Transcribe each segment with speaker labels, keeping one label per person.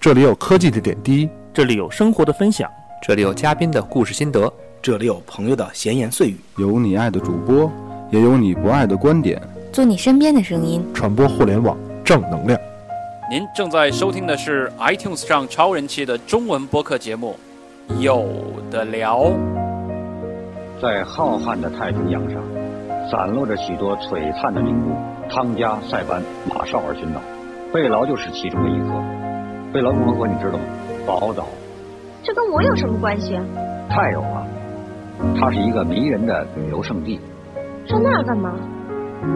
Speaker 1: 这里有科技的点滴，
Speaker 2: 这里有生活的分享，
Speaker 3: 这里有嘉宾的故事心得，
Speaker 4: 这里有朋友的闲言碎语，
Speaker 1: 有你爱的主播，也有你不爱的观点，
Speaker 5: 做你身边的声音，
Speaker 1: 传播互联网正能量。
Speaker 6: 您正在收听的是 iTunes 上超人气的中文播客节目《有的聊》。
Speaker 7: 在浩瀚的太平洋上，散落着许多璀璨的明珠，汤加、塞班、马绍尔群岛，贝劳就是其中的一颗。贝劳共和国你知道吗？宝岛。
Speaker 8: 这跟我有什么关系？啊？
Speaker 7: 太有了，它是一个迷人的旅游胜地。
Speaker 8: 上那儿干嘛？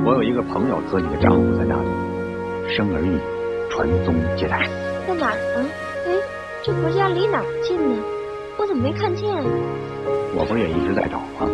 Speaker 7: 我有一个朋友和你的丈夫在那里，生儿育女，传宗接代。
Speaker 8: 在哪儿呢？哎，这国家离哪儿近呢？我怎么没看见、啊？
Speaker 7: 我不也一直在找吗？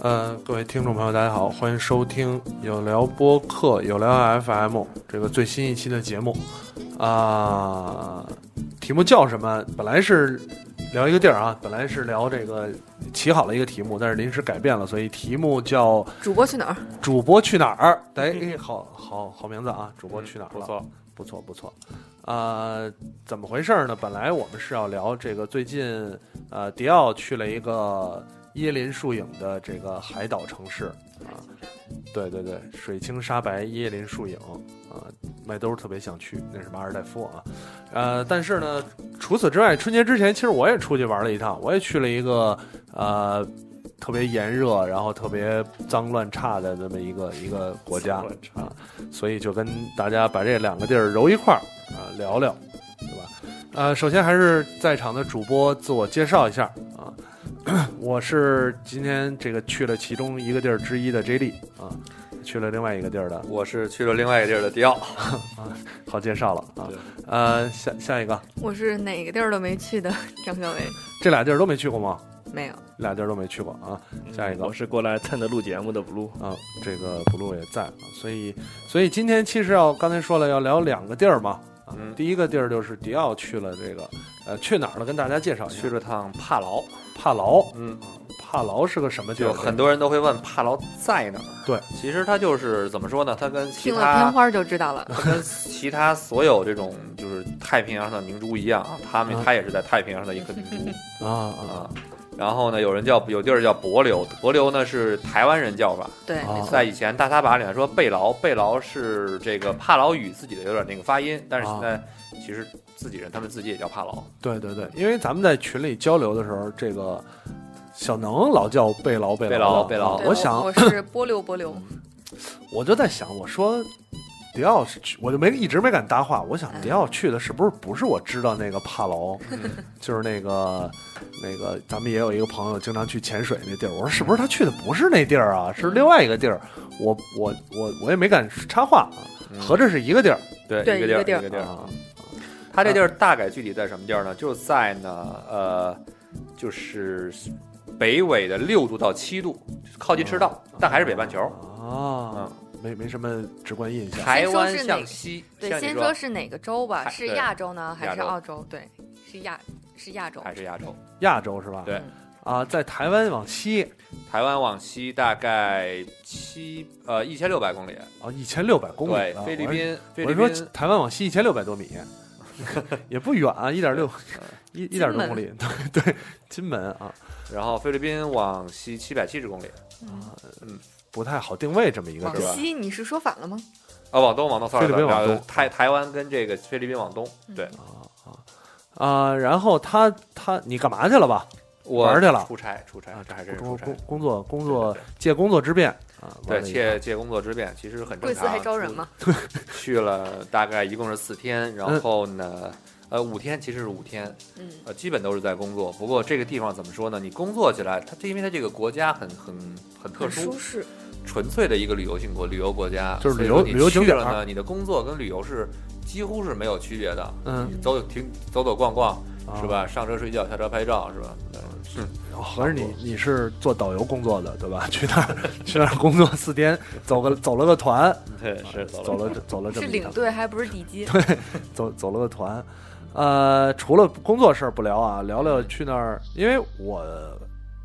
Speaker 9: 呃，各位听众朋友，大家好，欢迎收听有聊播客有聊 FM 这个最新一期的节目啊、题目叫什么？本来是聊一个地儿啊，本来是聊这个起好了一个题目，但是临时改变了，所以题目叫
Speaker 10: 主播去哪儿？
Speaker 9: “主播去哪儿”。哎，哎好好好名字啊，“主播去哪儿”
Speaker 6: 嗯不
Speaker 9: 了。
Speaker 6: 错，
Speaker 9: 不错不错，呃，怎么回事儿呢？本来我们是要聊这个最近，呃，迪奥去了一个椰林树影的这个海岛城市啊，对对对，水清沙白，椰林树影啊，麦兜儿特别想去，那是马尔代夫啊，呃，但是呢，除此之外，春节之前其实我也出去玩了一趟，我也去了一个呃。特别炎热，然后特别脏乱差的这么一个一个国家
Speaker 6: 脏乱差
Speaker 9: 啊，所以就跟大家把这两个地儿揉一块儿啊、聊聊，对吧？呃，首先还是在场的主播自我介绍一下啊， 我是今天这个去了其中一个地儿之一的 J 莉啊，去了另外一个地儿的，啊
Speaker 3: 我是去了另外一个地儿 的迪奥。
Speaker 9: 好介绍了啊
Speaker 3: 对。
Speaker 9: 呃，下下一个，
Speaker 10: 我是哪个地儿都没去的张小 伟，
Speaker 9: 这俩地儿都没去过吗？
Speaker 10: 没有。
Speaker 9: 俩地儿都没去过啊。
Speaker 3: 嗯
Speaker 9: 下一个
Speaker 2: 我是过来蹭着录节目的 blue。
Speaker 9: 啊，这个 blue 也在啊，所以所以今天其实要刚才说了要聊两个地儿嘛，啊，
Speaker 3: 嗯
Speaker 9: 第一个地儿就是迪奥去了这个呃去哪儿了，跟大家介绍一下，
Speaker 3: 去了趟帕劳，
Speaker 9: 帕劳，啊
Speaker 3: 嗯，
Speaker 9: 帕劳是个什么地
Speaker 3: 就
Speaker 9: 儿？
Speaker 3: 很多人都会问帕劳在哪儿。
Speaker 9: 对，
Speaker 3: 其实它就是怎么说呢？它跟其
Speaker 10: 听了片
Speaker 3: 他
Speaker 10: 花就知道了。
Speaker 3: 它跟其他所有这种就是太平洋上的明珠一样啊，他们
Speaker 9: 啊
Speaker 3: 它也是在太平洋上的一颗明珠
Speaker 9: 啊啊
Speaker 3: 啊。然后呢，有人叫有地儿叫帛琉，帛琉呢是台湾人叫法，
Speaker 10: 对，
Speaker 9: 啊啊
Speaker 3: 在以前大撒把里面说贝劳，贝劳是这个帕劳语自己的有点那个发音，但是
Speaker 9: 啊
Speaker 3: 现在其实自己人他们自己也叫帕劳，
Speaker 9: 对对对，因为咱们在群里交流的时候，这个小能老叫贝劳贝
Speaker 3: 贝
Speaker 9: 劳
Speaker 3: 劳
Speaker 9: 的
Speaker 3: 贝劳
Speaker 9: 啊
Speaker 10: 对
Speaker 9: 我想
Speaker 10: 我是波溜波溜，
Speaker 9: 我就在想，我说迪奥是去，我就没一直没敢搭话。我想
Speaker 10: 嗯
Speaker 9: 迪奥去的是不是不是我知道那个帕劳， 就是那个那个咱们也有一个朋友经常去潜水那地儿。我说是不是他去的不是那地儿啊？是另外一个地儿。我我我我也没敢插话啊，
Speaker 3: 嗯
Speaker 9: 合着是一个地儿
Speaker 3: 对
Speaker 10: 对
Speaker 3: 一个
Speaker 10: 一个地
Speaker 3: 地
Speaker 10: 儿
Speaker 3: 一个地儿。
Speaker 9: 啊
Speaker 3: 它这地儿大概具体在什么地儿呢？就在呢，呃，就是北纬的六度到七度，靠近赤道，但还是北半球。嗯
Speaker 9: 啊，没没什么直观印象。
Speaker 3: 台湾向西，
Speaker 10: 对，
Speaker 3: 像你
Speaker 10: 先说是哪个州吧？
Speaker 3: 还
Speaker 10: 是
Speaker 3: 对
Speaker 10: 亚洲呢，还
Speaker 3: 亚
Speaker 10: 是
Speaker 3: 洲
Speaker 10: 澳洲？对，是亚是亚洲。
Speaker 3: 还是亚洲。
Speaker 9: 亚洲是吧？
Speaker 3: 对
Speaker 9: 啊，在台湾往西
Speaker 3: 台湾往西大概七呃一千六百公里，
Speaker 9: 啊，一千六百公里
Speaker 3: 对
Speaker 9: 呢，
Speaker 3: 菲律
Speaker 9: 我还
Speaker 3: 宾，菲
Speaker 9: 我
Speaker 3: 律
Speaker 9: 是说
Speaker 3: 宾
Speaker 9: 台湾往西一千六百 多米，也不远啊，一点六 一一点
Speaker 10: 呃
Speaker 9: 多
Speaker 10: 金门
Speaker 9: 公里，对对，金门啊，
Speaker 3: 然后菲律宾往西七百七十公里，
Speaker 10: 嗯
Speaker 9: 不太好定位这么一个
Speaker 10: 往
Speaker 9: 地儿。
Speaker 10: 西你是说反了吗？
Speaker 3: 啊，往东往东，sorry，
Speaker 9: 菲律宾往东
Speaker 3: 呃台台湾跟这个菲律宾往东。对
Speaker 9: 啊、然后他他你干嘛去了吧？
Speaker 3: 我
Speaker 9: 玩去了啊
Speaker 3: 出差出差，这还真是
Speaker 9: 工
Speaker 3: 出
Speaker 9: 工
Speaker 3: 差。
Speaker 9: 工作工作借工作之便啊，玩
Speaker 3: 对，
Speaker 9: 了一
Speaker 3: 借借工作之便，其实很
Speaker 10: 贵
Speaker 3: 正
Speaker 10: 司
Speaker 3: 常。
Speaker 10: 还招人吗？
Speaker 3: 去了大概一共是四天，
Speaker 9: 嗯
Speaker 3: 然后呢，呃，五天其实是五天，
Speaker 10: 嗯，
Speaker 3: 呃，基本都是在工作。不过这个地方怎么说呢？你工作起来，它这因为它这个国家很很很特
Speaker 10: 很嗯
Speaker 3: 殊
Speaker 10: 舒，适。
Speaker 3: 纯粹的一个旅游性国旅游国家，
Speaker 9: 就是旅游
Speaker 3: 所以说你
Speaker 9: 旅游景
Speaker 3: 去
Speaker 9: 点
Speaker 3: 了呢，你的工作跟旅游是几乎是没有区别的，
Speaker 9: 嗯，
Speaker 3: 走走停走走逛逛
Speaker 9: 啊
Speaker 3: 嗯是？吧？上车睡觉，下车拍照是吧？嗯，
Speaker 9: 哦合着你你是做导游工作的对吧？ 去那儿去那儿工作四天，走个走了个团，
Speaker 2: 对，是
Speaker 9: 走了走了这
Speaker 10: 是
Speaker 9: 么一趟
Speaker 10: 领队还不是地基？
Speaker 9: 走走了个团，呃，除了工作事儿不聊啊，聊
Speaker 3: 嗯
Speaker 9: 聊去那儿，因为我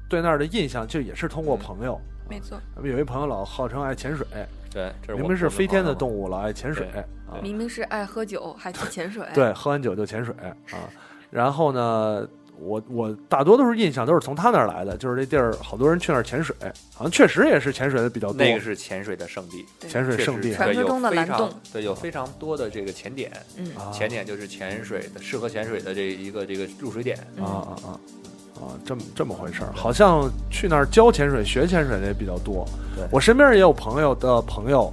Speaker 9: 对那儿的印象就也是通过
Speaker 3: 嗯
Speaker 9: 朋友，
Speaker 10: 没错，
Speaker 9: 咱们有一朋友老号称爱潜水，
Speaker 3: 对，这是哎我
Speaker 9: 明明是飞天的动
Speaker 3: 物，
Speaker 9: 物，老爱潜水
Speaker 3: 对
Speaker 9: 啊，
Speaker 10: 明明是爱喝酒，还去潜水。，
Speaker 9: 对，喝完酒就潜水
Speaker 3: 哎
Speaker 9: 啊。然后呢，我我大多都是印象都是从他那儿来的，就是这地儿好多人去那儿潜水，好像确实也是潜水的比较多，
Speaker 3: 那个是潜水的圣地，
Speaker 9: 潜水
Speaker 3: 确实
Speaker 9: 圣地
Speaker 3: 对
Speaker 9: 啊
Speaker 10: 传说中的
Speaker 3: 有非
Speaker 10: 蓝
Speaker 3: 常
Speaker 10: 洞
Speaker 3: 对，有非常多的这个潜点，
Speaker 10: 嗯
Speaker 9: 啊
Speaker 3: 潜点就是潜水的适合潜水的这一个这个入水点，
Speaker 10: 嗯
Speaker 9: 啊啊啊啊，这么这么回事儿，好像去那儿教潜水、学潜水的也比较多
Speaker 3: 对。
Speaker 9: 我身边也有朋友的朋友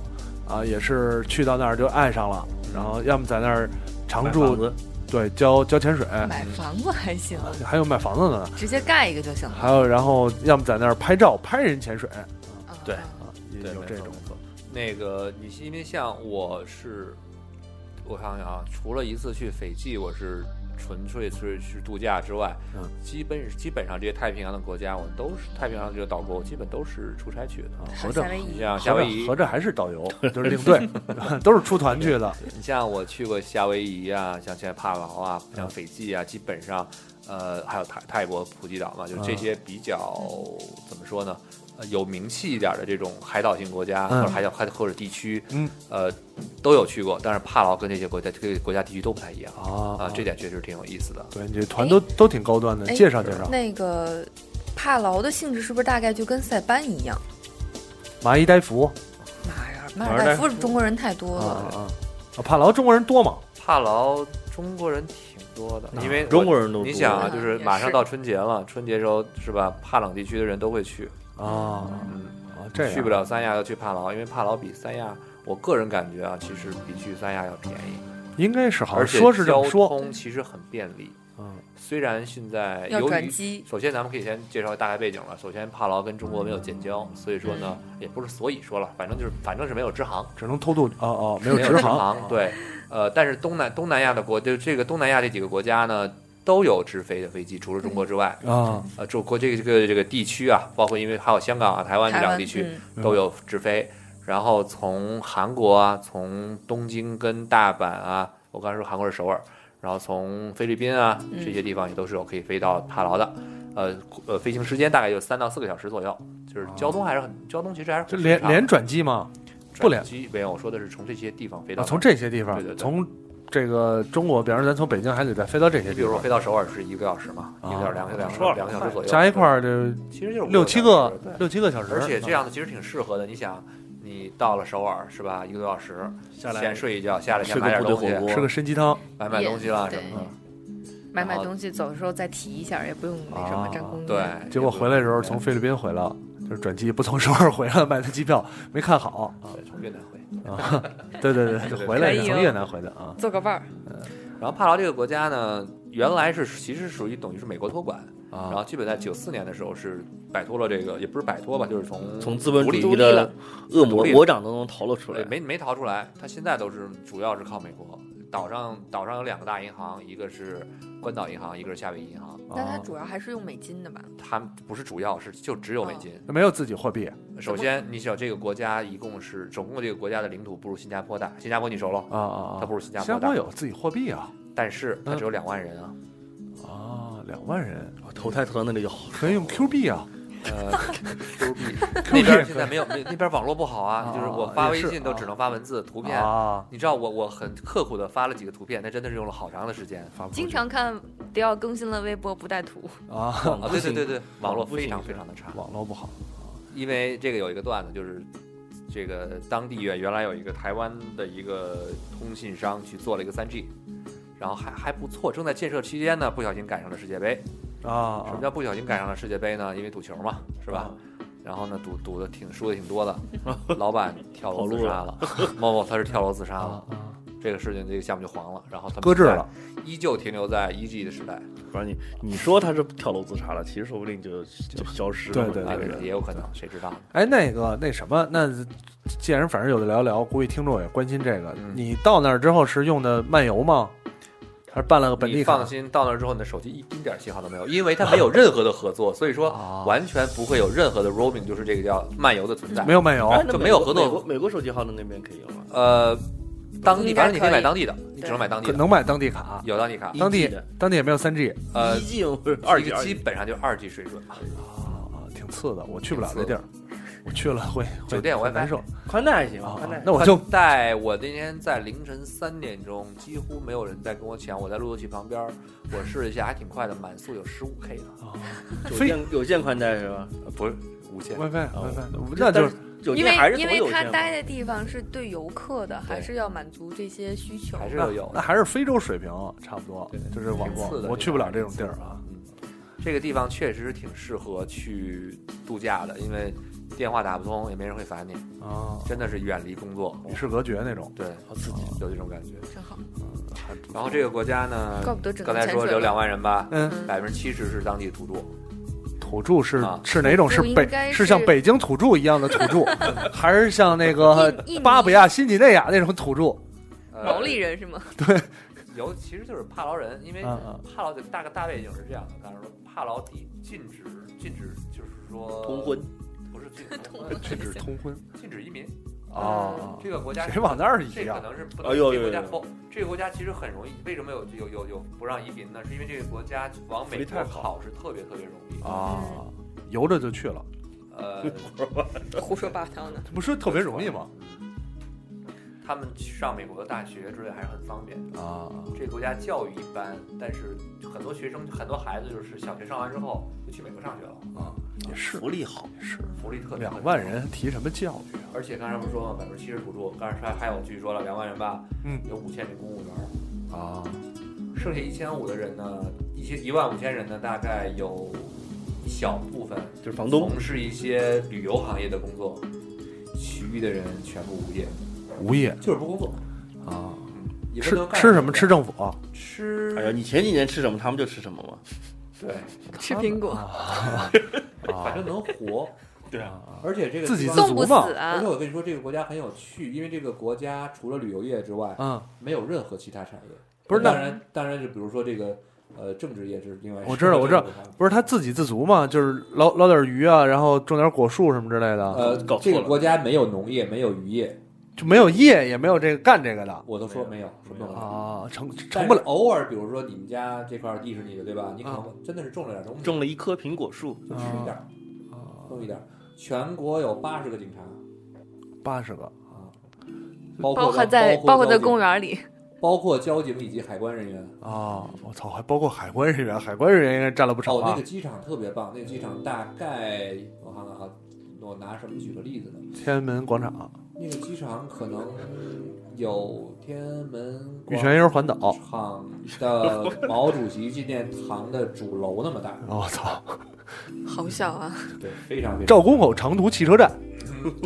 Speaker 9: 啊，也是去到那儿就爱上了，
Speaker 3: 嗯
Speaker 9: 然后要么在那儿常住，对，教教潜水，啊
Speaker 10: 买房子还行，
Speaker 9: 还有买房子呢，
Speaker 10: 直接盖一个就行了。
Speaker 9: 还有然后要么在那儿拍照拍人潜水
Speaker 10: 啊
Speaker 2: 对
Speaker 9: 啊，也
Speaker 3: 对，
Speaker 9: 有
Speaker 3: 没
Speaker 9: 这
Speaker 3: 错
Speaker 9: 种
Speaker 3: 没错。那个，你因为像我是，我想想啊，除了一次去斐济，我是纯粹是去度假之外，
Speaker 9: 嗯
Speaker 3: 基本基本上这些太平洋的国家，我都是太平洋的这个岛国，我基本都是出差去的。
Speaker 9: 啊，合
Speaker 10: 好
Speaker 9: 着
Speaker 10: 夏威
Speaker 3: 你
Speaker 10: 夷
Speaker 3: 像夏
Speaker 9: 合
Speaker 3: 威
Speaker 9: 着
Speaker 3: 夷
Speaker 9: 合，着还是导 游，就是领队，都是出团去的
Speaker 3: 你像我去过夏威夷啊，像现在帕劳啊，像斐济啊，基本上，呃，还有泰泰国普吉岛嘛，就是这
Speaker 9: 嗯
Speaker 3: 些比较怎么说呢？呃有名气一点的这种海岛性国家，
Speaker 9: 嗯
Speaker 3: 或者海岛海或者地区，
Speaker 9: 嗯，
Speaker 3: 呃，都有去过，但是帕劳跟这些国家、这个国家地区都不太一样
Speaker 9: 啊
Speaker 3: 啊，这点确实挺有意思的。
Speaker 9: 对，你这团都都挺高端的，
Speaker 10: 哎
Speaker 9: 呃介绍介绍，
Speaker 10: 那个帕劳的性质是不是大概就跟塞班一样？
Speaker 9: 麻衣呆服
Speaker 10: 马尔马尔代夫中国人太多
Speaker 9: 啊啊
Speaker 10: 了，
Speaker 9: 啊，帕劳中国人多吗？
Speaker 3: 帕劳中国人挺多的，因为
Speaker 2: 中国
Speaker 3: 人。
Speaker 2: 人都
Speaker 3: 你想啊，
Speaker 10: 多
Speaker 3: 就是
Speaker 10: 嗯
Speaker 3: 马
Speaker 10: 也
Speaker 3: 上
Speaker 10: 是
Speaker 3: 到春节了，春节时候是吧？帕朗地区的人都会去，
Speaker 9: 啊
Speaker 3: 嗯，
Speaker 9: 啊，这样
Speaker 3: 去不了三亚要去帕劳，因为帕劳比三亚，我个人感觉啊，其实比去三亚要便宜，
Speaker 9: 应该是好
Speaker 3: 而
Speaker 9: 像
Speaker 3: 且
Speaker 9: 说是这
Speaker 3: 交
Speaker 9: 么说，
Speaker 3: 通其实很便利。
Speaker 9: 嗯，
Speaker 3: 虽然现在
Speaker 10: 要
Speaker 3: 由
Speaker 10: 转
Speaker 3: 于
Speaker 10: 机。
Speaker 3: 首先，咱们可以先介绍大概背景了。首先，帕劳跟中国没有建交，所以说呢，
Speaker 9: 嗯
Speaker 3: 也不是所以说了，反正就是反正是没有支行，
Speaker 9: 只能偷渡，哦哦，没
Speaker 3: 没
Speaker 9: 直航，
Speaker 3: 航。对，呃，但是东南东南亚的国，就这个东南亚这几个国家呢，都有直飞的飞机，除了中国之外，
Speaker 9: 啊，
Speaker 3: 呃，中国这个这个这个地区啊，包括因为还有香港啊、台湾这
Speaker 10: 台
Speaker 3: 两个
Speaker 10: 湾
Speaker 3: 地区
Speaker 10: 嗯
Speaker 9: 嗯
Speaker 3: 都有直飞。然后从韩国啊，从东京跟大阪啊，我刚才说韩国是首尔，然后从菲律宾啊
Speaker 10: 嗯
Speaker 3: 这些地方也都是有可以飞到帕劳的。呃呃，飞行时间大概就三到四个小时左右，就是交通还是很，交通其实还是
Speaker 9: 这
Speaker 3: 很
Speaker 9: 哦连
Speaker 3: 顺畅的
Speaker 9: 连转机吗？不连
Speaker 3: 转机没有，我说的是从这些地方飞
Speaker 9: 啊，
Speaker 3: 到哪儿、
Speaker 9: 从这些地方
Speaker 3: 对对，对
Speaker 9: 从这个中国，比方说咱从北京还得再飞到这些
Speaker 3: 你比
Speaker 9: 地
Speaker 3: 如说
Speaker 9: 方
Speaker 3: 飞，到首尔是一个小时嘛，
Speaker 9: 啊
Speaker 3: 一个小时两个两
Speaker 2: 首
Speaker 3: 个
Speaker 2: 尔
Speaker 3: 两个小时左右，
Speaker 9: 加一块儿就
Speaker 3: 其实就是五
Speaker 9: 六七个
Speaker 3: 小时对
Speaker 9: 六七个小时，啊
Speaker 3: 而且这样的其实挺适合的。你想，你到了首尔是吧？一个多小时，
Speaker 2: 下来
Speaker 3: 先睡一觉，下来先
Speaker 2: 吃
Speaker 3: 买
Speaker 2: 个
Speaker 3: 点
Speaker 2: 部队
Speaker 3: 东西，
Speaker 2: 火锅，
Speaker 9: 吃个参鸡汤，
Speaker 3: 买买东西啦什
Speaker 10: 对
Speaker 3: 么的。
Speaker 10: 买买
Speaker 3: 然后啊
Speaker 10: 东西，走的时候再提一下，也不用那什么占空间。
Speaker 3: 对，
Speaker 9: 结果回来的时候从菲律宾回来了，就是转机不从首尔回来了，买的机票没看好
Speaker 3: 对从越南回。
Speaker 9: 啊，对对对，
Speaker 3: 对
Speaker 9: 回来
Speaker 10: 可
Speaker 9: 是
Speaker 10: 以
Speaker 9: 从
Speaker 10: 哦
Speaker 9: 越南回的啊，
Speaker 10: 做个伴儿，
Speaker 3: 然后帕劳这个国家呢，原来是其实属于等于是美国托管，然后
Speaker 9: 啊
Speaker 3: 基本在九四年的时候是摆脱了这个，也不是摆脱吧，就是从
Speaker 2: 从资本
Speaker 3: 独
Speaker 2: 主
Speaker 3: 立
Speaker 2: 义的恶魔
Speaker 3: 独立了
Speaker 2: 魔掌都能逃了出来
Speaker 3: 对，没没逃出来，他现在都是主要是靠美国。岛上岛上有两个大银行，一个是关岛银行，一个是夏威夷银行。
Speaker 10: 但它主要还是用美金的吧？
Speaker 3: 他们不是主要是就只有美金。
Speaker 9: 没有自己货币啊
Speaker 3: 首先，你想这个国家一共是总共这个国家的领土不如新加坡大，新加坡你熟喽，
Speaker 9: 啊啊
Speaker 3: 它
Speaker 9: 啊
Speaker 3: 不，如新加
Speaker 9: 新
Speaker 3: 坡
Speaker 9: 加
Speaker 3: 大
Speaker 9: 坡，有自己货币啊
Speaker 3: 但是它只有两万人啊。
Speaker 9: 啊，两万人
Speaker 2: 我哦投胎投到那里就好。
Speaker 9: 可以用 Q 币啊，
Speaker 3: 呃 ，Q 币那边现在没有，那那边网络不好啊，就是我发微信都只能发文字、图片。
Speaker 9: 啊，
Speaker 3: 你知道我我很刻苦的发了几个图片，那真的是用了好长的时间
Speaker 9: 发不出去
Speaker 10: 经常看迪奥更新了微博不带图，
Speaker 9: 啊，
Speaker 3: 啊！对对对对，网络
Speaker 2: 不
Speaker 3: 非
Speaker 2: 行
Speaker 3: 常非常的差。
Speaker 9: 网络不好
Speaker 3: 因为这个有一个段子，就是这个当地原来有一个台湾的一个通信商去做了一个三 G，然后还还不错，正在建设期间呢，不小心赶上了世界杯。
Speaker 9: 啊
Speaker 3: 什么叫不小心赶上了世界杯呢？因为赌球嘛，是吧？然后呢，赌赌的挺输的挺多的，老板跳
Speaker 2: 跑
Speaker 3: 楼
Speaker 2: 路
Speaker 3: 自杀了，某某他是跳楼自杀
Speaker 9: 啊
Speaker 3: 了，
Speaker 9: 啊
Speaker 3: 这个事情这个项目就黄了，然后他们
Speaker 9: 搁置了，
Speaker 3: 依旧停留在一 G 的时代，
Speaker 2: 不然你你说他是跳楼自杀了，其实说不定就就消失了。
Speaker 9: 对对
Speaker 3: 那
Speaker 9: 对
Speaker 3: 啊也有可能，谁知道呢？
Speaker 9: 哎，那个那什么，那既然反正有的聊聊，估计听众也关心这个。
Speaker 3: 嗯
Speaker 9: 你到那儿之后是用的漫游吗？还是办了个本
Speaker 3: 你
Speaker 9: 地卡？
Speaker 3: 放心，到那儿之后，你的手机一丁点儿信号都没有，因为它没有任何的合作，所以说
Speaker 9: 啊
Speaker 3: 完全不会有任何的 roaming，就是这个叫漫游的存在。
Speaker 9: 没有漫游
Speaker 2: 哎，那
Speaker 3: 就
Speaker 2: 美
Speaker 3: 没有
Speaker 2: 国
Speaker 3: 合作
Speaker 2: 美国美国手机号的那边可以用啊。
Speaker 3: 呃，当地
Speaker 10: 应该
Speaker 3: 反正你可以
Speaker 10: 可
Speaker 3: 买
Speaker 10: 以
Speaker 3: 当地的，你只能买当地
Speaker 9: 可
Speaker 3: 的，
Speaker 9: 能买当地卡，
Speaker 3: 有当地卡
Speaker 2: 一。
Speaker 9: 当地
Speaker 2: G 的
Speaker 9: 当地也没有三 G
Speaker 3: 呃
Speaker 2: 一，G 用不是二 G
Speaker 3: 基本上就二 G 水准吧。
Speaker 9: 啊，挺次的，我去不了
Speaker 3: 挺
Speaker 9: 那
Speaker 3: 次
Speaker 9: 地儿，我去了会
Speaker 3: 酒店
Speaker 9: 会
Speaker 3: WiFi
Speaker 9: 难受
Speaker 2: 宽带行，
Speaker 9: 啊
Speaker 2: 宽带。。
Speaker 9: 那我就
Speaker 3: 在我那天在凌晨三点钟，几乎没有人在跟我抢，我在路由器旁边儿，我试了一下，还挺快的，满速有十五 K 的，
Speaker 9: 啊
Speaker 2: 有
Speaker 9: 非
Speaker 2: 线有线宽带是吧？
Speaker 3: 呃不是无线。
Speaker 9: WiFi
Speaker 2: 哦
Speaker 9: WiFi，那就是
Speaker 2: 有
Speaker 10: 因
Speaker 2: 线还
Speaker 10: 为
Speaker 2: 是
Speaker 10: 因
Speaker 2: 总
Speaker 10: 为
Speaker 2: 有
Speaker 10: 他
Speaker 2: 线
Speaker 10: 待
Speaker 2: 嘛。
Speaker 10: 的地方是对游客的，还是要满足这些需求。
Speaker 3: 还是
Speaker 9: 那
Speaker 3: 有有
Speaker 9: 那还是非洲水平差不多
Speaker 3: 对，
Speaker 9: 就是网
Speaker 3: 挺
Speaker 9: 络
Speaker 3: 次的，
Speaker 9: 我
Speaker 3: 这
Speaker 9: 去不
Speaker 3: 个
Speaker 9: 了这种地儿啊。
Speaker 3: 嗯这个地方确实挺适合去度假的，因为电话打不通，也没人会烦你，
Speaker 9: 啊，
Speaker 3: 真的是远离工作，
Speaker 9: 与世隔绝那种。
Speaker 3: 对，
Speaker 2: 好刺激！
Speaker 9: 嗯
Speaker 3: 有这种感觉。
Speaker 10: 真好，
Speaker 3: 然后这个国家呢，
Speaker 10: 怪不得整个
Speaker 3: 刚才
Speaker 10: 潜
Speaker 3: 说
Speaker 10: 水
Speaker 3: 有
Speaker 10: 了
Speaker 3: 两万人吧，
Speaker 9: 嗯，
Speaker 3: 百分之七十是当地土著，
Speaker 9: 土著是、
Speaker 3: 啊
Speaker 9: 是哪种？是
Speaker 10: 应
Speaker 9: 北
Speaker 10: 该
Speaker 9: 像
Speaker 10: 是
Speaker 9: 北京土著一样的土 著，还是像那个
Speaker 10: 印印尼
Speaker 9: 巴布亚新几内亚那种土著？
Speaker 3: 呃
Speaker 10: 毛利人是吗？
Speaker 3: 有其实就是帕劳人，因为
Speaker 9: 嗯嗯
Speaker 3: 帕劳的大概大背景是这样的，当然说帕劳地禁止禁止就是说
Speaker 2: 通婚，
Speaker 3: 不是 禁止
Speaker 10: 通
Speaker 3: 婚
Speaker 10: 婚禁止
Speaker 9: 通婚
Speaker 3: 禁止移民，
Speaker 9: 嗯啊？
Speaker 3: 这个国家
Speaker 9: 谁往那儿移
Speaker 3: 这可
Speaker 9: 啊？
Speaker 3: 能是不
Speaker 2: 哎
Speaker 3: 能。
Speaker 2: 呦
Speaker 3: 这个
Speaker 2: 呦
Speaker 3: 国家
Speaker 2: 呦
Speaker 3: 不，这个国家其实很容易。为什么有有有有不让移民呢？是因为这个国家往
Speaker 2: 福
Speaker 3: 美
Speaker 2: 利
Speaker 3: 国
Speaker 2: 太
Speaker 3: 跑是特别特别容易。
Speaker 9: 啊，游着就去了，
Speaker 3: 呃，
Speaker 10: 胡说八道呢。
Speaker 9: 这不是特别容易吗？
Speaker 3: 他们上美国的大学之类还是很方便。
Speaker 9: 啊，
Speaker 3: 这个国家教育一般，但是很多学生很多孩子就是小学上完之后就去美国上学了，
Speaker 9: 也是
Speaker 2: 福利好，
Speaker 9: 也是，
Speaker 3: 福利特别
Speaker 9: 两万。人提什么教育啊？
Speaker 3: 而且刚才不是说百分之七十土著，刚才说还有据说了两万人吧，
Speaker 9: 嗯
Speaker 3: 有五千名公务员，
Speaker 9: 啊，
Speaker 3: 剩下一千五的人呢，一千一万五千人呢，大概有一小部分
Speaker 2: 就是房东
Speaker 3: 从事一些旅游行业的工作，其余的人全部无业，
Speaker 9: 无业
Speaker 3: 就是不工作，
Speaker 9: 啊，
Speaker 3: 也不
Speaker 9: 吃
Speaker 3: 能干
Speaker 9: 吃什么？吃政府啊？
Speaker 3: 吃
Speaker 2: 哎呀，你前几年吃什么，他们就吃什么嘛。
Speaker 3: 对，
Speaker 10: 吃苹果，
Speaker 3: 反正能 活。
Speaker 2: 对啊，
Speaker 3: 而且这个
Speaker 9: 啊自给
Speaker 3: 地方
Speaker 9: 自足
Speaker 10: 送不死
Speaker 9: 嘛
Speaker 3: 而
Speaker 10: 啊
Speaker 3: 且！我跟你说，这个国家很有趣，因为这个国家除了旅游业之外，
Speaker 9: 嗯，
Speaker 3: 没有任何其他产业。
Speaker 9: 不是那
Speaker 3: 当然，当然就比如说这个，呃，政治业是另外一个。
Speaker 9: 我知道我知道不是他自给自足嘛，就是捞捞点鱼啊，然后种点果树什么之类的，
Speaker 3: 呃，
Speaker 2: 搞错
Speaker 3: 这
Speaker 2: 了
Speaker 3: 个国家没有农业，没有渔业，
Speaker 9: 就没有业，也没有这个干这个的
Speaker 3: 我都说没有，什么都没有。
Speaker 9: 啊，成
Speaker 3: 呃但
Speaker 9: 成
Speaker 3: 是
Speaker 9: 不了。
Speaker 3: 偶尔，比如说你们家这块地是你的，对吧？你可能真的是种了点东西，
Speaker 2: 种了一棵苹果树，
Speaker 3: 就吃一点儿，
Speaker 9: 啊
Speaker 3: 种一点儿。全国有八十个警察，
Speaker 9: 八十个
Speaker 3: 啊，包
Speaker 10: 嗯包
Speaker 3: 括
Speaker 10: 括在包括在公
Speaker 3: 园，
Speaker 10: 园里，
Speaker 3: 包括交警以及海关人员。
Speaker 9: 啊！我操，还包括海关人员，海关人员应该占了不少啊
Speaker 3: 哦，那
Speaker 9: 吧
Speaker 3: 个？机场特别棒，那个机场大概我看看啊，我拿什么举个例子呢？
Speaker 9: 天安门广场、
Speaker 3: 那个机场可能有天安门
Speaker 9: 玉
Speaker 3: 广
Speaker 9: 泉营环岛，我、
Speaker 3: 场的毛主席纪念堂的主楼那 么大，
Speaker 9: 操，
Speaker 10: 好小啊！
Speaker 3: 对，非常非常
Speaker 9: 赵公口长途汽车 站，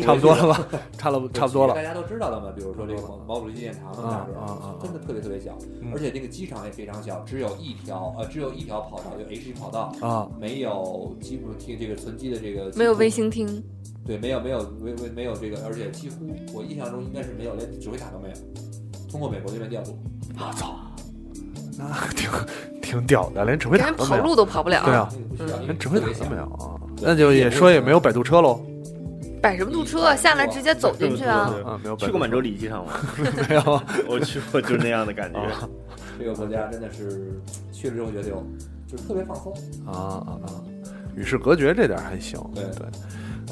Speaker 9: 差不多了吧？差了差不多
Speaker 3: 大
Speaker 9: 了。嗯
Speaker 3: 家都知道的嘛，比如说这个毛毛主席纪念堂那么大个
Speaker 9: 啊啊啊
Speaker 3: 儿，真的特别特别小
Speaker 9: 嗯，
Speaker 3: 而且那个机场也非常小，只有一条呃，只有一条跑道，就 H 跑道，
Speaker 9: 啊，
Speaker 3: 没有基本这这个存机的这个
Speaker 10: 没有
Speaker 3: 微
Speaker 10: 卫
Speaker 3: 信。
Speaker 10: 星厅，
Speaker 3: 对，没有没有没没没有这个，而且几乎我印象中应该是没有，连指挥塔都没有。通过美国那边调度，
Speaker 9: 我操，那挺挺屌的，连指挥
Speaker 10: 别
Speaker 9: 塔
Speaker 10: 人
Speaker 9: 都
Speaker 10: 跑
Speaker 9: 没有。
Speaker 10: 路都跑不了。
Speaker 9: 对啊，
Speaker 3: 那个不需要，因为
Speaker 9: 连指挥塔
Speaker 3: 特别
Speaker 9: 都
Speaker 3: 小
Speaker 9: 没有。啊。那就也说也没有摆渡车喽。
Speaker 10: 摆什么路车啊？下来直接走进去啊！
Speaker 2: 对
Speaker 9: 啊，没有摆渡车
Speaker 2: 去过满洲里机场吗？
Speaker 9: 没 有
Speaker 2: 我去过，就是那样的感觉。
Speaker 9: 啊
Speaker 3: 这个国家真的是去了之后觉得有，就是特别放松。嗯
Speaker 9: 啊啊！与世隔绝这点还行，
Speaker 3: 对
Speaker 9: 对。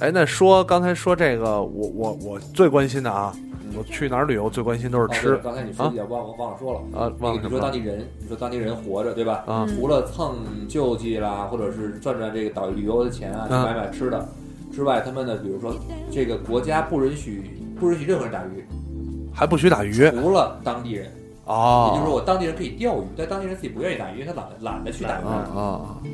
Speaker 9: 哎，那说刚才说这个，我我我最关心的啊，我去哪儿旅游最关心都是
Speaker 3: 哦
Speaker 9: 吃
Speaker 3: 对刚才你说
Speaker 9: 啊
Speaker 3: 有点忘了忘了说了，
Speaker 9: 啊，
Speaker 3: 那
Speaker 9: 忘了
Speaker 3: 个你
Speaker 9: 什
Speaker 3: 说
Speaker 9: 么
Speaker 3: 当
Speaker 9: 了
Speaker 3: 地人，你说当地人活着对吧？
Speaker 9: 啊
Speaker 10: 嗯
Speaker 3: 除了蹭救济啦，或者是赚赚这个导旅游的钱啊，去
Speaker 9: 嗯
Speaker 3: 买买吃的之外，他们呢，比如说这个国家不允许不允许任何人打鱼，
Speaker 9: 还不许打鱼
Speaker 3: 除了当地人。嗯也就是
Speaker 9: 哦
Speaker 3: 说，我当地人可以钓鱼，但当地人自己不愿意打鱼，因为他懒得懒得去打
Speaker 9: 啊
Speaker 3: 鱼。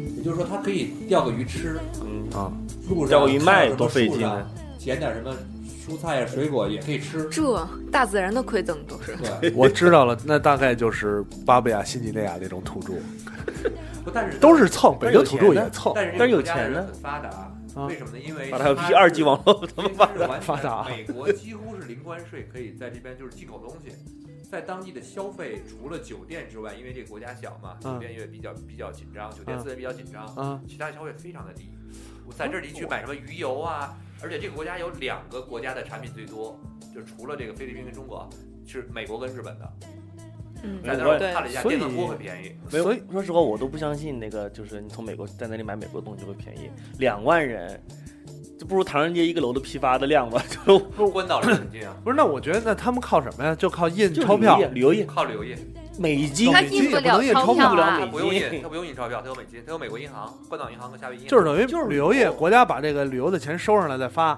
Speaker 9: 啊
Speaker 3: 也就是说，他可以钓个鱼吃，
Speaker 2: 嗯，
Speaker 9: 啊
Speaker 3: 路上
Speaker 2: 钓个鱼卖多费劲
Speaker 3: 啊
Speaker 2: 啊！！
Speaker 3: 捡点什么蔬菜啊、水果也可以吃。
Speaker 9: 啊
Speaker 10: 这大自然的馈赠都是。
Speaker 3: 对，
Speaker 9: 我知道了，那大概就是巴布亚新几内亚那种土著，
Speaker 3: 不但是
Speaker 9: 都是蹭，北京土著也蹭。
Speaker 3: 但
Speaker 2: 但
Speaker 3: 是
Speaker 2: 是
Speaker 3: 这
Speaker 2: 有
Speaker 3: 个国家
Speaker 2: 钱呢
Speaker 3: 很发达，
Speaker 9: 啊
Speaker 3: 为什么呢？因为
Speaker 2: 把它有
Speaker 3: 它
Speaker 2: 第二级网络
Speaker 3: 因为它是完全
Speaker 9: 发达
Speaker 3: 美国几乎是零关税，可以在这边就是进口东西，在当地的消费除了酒店之外，因为这个国家小嘛，
Speaker 9: 嗯
Speaker 3: 酒店也比较比较紧张，酒店
Speaker 9: 嗯
Speaker 3: 资源比较紧张，
Speaker 9: 啊，
Speaker 3: 其他消费非常的低。我在这里去买什么鱼油啊，而且这个国家有两个国家的产品最多，就除了这个菲律宾跟中国，是美国跟日本的。
Speaker 10: 嗯，
Speaker 3: 在那
Speaker 2: 我
Speaker 3: 儿
Speaker 2: 也
Speaker 3: 看了一下，
Speaker 9: 所以
Speaker 3: 电饭锅很便宜，
Speaker 2: 没有
Speaker 9: 所以
Speaker 2: 说实话，我都不相信那个，就是你从美国在那里买美国东西就会便宜，两万人，这不如唐人街一个楼的批发的量吧？ 就是
Speaker 3: 关岛离得很近啊，
Speaker 9: 不是，那我觉得那他们靠什么呀？就靠印
Speaker 2: 就
Speaker 9: 钞票
Speaker 2: 旅游业，旅游业，
Speaker 3: 靠旅游业。
Speaker 2: 美金
Speaker 9: 他
Speaker 5: 他
Speaker 9: 美金
Speaker 5: 印
Speaker 9: 也
Speaker 5: 不
Speaker 9: 不能
Speaker 5: 了
Speaker 9: 印钞
Speaker 5: 钞
Speaker 9: 票
Speaker 5: 票
Speaker 2: 不了
Speaker 5: 啊
Speaker 2: 美
Speaker 3: 他，不用
Speaker 2: 金
Speaker 3: 印，他不用印钞票，他有美金，他有美国银行、关岛银行和夏威夷银行。
Speaker 9: 就是等于
Speaker 2: 就是
Speaker 9: 旅游业，国家把这个旅游的钱收上来再发。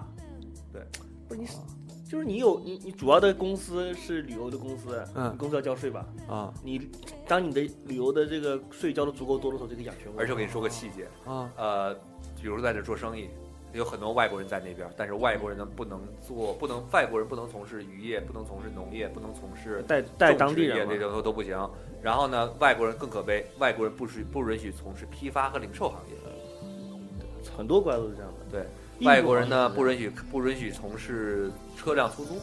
Speaker 2: 不是你， 就是你有你你主要的公司是旅游的公司，
Speaker 9: 嗯
Speaker 2: 你公司要交税吧？
Speaker 9: 啊
Speaker 2: 你当你的旅游的这个税交的足够多的时候，就可以养全国。
Speaker 3: 而且我跟你说个细节，
Speaker 9: 啊
Speaker 3: 呃，比如在这做生意，有很多外国人在那边，但是外国人呢不能做，不能外国人不能从事渔业，不能从事农业，不能从事
Speaker 2: 带带当地人
Speaker 3: 种植业这
Speaker 2: 嘛，
Speaker 3: 种都都不行。然后呢，外国人更可悲，外国人不许不允许从事批发和零售行业。
Speaker 2: 很多国家都是这样的。
Speaker 3: 对
Speaker 2: 呃印度
Speaker 3: 外国人
Speaker 2: 好
Speaker 3: 呢
Speaker 2: 像是
Speaker 3: 不允许不允许从事车辆出租，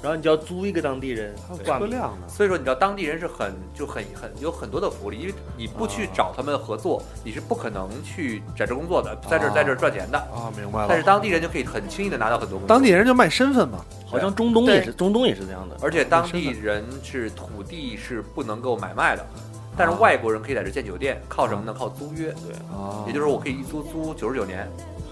Speaker 2: 然后你就要租一个当地人
Speaker 9: 还有
Speaker 2: 挂
Speaker 9: 车
Speaker 2: 名，
Speaker 9: 辆呢，
Speaker 3: 所以说你知道当地人是很就很很有很多的福利，因为你不去
Speaker 2: 啊
Speaker 3: 找他们合作，你是不可能去在这工作的，在这
Speaker 9: 啊
Speaker 3: 在这赚钱的。
Speaker 9: 啊，明白
Speaker 3: 但
Speaker 9: 了。
Speaker 3: 是当地人就可以很轻易的拿到很多工作，
Speaker 9: 当地人就卖身份嘛，
Speaker 2: 好像中东也是，中东也是这样的。啊
Speaker 3: 而且当地人是土地是不能够买卖的，但是外国人可以在这建酒店，靠什么呢？靠租约，
Speaker 9: 啊
Speaker 3: 也就是我可以一租租九十九年，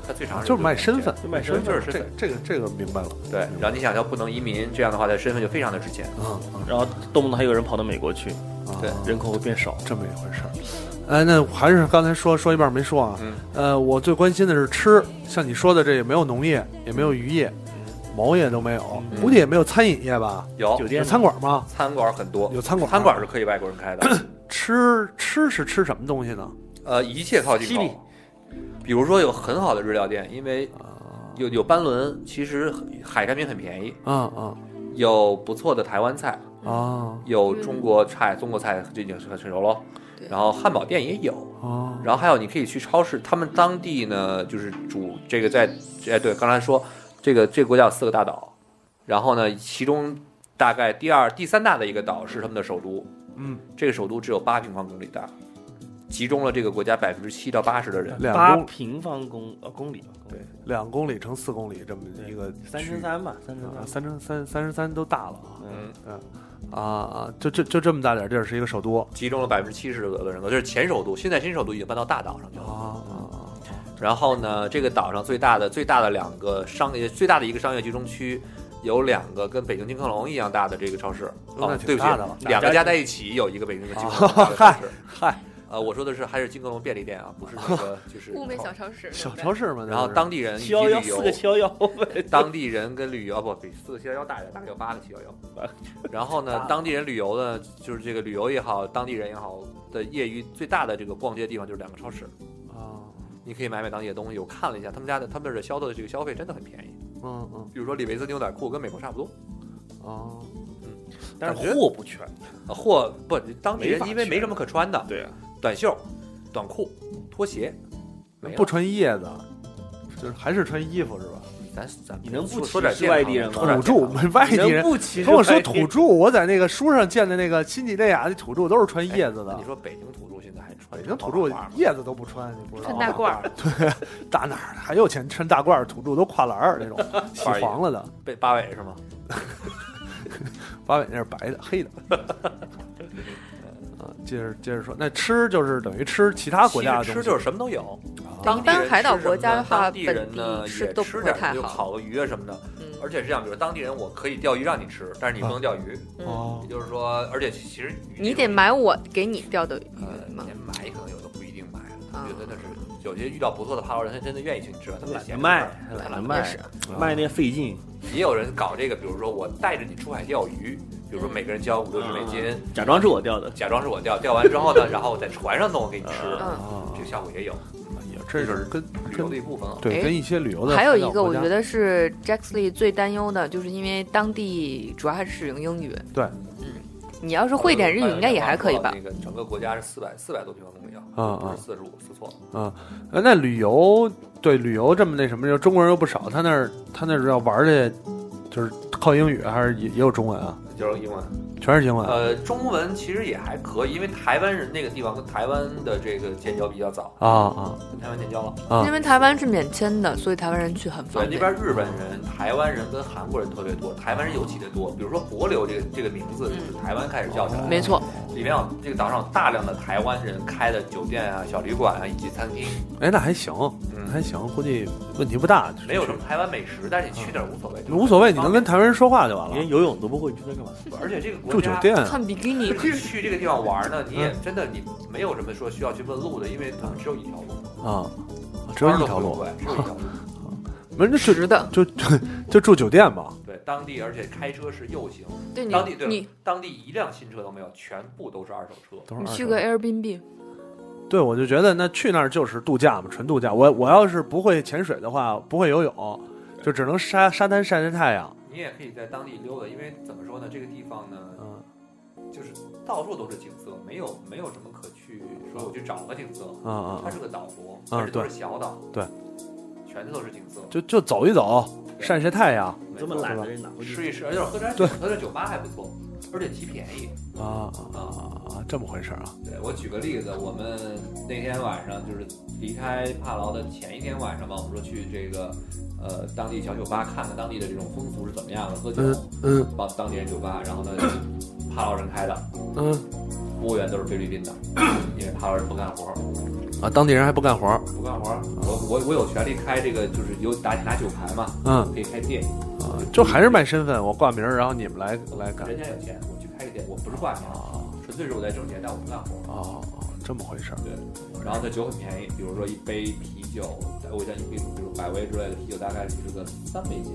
Speaker 3: 它最长
Speaker 9: 就是卖身份，
Speaker 2: 就卖身份
Speaker 3: 就是身
Speaker 9: 这
Speaker 3: 份。
Speaker 9: 这个这个明白了。
Speaker 3: 对，然后你想要不能移民，这样的话，他身份就非常的值钱。
Speaker 9: 嗯，
Speaker 2: 然后动不动还有人跑到美国去，
Speaker 9: 啊
Speaker 3: 对
Speaker 2: 啊人口会变少。
Speaker 9: 这么一回事儿。哎，那还是刚才说说一半没说啊。
Speaker 3: 嗯
Speaker 9: 呃，我最关心的是吃，像你说的这也没有农业，也没有渔业，毛业都没有，
Speaker 3: 嗯
Speaker 9: 估计也没有餐饮业吧？
Speaker 3: 有
Speaker 2: 酒
Speaker 9: 有
Speaker 2: 店
Speaker 9: 餐馆吗？
Speaker 3: 餐馆很多，
Speaker 9: 有餐馆吗。
Speaker 3: 餐馆是可以外国人开的。
Speaker 9: 吃吃是吃什么东西呢？
Speaker 3: 呃，一切靠进
Speaker 2: 西比
Speaker 3: 口。比如说有很好的日料店，因为有有班轮，其实海产品很便宜，
Speaker 9: 啊啊
Speaker 3: 有不错的台湾菜，
Speaker 9: 啊
Speaker 3: 有中国菜、中国菜这已经是很熟了
Speaker 10: 对。
Speaker 3: 然后汉堡店也有，
Speaker 9: 啊！
Speaker 3: 然后还有你可以去超市，他们当地呢就是主这个在哎对，刚才说这个这个国家有四个大岛，然后呢其中大概第二第三大的一个岛是他们的首都，
Speaker 9: 嗯，
Speaker 3: 这个首都只有八平方公里大，集中了这个国家百分之七到八十的人。
Speaker 9: 两
Speaker 2: 八
Speaker 9: 公
Speaker 2: 平方公呃公里，公里
Speaker 9: 两公里乘四公里这么一个
Speaker 2: 三
Speaker 9: 区
Speaker 2: 乘三吧，三乘
Speaker 9: 啊，
Speaker 2: 三。
Speaker 9: 三乘三三十三都大了啊
Speaker 3: 嗯，
Speaker 9: 啊啊！就这就这么大点地儿是一个首都
Speaker 3: 集中了百分之七十的人口，这是前首都，现在新首都已经搬到大岛上去
Speaker 9: 啊
Speaker 3: 了。哦
Speaker 9: 啊
Speaker 3: 然后呢，这个岛上最大的最大的两个商业最大的一个商业集中区，有两个跟北京金客隆一样大的这个超市。
Speaker 9: 那
Speaker 3: 哦，
Speaker 9: 挺
Speaker 3: 对不起
Speaker 9: 大的了，
Speaker 3: 两个加在一起有一个北京金客隆大的超市。
Speaker 9: 嗨，
Speaker 3: 呃，我说的是还是金客隆便利店啊，不是那个就是
Speaker 10: 物美小超市，
Speaker 9: 小超
Speaker 10: 市，
Speaker 9: 市嘛。那
Speaker 3: 然后
Speaker 9: 是
Speaker 3: 当地人以
Speaker 2: 七
Speaker 3: 及
Speaker 2: 幺幺
Speaker 3: 旅
Speaker 2: 四
Speaker 3: 游
Speaker 2: 个，七幺幺呗，
Speaker 3: 当地人跟旅游啊不比四个七幺幺大一点，大概有八个七幺幺。然后呢，当地人旅游呢，就是这个旅游也好，当地人也好的业余最大的这个逛街地方就是两个超市。
Speaker 9: 啊
Speaker 3: 你可以买买当地的东西。我看了一下，他们家的他们这儿消费的这个消费真的很便宜。
Speaker 9: 嗯嗯
Speaker 3: 比如说李维斯牛仔裤跟美国差不多，
Speaker 9: 哦
Speaker 2: 但是货不全。
Speaker 3: 啊、或不当地
Speaker 2: 没
Speaker 3: 人
Speaker 2: 法
Speaker 3: 因为没什么可穿的，
Speaker 2: 对啊，
Speaker 3: 短袖、短裤、拖鞋，没了
Speaker 9: 不穿叶子，就是还是穿衣服是吧？
Speaker 3: 咱咱
Speaker 2: 你能不
Speaker 3: 说说点
Speaker 2: 歧视
Speaker 3: 健康
Speaker 2: 外地人吗
Speaker 3: 说点
Speaker 9: 土
Speaker 3: 健
Speaker 9: 著
Speaker 3: 康
Speaker 9: 没 外地人
Speaker 2: 不歧视
Speaker 9: 跟我说
Speaker 2: 外地
Speaker 9: 土著，我在那个书上见的那个新几内亚的土著都是穿叶子
Speaker 3: 那
Speaker 9: 的
Speaker 3: 你，说北京土著现在还穿
Speaker 9: 北
Speaker 3: 什
Speaker 9: 京
Speaker 3: 么
Speaker 9: 土
Speaker 3: 花
Speaker 9: 著
Speaker 3: 花吗
Speaker 9: 叶子都不穿，你不知道
Speaker 10: 穿
Speaker 9: 吗？
Speaker 10: 大褂儿，
Speaker 9: 大哪儿的还有钱穿大褂儿？土著都跨栏儿那种 洗
Speaker 3: 褂儿也
Speaker 9: 黄了的，
Speaker 3: 被八尾是吗？
Speaker 9: 八尾那是白的，黑的。 啊，接着接着说，那吃就是等于吃其他国家的
Speaker 3: 其
Speaker 9: 东
Speaker 3: 实
Speaker 9: 西，
Speaker 3: 吃就是什么都有。
Speaker 9: 啊
Speaker 3: 当地人
Speaker 10: 一般海岛
Speaker 3: 吃什么
Speaker 10: 国家的话
Speaker 3: 当地人呢
Speaker 10: 本地
Speaker 3: 也
Speaker 10: 吃都不
Speaker 3: 吃
Speaker 10: 会
Speaker 3: 点儿
Speaker 10: 太
Speaker 3: 就
Speaker 10: 好
Speaker 3: 烤个鱼啊什么的。而
Speaker 10: 嗯，
Speaker 3: 且是这样，比如当地人我可以钓鱼让你吃，但是你不能钓鱼。
Speaker 9: 哦
Speaker 3: 也，就是说，而且其实鱼
Speaker 10: 你
Speaker 3: 这
Speaker 10: 得
Speaker 3: 种
Speaker 10: 买我给你钓的
Speaker 3: 呃，
Speaker 10: 鱼嘛，
Speaker 3: 连买可能有的不一定买了，
Speaker 10: 啊
Speaker 3: 我觉得那是有些遇到不错的帕劳人，他真的愿意请吃，他们
Speaker 2: 懒得
Speaker 3: 闲着
Speaker 2: 卖
Speaker 3: 玩，
Speaker 2: 懒得
Speaker 10: 也
Speaker 2: 卖
Speaker 10: 是，
Speaker 2: 卖那费劲，
Speaker 3: 也有人搞这个，比如说我带着你出海钓鱼，比如说每个人交五六十美金，
Speaker 2: 啊嗯假装是我钓的。
Speaker 3: 假装是我钓，钓完之后呢，然后我在船上弄，我给你吃，
Speaker 2: 嗯
Speaker 10: 嗯，
Speaker 9: 啊
Speaker 3: 这个效果也有。
Speaker 9: 也这
Speaker 3: 就是
Speaker 9: 跟
Speaker 3: 旅游
Speaker 9: 跟
Speaker 3: 的一部分了。啊
Speaker 9: 对
Speaker 10: 哎
Speaker 9: 跟一些旅游的
Speaker 10: 还有一
Speaker 9: 海
Speaker 10: 个，
Speaker 9: 岛国
Speaker 10: 我
Speaker 9: 家
Speaker 10: 觉得是 Jax Lee 最担忧的，就是因为当地主要还是使用英语。
Speaker 9: 对，
Speaker 10: 嗯，你要是会点日语，应该也还可以吧
Speaker 3: 呃那？个整个国家是四百四百多平方公里啊，
Speaker 9: 嗯
Speaker 3: 不
Speaker 9: 嗯
Speaker 3: 是四十五，说错了。
Speaker 9: 呃，那旅游对旅游这么那什么，就中国人又不少，他那儿他那儿要玩儿去，就是靠英语还是也也有中文啊？
Speaker 3: 就是英文，
Speaker 9: 全是英文啊。
Speaker 3: 呃，中文其实也还可以，因为台湾人那个地方跟台湾的这个建交比较早，
Speaker 9: 啊啊
Speaker 3: 跟台湾建交了。
Speaker 9: 啊
Speaker 10: 因！为台湾是免签的，所以台湾人去很
Speaker 3: 对，
Speaker 10: 方便。
Speaker 3: 那边日本人、台湾人跟韩国人特别多，台湾人尤其的多。比如说“帛流”这个这个名字就是台湾开始叫起
Speaker 9: 哦
Speaker 3: 来的，
Speaker 10: 没错，
Speaker 3: 里面有这个岛上有大量的台湾人开的酒店啊、小旅馆啊以及餐厅，
Speaker 9: 哎，那还行，还
Speaker 3: 嗯，
Speaker 9: 行，估计问题不大。
Speaker 3: 没有什么台湾美食，但是你去点儿无所谓，
Speaker 9: 无所谓，你能跟台湾人说话就完
Speaker 2: 连
Speaker 9: 了。
Speaker 2: 游泳都不会，你去那干嘛？
Speaker 3: 而且这个国
Speaker 9: 住
Speaker 3: 家
Speaker 9: 酒店，嗯
Speaker 10: 看比基尼
Speaker 3: 尤其是去这个地方玩呢，你也真的你没有什么说需要去问路的，因为它只有一条路，
Speaker 9: 啊，只有一条路，
Speaker 3: 对，只有一条路。
Speaker 9: 不是那就
Speaker 10: 值的。
Speaker 9: 就就就住酒店吧。
Speaker 3: 对，当地而且开车是右行，
Speaker 10: 对你
Speaker 3: 当地对
Speaker 10: 你
Speaker 3: 了，当地一辆新车都没有，全部都是二手车。
Speaker 9: 都是
Speaker 10: 你
Speaker 9: 二
Speaker 10: 去
Speaker 9: 手
Speaker 10: 个 Airbnb，
Speaker 9: 对，我就觉得那去那儿就是度假嘛，纯度假。我我要是不会潜水的话，不会游泳，就只能沙沙滩晒晒太阳。
Speaker 3: 你也可以在当地溜达，因为怎么说呢，这个地方呢，
Speaker 9: 嗯
Speaker 3: 就是到处都是景色，没有没有什么可去说我去找个景色，
Speaker 9: 啊啊
Speaker 3: 它
Speaker 9: 啊！
Speaker 3: 是个岛国，
Speaker 9: 嗯
Speaker 3: 而且都是小岛，
Speaker 9: 对，
Speaker 3: 全都是景色，
Speaker 9: 就就走一走，
Speaker 3: 对
Speaker 9: 晒晒太阳
Speaker 3: 没
Speaker 2: 这么
Speaker 3: 错
Speaker 2: 懒的人哪会去？
Speaker 3: 试一试，而且喝点酒，
Speaker 9: 对
Speaker 3: 喝点酒吧还不错，而且极便宜。
Speaker 9: 啊啊啊！这么回事儿啊？
Speaker 3: 对我举个例子，我们那天晚上就是离开帕劳的前一天晚上吧，我们说去这个呃当地小酒吧看看当地的这种风俗是怎么样的，喝酒，
Speaker 9: 嗯
Speaker 3: 帮当地人酒吧，然后呢，帕劳人开的，
Speaker 9: 嗯
Speaker 3: 服务员都是菲律宾的，因为帕劳人不干活儿，
Speaker 9: 啊，当地人还不干活儿。
Speaker 3: 不干活儿，我我我有权利开这个，就是有打打酒牌嘛，
Speaker 9: 嗯
Speaker 3: 可以开店，
Speaker 9: 啊，就还是卖身份，我挂名儿，然后你们来来干。
Speaker 3: 人家有钱，我去开个店，我不是挂名，
Speaker 9: 啊
Speaker 3: 纯粹是我在挣钱，但我不干活儿。
Speaker 9: 哦，这么回事儿。
Speaker 3: 然后它酒很便宜，比如说一杯啤酒，我像一杯比如百威之类的啤酒，大概是个三美金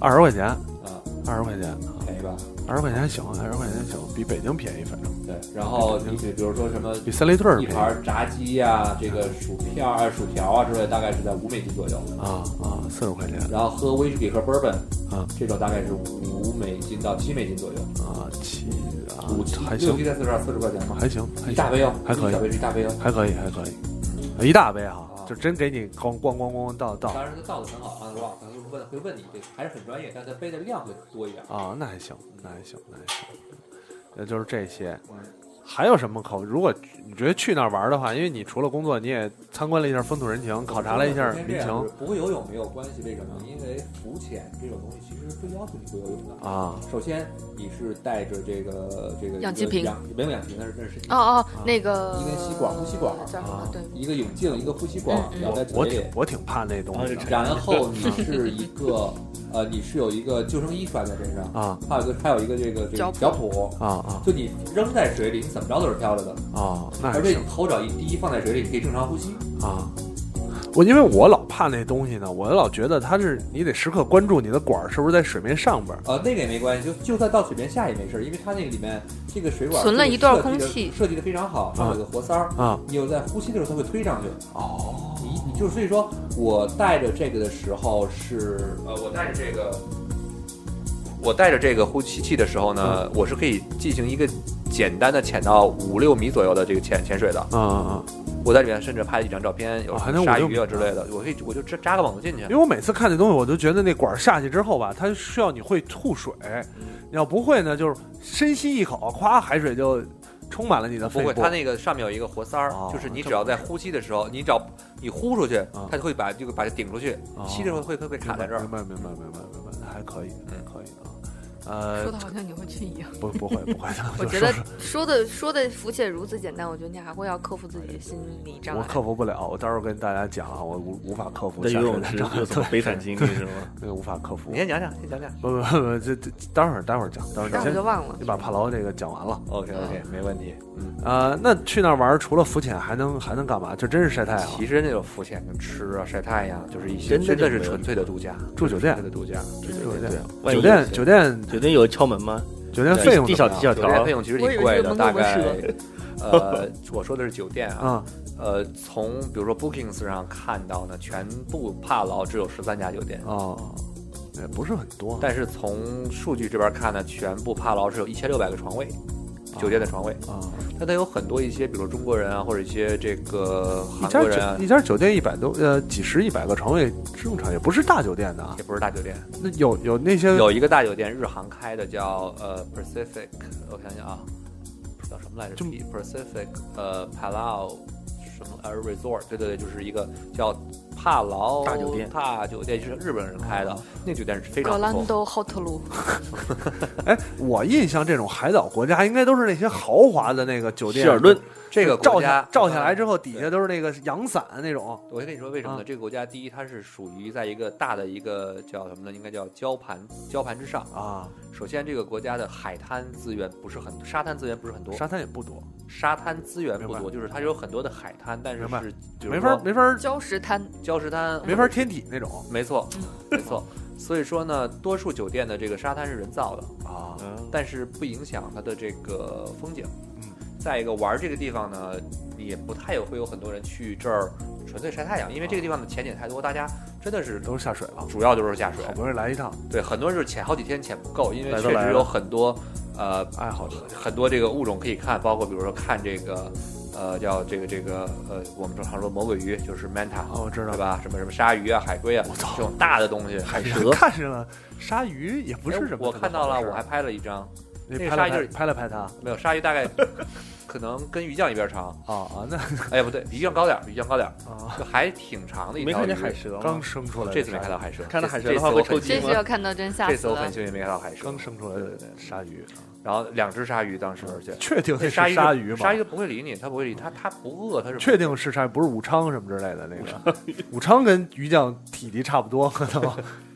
Speaker 9: 二十块钱，
Speaker 3: 啊，
Speaker 9: 二十块钱，
Speaker 3: 便宜吧？
Speaker 9: 二十块钱还行，二十块钱还行，比北京便宜，反正
Speaker 3: 对。然后你比比如说什么
Speaker 9: 比三里屯儿
Speaker 3: 一
Speaker 9: 便宜。
Speaker 3: 盘炸鸡呀、这个薯片儿啊、薯条啊之类的，大概是在五美金左右。
Speaker 9: 啊啊，四十块钱
Speaker 3: 然后喝威士忌和 bourbon，
Speaker 9: 啊，
Speaker 3: 这种大概是五美金到七美金左右，
Speaker 9: 啊，七啊
Speaker 3: 五七，
Speaker 9: 还
Speaker 3: 六
Speaker 9: 行
Speaker 3: 七，在四十二四十块钱吗？
Speaker 9: 还行，还
Speaker 3: 一大
Speaker 9: 行，
Speaker 3: 杯哦，
Speaker 9: 还可以
Speaker 3: 一大杯是一大杯哦。
Speaker 9: 还可以，还可以，一大杯哈
Speaker 3: 啊，
Speaker 9: 就真给你咣咣咣咣倒倒
Speaker 3: 当然，它倒的很好啊，罗老师会问会问你，这还是很专业，但它杯的量会多一点。
Speaker 9: 啊，那还行，那还行，那还行，那就是这些。还有什么可？如果你觉得去那儿玩的话，因为你除了工作，你也参观了一下风土人情，考察了一下
Speaker 3: 首先这
Speaker 9: 民
Speaker 3: 样
Speaker 9: 情
Speaker 3: 就是不会游泳没有关系，为什么？因为浮潜这种东西其实不要求你会游泳的。
Speaker 9: 啊
Speaker 3: 首先，你是带着这个这个
Speaker 10: 氧气瓶
Speaker 3: 一个氧没有氧气瓶，那是那是身体
Speaker 10: 哦哦，那个
Speaker 3: 一根吸管呼吸管
Speaker 10: 叫什么
Speaker 9: 啊？
Speaker 10: 对，
Speaker 3: 一个泳镜，一个呼吸管
Speaker 10: 嗯，嗯
Speaker 3: 然后在
Speaker 9: 我
Speaker 3: 嘴里
Speaker 9: 挺。我挺怕那东西的
Speaker 3: 然后你是一个呃，你是有一个救生衣穿在身上，
Speaker 9: 啊
Speaker 3: 还有一个还有一个这个这
Speaker 10: 脚
Speaker 3: 个
Speaker 10: 蹼
Speaker 3: 脚蹼，
Speaker 9: 啊啊
Speaker 3: 就你扔在水里，你怎么着都是漂着的，
Speaker 9: 啊！那
Speaker 3: 而
Speaker 9: 还
Speaker 3: 且
Speaker 9: 行
Speaker 3: 你头脚一低放在水里，你可以正常呼吸。
Speaker 9: 啊。我因为我老怕那东西呢，我老觉得它是你得时刻关注你的管儿是不是在水面上边儿
Speaker 3: 呃，那个也没关系，就就算到水边下也没事儿，因为它那个里面这个水管
Speaker 10: 存了
Speaker 3: 这个
Speaker 10: 一段
Speaker 3: 设计
Speaker 10: 空
Speaker 3: 的
Speaker 10: 气嗯
Speaker 3: 设计的非常好，上面有个活塞儿，
Speaker 9: 啊
Speaker 3: 你有在呼吸的时候它会推上去。
Speaker 9: 哦
Speaker 3: 你你就是所以说我带着这个的时候是呃，我带着这个，我带着这个呼吸器的时候呢，
Speaker 10: 嗯
Speaker 3: 我是可以进行一个简单的潜到五六米左右的这个潜潜水的。
Speaker 9: 啊啊！
Speaker 3: 我在里面甚至拍了几张照片，有
Speaker 10: 哦
Speaker 9: 啊还
Speaker 3: 什
Speaker 9: 能
Speaker 3: 么鲨
Speaker 9: 5-6
Speaker 3: 鱼啊
Speaker 9: 米
Speaker 10: 嗯
Speaker 3: 之类的，我可以我就扎扎个网子进去
Speaker 9: 因。为我每次看那东西，我都觉得那管儿下去之后吧，它需要你会吐水，
Speaker 3: 嗯
Speaker 9: 你要不会呢，就是深吸一口，咵，海水就充满了你的
Speaker 3: 不
Speaker 9: 肺部。
Speaker 3: 会，它那个上面有一个活塞儿
Speaker 9: 哦，
Speaker 3: 就是你只要在呼吸的时候，你只要你呼出去
Speaker 9: 嗯，
Speaker 3: 它就会把这个把它顶出去，
Speaker 9: 哦
Speaker 3: 吸的时候会会会卡在这儿
Speaker 9: 明。白明白明白明白，那还可以，
Speaker 3: 嗯
Speaker 9: 还可以啊。
Speaker 10: 说
Speaker 9: 呃，
Speaker 10: 的好像你会去一样。
Speaker 9: 不不会不会，
Speaker 10: 我
Speaker 9: 就
Speaker 10: 觉
Speaker 9: 是
Speaker 10: 得说的说的浮潜如此简单，我觉得你还会要克服自己的心理障
Speaker 9: 我
Speaker 10: 碍。
Speaker 9: 克服不了，我到时候跟大家讲啊，我无无法克服
Speaker 2: 在
Speaker 9: 下
Speaker 2: 游
Speaker 9: 水
Speaker 2: 泳
Speaker 9: 的
Speaker 2: 池
Speaker 9: 障碍
Speaker 2: 有这么悲惨经历是吗？
Speaker 9: 那个无法克服
Speaker 3: 你。先讲讲，先讲讲。
Speaker 9: 不不不，这这待会儿待会儿讲，待会儿
Speaker 10: 待
Speaker 9: 讲，
Speaker 10: 会儿就
Speaker 9: 先
Speaker 10: 忘了
Speaker 9: 你。把帕劳这个讲完了。
Speaker 3: OK OK，没
Speaker 9: 嗯
Speaker 3: 问题。
Speaker 9: 呃，那去那儿玩儿除了浮潜还能还能干嘛？就真是晒太阳，
Speaker 3: 其实那种浮潜跟吃啊、晒太阳，就是一些
Speaker 2: 真的
Speaker 3: 真
Speaker 2: 就
Speaker 3: 的
Speaker 2: 没有
Speaker 3: 是纯粹的度假，
Speaker 9: 住酒店
Speaker 3: 纯粹的度假。
Speaker 9: 酒
Speaker 10: 嗯
Speaker 2: 对
Speaker 9: 店，
Speaker 2: 万一
Speaker 9: 酒
Speaker 2: 有
Speaker 9: 店
Speaker 2: 钱
Speaker 9: 酒店
Speaker 2: 酒店有敲门吗？
Speaker 9: 酒店啊费用
Speaker 2: 地
Speaker 9: 怎
Speaker 2: 小
Speaker 9: 么
Speaker 2: 地小
Speaker 9: 样
Speaker 3: 酒店
Speaker 2: 条
Speaker 3: 费，用其实
Speaker 10: 我以
Speaker 3: 挺
Speaker 10: 为
Speaker 3: 贵
Speaker 10: 是
Speaker 3: 的，
Speaker 10: 蒙
Speaker 3: 大
Speaker 10: 古
Speaker 3: 概
Speaker 10: 蛇
Speaker 3: 呃，我说的是酒店啊，
Speaker 9: 啊
Speaker 3: 呃呃，从比如说 Bookings 上看到呢，全部帕劳只有十三家酒店，
Speaker 9: 哦，也不是很多，
Speaker 3: 但是从数据这边看呢，全部帕劳是有一千六百个床位，
Speaker 2: 哦
Speaker 3: 酒店的床位。
Speaker 9: 啊，
Speaker 3: 但它有很多一些，比如中国人啊，或者一些这个
Speaker 9: 一
Speaker 3: 韩
Speaker 9: 家
Speaker 3: 国人啊
Speaker 9: 酒，一家酒店一百多呃几十一百个床位正常，也不是大酒店的啊。
Speaker 3: 也不是大酒店。
Speaker 9: 那有有那
Speaker 2: 呃
Speaker 9: 些
Speaker 3: 有一个大酒店，日航开的叫呃 Pacific，我想想啊，叫什么来着
Speaker 9: 就
Speaker 3: ？P-？Pacific 呃 Palau 什么呃 Resort，对对对，就是一个叫帕劳
Speaker 2: 大酒店哦
Speaker 3: 大酒店是日本人开的，那酒店是非
Speaker 10: 格
Speaker 3: 常
Speaker 10: 兰
Speaker 3: 不错。
Speaker 10: 都 hot 路，
Speaker 9: 哎，我印象这种海岛国家应该都是那些豪华的那个酒店，
Speaker 2: 希尔顿
Speaker 3: 这个
Speaker 9: 照
Speaker 3: 国
Speaker 9: 下
Speaker 3: 家
Speaker 9: 照下来之
Speaker 3: 后，
Speaker 9: 后，底下都是那个阳伞那种。
Speaker 3: 我先跟你说为什么呢？
Speaker 9: 啊
Speaker 3: 这个国家第一，它是属于在一个大的一个叫什么呢？应该叫礁盘礁盘之上。
Speaker 9: 啊，
Speaker 3: 首先，这个国家的海滩资源不是很沙滩资源不是很多，
Speaker 9: 沙滩也不多，
Speaker 3: 沙滩资源
Speaker 9: 明
Speaker 3: 不多，
Speaker 9: 白
Speaker 3: 就是它有很多的海滩，但是
Speaker 9: 明白
Speaker 3: 是比如
Speaker 9: 没法
Speaker 3: 说
Speaker 9: 没法
Speaker 10: 礁石滩
Speaker 3: 礁石滩
Speaker 9: 没法嗯天体那种
Speaker 3: 没错，没错。所以说呢，多数酒店的这个沙滩是人造的，
Speaker 9: 啊
Speaker 3: 但是不影响它的这个风景。
Speaker 9: 嗯。
Speaker 3: 再一个，玩这个地方呢，你也不太有会有很多人去这儿纯粹晒太阳，因为这个地方的潜点太多，大家真的是
Speaker 9: 都是下水了，
Speaker 3: 啊主要就是下水
Speaker 9: 好。不容易来一趟，
Speaker 3: 对，很多人就是潜好几天潜不够，因为
Speaker 2: 来都
Speaker 3: 确
Speaker 2: 来
Speaker 3: 实
Speaker 2: 了
Speaker 3: 有很多呃
Speaker 9: 爱哎好者
Speaker 3: 很多这个物种可以看，包括比如说看这个，呃，叫这个这个呃，我们常说魔鬼鱼，就是 manta，
Speaker 9: 哦我知道
Speaker 3: 对吧？什么什么鲨鱼啊、海龟啊，
Speaker 9: 我操
Speaker 3: 这种大的东西。
Speaker 9: 海
Speaker 2: 蛇
Speaker 9: 看见了，鲨鱼也不是什么
Speaker 3: 哎我
Speaker 9: 特别
Speaker 3: 看到
Speaker 9: 好的
Speaker 3: 了，
Speaker 9: 事儿。
Speaker 3: 我还拍了一张，
Speaker 9: 那
Speaker 3: 那个
Speaker 9: 拍
Speaker 3: 鲨
Speaker 9: 了
Speaker 3: 鱼
Speaker 9: 拍
Speaker 3: 就是
Speaker 9: 拍了拍它啊
Speaker 3: 没有鲨鱼大概 可能跟鱼酱一边长，
Speaker 9: 啊，那
Speaker 3: 哎呀不对，比鱼酱高点儿，比鱼酱高点儿，
Speaker 9: 啊
Speaker 3: 就还挺长的一
Speaker 2: 没
Speaker 3: 条
Speaker 2: 看见
Speaker 3: 鱼
Speaker 2: 海，蛇吗？
Speaker 9: 刚生出来的鲨鱼，
Speaker 3: 哦这次没看到海蛇，
Speaker 2: 看到
Speaker 3: 这
Speaker 2: 海
Speaker 3: 次
Speaker 2: 蛇的话会抽
Speaker 3: 这次我很幸
Speaker 10: 这
Speaker 2: 筋
Speaker 10: 次
Speaker 2: 吗？
Speaker 10: 要看到真吓
Speaker 3: 这
Speaker 10: 死
Speaker 3: 次我
Speaker 10: 了
Speaker 3: 很。幸运没看到海蛇，
Speaker 9: 刚生出来
Speaker 3: 对
Speaker 9: 的
Speaker 3: 对对
Speaker 9: 鲨鱼，
Speaker 3: 然后两只鲨鱼当时，而且
Speaker 9: 确定那
Speaker 3: 这
Speaker 9: 是
Speaker 3: 鲨鱼
Speaker 9: 鲨鱼吗？
Speaker 3: 鲨鱼不会理你，它不会理它，它不饿，它是
Speaker 9: 确定是鲨鱼，不是武昌什么之类的那个。武昌跟鱼酱体力差不多，可能。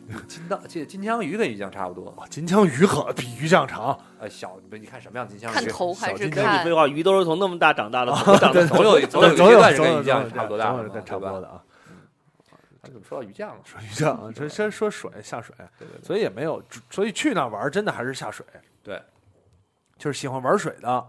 Speaker 3: 金刀这金枪鱼跟鱼酱差不多，
Speaker 9: 哇金枪鱼可比鱼酱长，
Speaker 3: 呃，小不是你看什么样的金枪
Speaker 10: 看
Speaker 3: 鱼？
Speaker 10: 头还是
Speaker 9: 小金
Speaker 2: 那你
Speaker 10: 看
Speaker 2: 废？话，鱼都是从那么大长大的，怎么长
Speaker 9: 对
Speaker 2: 的？
Speaker 3: 总 有 一总有一
Speaker 9: 总
Speaker 3: 个阶
Speaker 9: 有
Speaker 3: 段是
Speaker 9: 总有
Speaker 3: 跟鱼酱
Speaker 9: 总有
Speaker 3: 差不多大
Speaker 9: 总
Speaker 3: 的
Speaker 9: 有
Speaker 3: 嘛，
Speaker 9: 这差不多
Speaker 3: 的。
Speaker 9: 的啊。
Speaker 3: 这怎么说到鱼酱了？
Speaker 9: 说鱼酱啊，这先说水下水，
Speaker 3: 对对对，
Speaker 9: 所以也没有，所以去那儿玩真的还是下水。
Speaker 3: 对，
Speaker 9: 就是喜欢玩水的，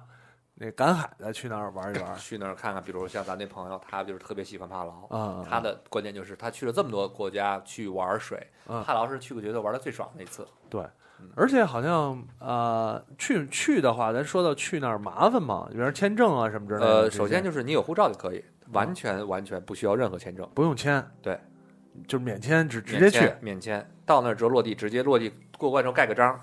Speaker 9: 那赶海的去那儿玩一玩
Speaker 3: 啊去那儿看看，比如像咱那朋友，他就是特别喜欢帕劳。
Speaker 9: 啊。
Speaker 3: 他的关键就是他去了这么多国家去玩水，
Speaker 9: 嗯
Speaker 3: 帕劳是去过觉得玩的最爽的一次。
Speaker 9: 对，而且好像呃，去去的话，咱说到去那儿麻烦嘛，比如签证啊什么之类的。
Speaker 3: 呃，
Speaker 9: 这些
Speaker 3: 首先就是你有护照就可以，
Speaker 9: 嗯
Speaker 3: 完全完全不需要任何签证，
Speaker 9: 不用签，
Speaker 3: 对，
Speaker 9: 就是免签，直直
Speaker 3: 免
Speaker 9: 接去
Speaker 3: 签免签，到那儿之后落地，直接落地过关之后盖个章，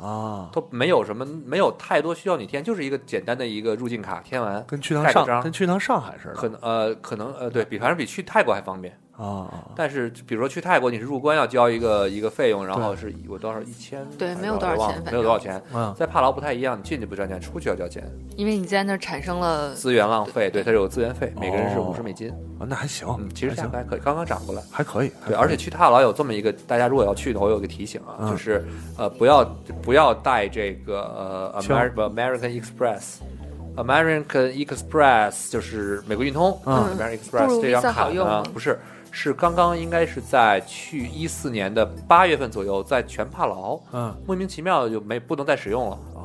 Speaker 9: 啊，
Speaker 3: 都没有什么，没有太多需要你填，就是一个简单的一个入境卡，填完
Speaker 9: 跟去趟
Speaker 3: 盖个
Speaker 9: 上
Speaker 3: 章
Speaker 9: 跟去趟上海似
Speaker 3: 可
Speaker 9: 的
Speaker 3: 能呃可能呃对比，反正比去泰国还方便。
Speaker 9: 啊啊，
Speaker 3: 但是比如说去泰国，你是入关要交一个一个费用，然后是我多少一千，
Speaker 10: 对
Speaker 3: 还是
Speaker 10: 没有多少
Speaker 3: 我忘了
Speaker 10: 钱反
Speaker 3: 没有多少钱。
Speaker 9: 嗯，
Speaker 3: 在帕劳不太一样，你进去不交钱，出去要交钱，
Speaker 10: 因为你在那儿产生了
Speaker 3: 资源浪费，对，它是有资源费，每个人是
Speaker 9: 哦
Speaker 3: 五十美金。
Speaker 9: 啊那还行
Speaker 3: 嗯，，其实
Speaker 9: 还
Speaker 3: 价
Speaker 9: 行
Speaker 3: 格还可以，刚刚涨过来。
Speaker 9: 还可以，还
Speaker 3: 对，
Speaker 9: 可以
Speaker 3: 而且去帕劳有这么一个，大家如果要去的话，我有个提醒啊，
Speaker 9: 嗯
Speaker 3: 就是呃，不要不要带这个呃
Speaker 9: 枪
Speaker 3: Amer American Express。American Express 就是美国运通、
Speaker 9: 嗯
Speaker 3: a m e r i c
Speaker 10: 不
Speaker 3: a n
Speaker 10: 如
Speaker 3: Express 这张
Speaker 10: Visa
Speaker 3: 卡
Speaker 10: 好用
Speaker 3: 呢
Speaker 10: 吗，
Speaker 3: 不是，是刚刚应该是在去一四年的八月份左右，在全帕劳，
Speaker 9: 嗯
Speaker 3: 莫名其妙地就没不能再使用了。
Speaker 9: 啊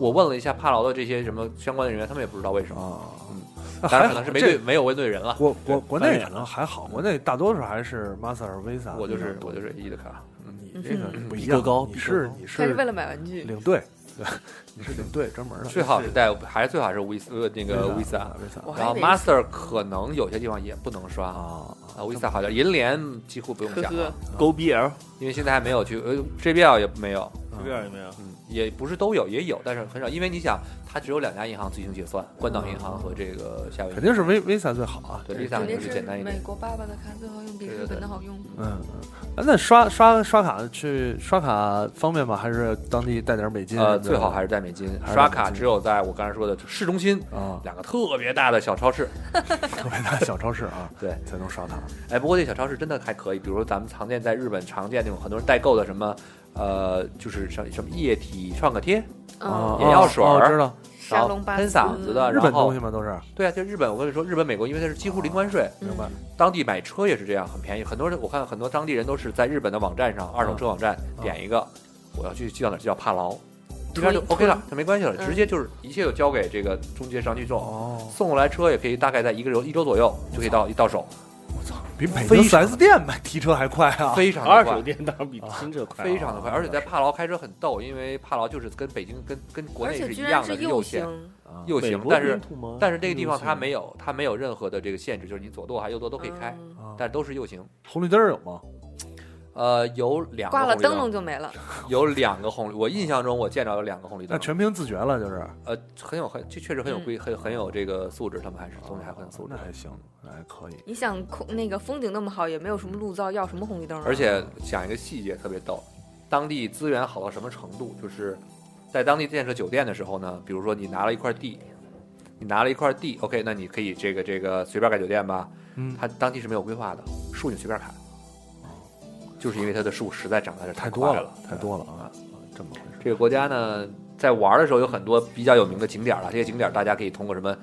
Speaker 3: 我问了一下帕劳的这些什么相关的人员，他们也不知道为 什么，
Speaker 9: 啊，那
Speaker 3: 嗯当然
Speaker 9: 还好
Speaker 3: 可能是没
Speaker 9: 这
Speaker 3: 对没有问对人 了。
Speaker 9: 国国国
Speaker 2: 翻
Speaker 9: 内
Speaker 2: 译
Speaker 9: 可能还好，国内大多数还是 Master Visa，
Speaker 3: 嗯我就是
Speaker 9: 比较多
Speaker 3: 我就是 E 的卡，嗯，
Speaker 9: 你这个不一
Speaker 2: 比
Speaker 9: 样，
Speaker 2: 个高
Speaker 9: 你
Speaker 2: 比
Speaker 9: 是
Speaker 2: 个高
Speaker 9: 你
Speaker 10: 他
Speaker 9: 是
Speaker 10: 是为了买玩具，
Speaker 9: 领队，对，你是啊领队专门的，
Speaker 3: 最好是带还是最好是 Visa 呃那个 Visa。
Speaker 9: Visa
Speaker 10: 我还
Speaker 3: 然后
Speaker 10: 以为
Speaker 3: Master 可能有些地方也不能刷啊
Speaker 9: 啊，
Speaker 3: ，Visa 好像银联几乎不用
Speaker 2: 呵
Speaker 3: 讲
Speaker 2: 呵
Speaker 3: 了，
Speaker 2: 勾 BL，
Speaker 3: 因为现在还没有去，呃，JBL 也没有，
Speaker 2: 这边有没有？
Speaker 3: 嗯，也不是都有，也有，但是很少，因为你想，它只有两家银行最行结算，关岛银行和这个夏威夷，
Speaker 9: 肯定是 V Visa 最好啊，
Speaker 3: 对
Speaker 9: 这
Speaker 3: Visa 肯定
Speaker 10: 定
Speaker 3: 是简单一
Speaker 10: 美
Speaker 3: 点，
Speaker 10: 国爸爸的卡最好用，比
Speaker 3: 对
Speaker 10: 日
Speaker 3: 对哦
Speaker 10: 本
Speaker 3: 对
Speaker 10: 的好用。
Speaker 9: 嗯，嗯，那刷刷刷卡去刷卡方便吗？还是当地带点美金什么的？
Speaker 3: 呃，最好还是带美金，
Speaker 9: 还是带美金
Speaker 3: 刷卡只有在我刚才说的市中心
Speaker 9: 啊，
Speaker 3: 两个特别大的小超市，
Speaker 9: 特别大小超市啊，
Speaker 3: 对
Speaker 9: 才能刷卡。
Speaker 3: 哎，不过这小超市真的还可以，比如说咱们常见在日本常见那种很多人代购的什么，呃，就是什什么液体创可贴，
Speaker 9: 啊
Speaker 10: 嗯，
Speaker 3: 眼药水
Speaker 9: 哦
Speaker 3: 儿
Speaker 9: 哦知道，
Speaker 10: 沙
Speaker 3: 然后
Speaker 10: 龙巴
Speaker 3: 喷
Speaker 10: 斯
Speaker 3: 嗓子的，
Speaker 9: 日
Speaker 3: 然
Speaker 9: 本
Speaker 3: 后
Speaker 9: 东西嘛都是，
Speaker 3: 对啊，就日本，我跟你说，日本、美国，因为它是几乎零关税，
Speaker 10: 明白？
Speaker 3: 当地买车也是这样，很便宜。很多人我看很多当地人都是在日本的网站上，二手车网站点一个，我要去叫哪儿叫帕劳，这边就
Speaker 10: 推
Speaker 3: OK 了，就没关系了，
Speaker 10: 嗯
Speaker 3: 直接就是一切就交给这个中介商去做，
Speaker 9: 哦，
Speaker 3: 送过来车也可以大概在一个周一周左右就可以到到手，
Speaker 9: 比美
Speaker 3: 非
Speaker 9: 的
Speaker 3: 常
Speaker 9: 4S 店买提车还快啊！
Speaker 3: 非常
Speaker 2: 二
Speaker 3: 的
Speaker 2: 手
Speaker 3: 快。
Speaker 2: 店当然比新车快啊，
Speaker 3: 非常的快，而且在帕劳开车很逗，因为帕劳就是跟北京、跟跟国
Speaker 10: 而
Speaker 3: 内
Speaker 10: 且
Speaker 3: 是
Speaker 10: 居
Speaker 3: 一
Speaker 10: 然
Speaker 3: 样的
Speaker 10: 是
Speaker 3: 是
Speaker 10: 右
Speaker 3: 右行，
Speaker 10: 行，
Speaker 9: 啊
Speaker 3: 右
Speaker 2: 美
Speaker 3: 行，
Speaker 2: 国
Speaker 3: 但是
Speaker 2: 本土吗
Speaker 3: 但是这个地方它
Speaker 9: 右行
Speaker 3: 没有它没有任何的这个限制，就是你左舵还是右舵都可以开，
Speaker 10: 嗯
Speaker 9: 啊
Speaker 3: 但是都是右行。
Speaker 9: 红绿灯儿有吗？
Speaker 3: 呃，有两个
Speaker 10: 挂了
Speaker 3: 红绿
Speaker 10: 灯笼就没了。
Speaker 3: 有两个红绿，我印象中我见着有两个红绿
Speaker 9: 那
Speaker 3: 灯，
Speaker 9: 全嗯凭自觉了，就是。
Speaker 3: 呃，很有很，这确实很有规，很很有这个素质，他们还是总体还很有素质
Speaker 9: 啊那。还行，那还可以。
Speaker 10: 你想空那个风景那么好，也没有什么路噪，要什么红绿灯啊？
Speaker 3: 而且讲一个细节特别逗，当地资源好到什么程度？就是在当地建设酒店的时候呢，比如说你拿了一块地，你拿了一块地，OK，那你可以这个这个随便盖酒店吧。
Speaker 9: 嗯
Speaker 3: 它当地是没有规划的，树你随便砍，就是因为它的树实在长得是
Speaker 9: 太
Speaker 3: 快
Speaker 9: 多
Speaker 3: 了嗯
Speaker 9: 了，，太多了啊！这么回事。
Speaker 3: 这个国家呢，在玩的时候有很多比较有名的景点儿啊了，这些景点儿大家可以通过什么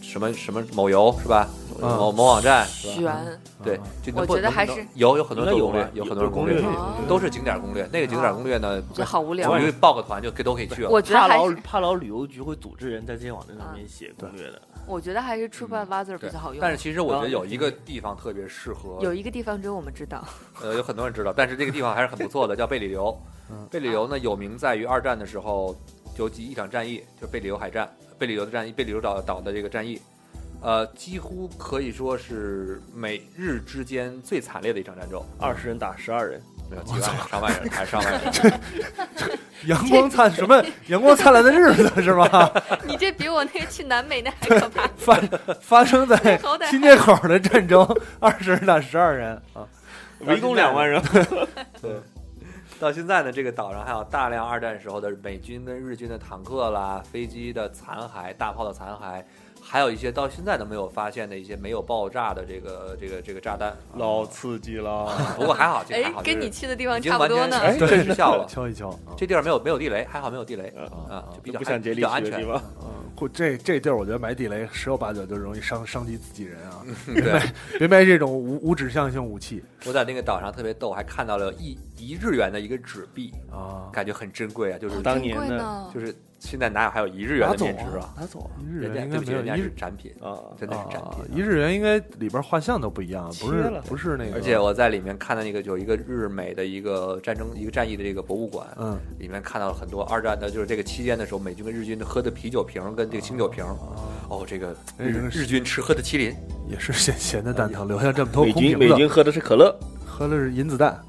Speaker 3: 什么什么某游是吧？
Speaker 9: 嗯
Speaker 3: 某某网站是吧？
Speaker 10: 悬，
Speaker 3: 对，就能
Speaker 10: 我
Speaker 3: 不
Speaker 10: 觉得
Speaker 3: 能
Speaker 10: 还
Speaker 3: 能
Speaker 10: 是
Speaker 3: 有有很多
Speaker 2: 应该
Speaker 3: 人
Speaker 2: 有
Speaker 3: 做攻略
Speaker 2: 吧，
Speaker 3: 有
Speaker 2: 有
Speaker 3: 很多人
Speaker 2: 有
Speaker 3: 攻
Speaker 2: 攻
Speaker 3: 略
Speaker 2: 略，
Speaker 10: 哦
Speaker 3: 都是景点儿攻略。那个景点儿攻略呢，
Speaker 10: 这好无聊
Speaker 3: 我。们报个团就可都可以去了。
Speaker 10: 我觉得
Speaker 2: 帕
Speaker 10: 还
Speaker 2: 劳
Speaker 10: 是，
Speaker 2: 帕劳旅游局会组织人在这些网站
Speaker 3: 啊
Speaker 2: 上面写攻略的，
Speaker 10: 我觉得还是 TripAdvisor
Speaker 3: 对
Speaker 10: 比较好用。
Speaker 3: 但是其实我觉得有一个地方特别适合，
Speaker 10: 有一个地方只有我们知 道，
Speaker 3: 呃，有很多人知道，但是这个地方还是很不错的，叫贝里流
Speaker 9: 嗯。
Speaker 3: 贝里流呢，有名在于二战的时候有几一场战役，就是贝里流海战，贝里流的战役，贝里流岛岛的这个战役，呃，几乎可以说是美日之间最惨烈的一场战争，
Speaker 2: 二十人打十二人，
Speaker 3: 没有几万上万人，还是上万人。
Speaker 9: 阳光灿什么？阳光灿烂的日子是吧？
Speaker 10: 你这比我那个去南美那还可 怕。
Speaker 9: 发发生 在
Speaker 10: 好歹
Speaker 9: 新街口的战争， 二十人打十二人啊！
Speaker 2: 围攻两万人，
Speaker 3: 到现在呢，这个岛上还有大量二战时候的美军跟日军的坦克啦、飞机的残骸、大炮的残骸，还有一些到现在都没有发现的一些没有爆炸的这个这个这个炸弹。
Speaker 2: 老刺激
Speaker 9: 啊
Speaker 2: 了。
Speaker 3: 不过还好，这个
Speaker 10: 哎
Speaker 3: 还好，，
Speaker 10: 跟你
Speaker 3: 就是
Speaker 10: 去的地方
Speaker 3: 已经
Speaker 10: 差不多呢。
Speaker 3: 完
Speaker 9: 哎
Speaker 3: 全真是笑了。
Speaker 9: 敲一敲啊！
Speaker 3: 这地儿没有没有地雷，还好没有地雷啊，就比较
Speaker 2: 不像杰
Speaker 3: 比
Speaker 2: 里
Speaker 3: 较安
Speaker 2: 去的
Speaker 3: 全
Speaker 2: 地。方，
Speaker 9: 或这这地儿，我觉得埋地雷十有八九就容易伤伤及自己人啊！
Speaker 3: 对，
Speaker 9: 别埋这种无无指向性武器
Speaker 3: 我在那个岛上特别逗，还看到了一一日元的一个纸币，
Speaker 9: 啊！
Speaker 3: 感觉很珍贵啊，就是
Speaker 10: 哦
Speaker 2: 当年
Speaker 10: 珍
Speaker 2: 的
Speaker 10: 贵呢
Speaker 3: 就是现在哪有还有一日元的面值啊？
Speaker 2: 拿走
Speaker 9: 一日
Speaker 3: 人家
Speaker 9: 元
Speaker 3: 对
Speaker 9: 应该
Speaker 3: 不起，
Speaker 9: 没有
Speaker 3: 人家
Speaker 9: 一
Speaker 3: 是
Speaker 9: 日
Speaker 3: 展品，
Speaker 2: 啊！
Speaker 3: 真的是展
Speaker 9: 啊
Speaker 3: 品，。
Speaker 9: 一日元应该里边画像都不一样，
Speaker 2: 切
Speaker 9: 不是
Speaker 2: 了
Speaker 9: 不是那个，
Speaker 3: 而且我在里面看到那个有一个日美的一个战争一个战役的这个博物馆，
Speaker 9: 嗯
Speaker 3: 里面看到了很多二战的，就是这个期间的时候，美军跟日军喝的啤酒瓶跟这个清酒瓶，哦，这个
Speaker 9: 哎这
Speaker 3: 日
Speaker 9: 个是
Speaker 3: 日军吃喝的麒麟，
Speaker 9: 也是咸咸的蛋疼，留下这么多
Speaker 2: 哎美
Speaker 9: 空
Speaker 2: 军
Speaker 9: 瓶
Speaker 2: 美
Speaker 9: 子。
Speaker 2: 军喝的是可乐，
Speaker 9: 喝的是银子弹，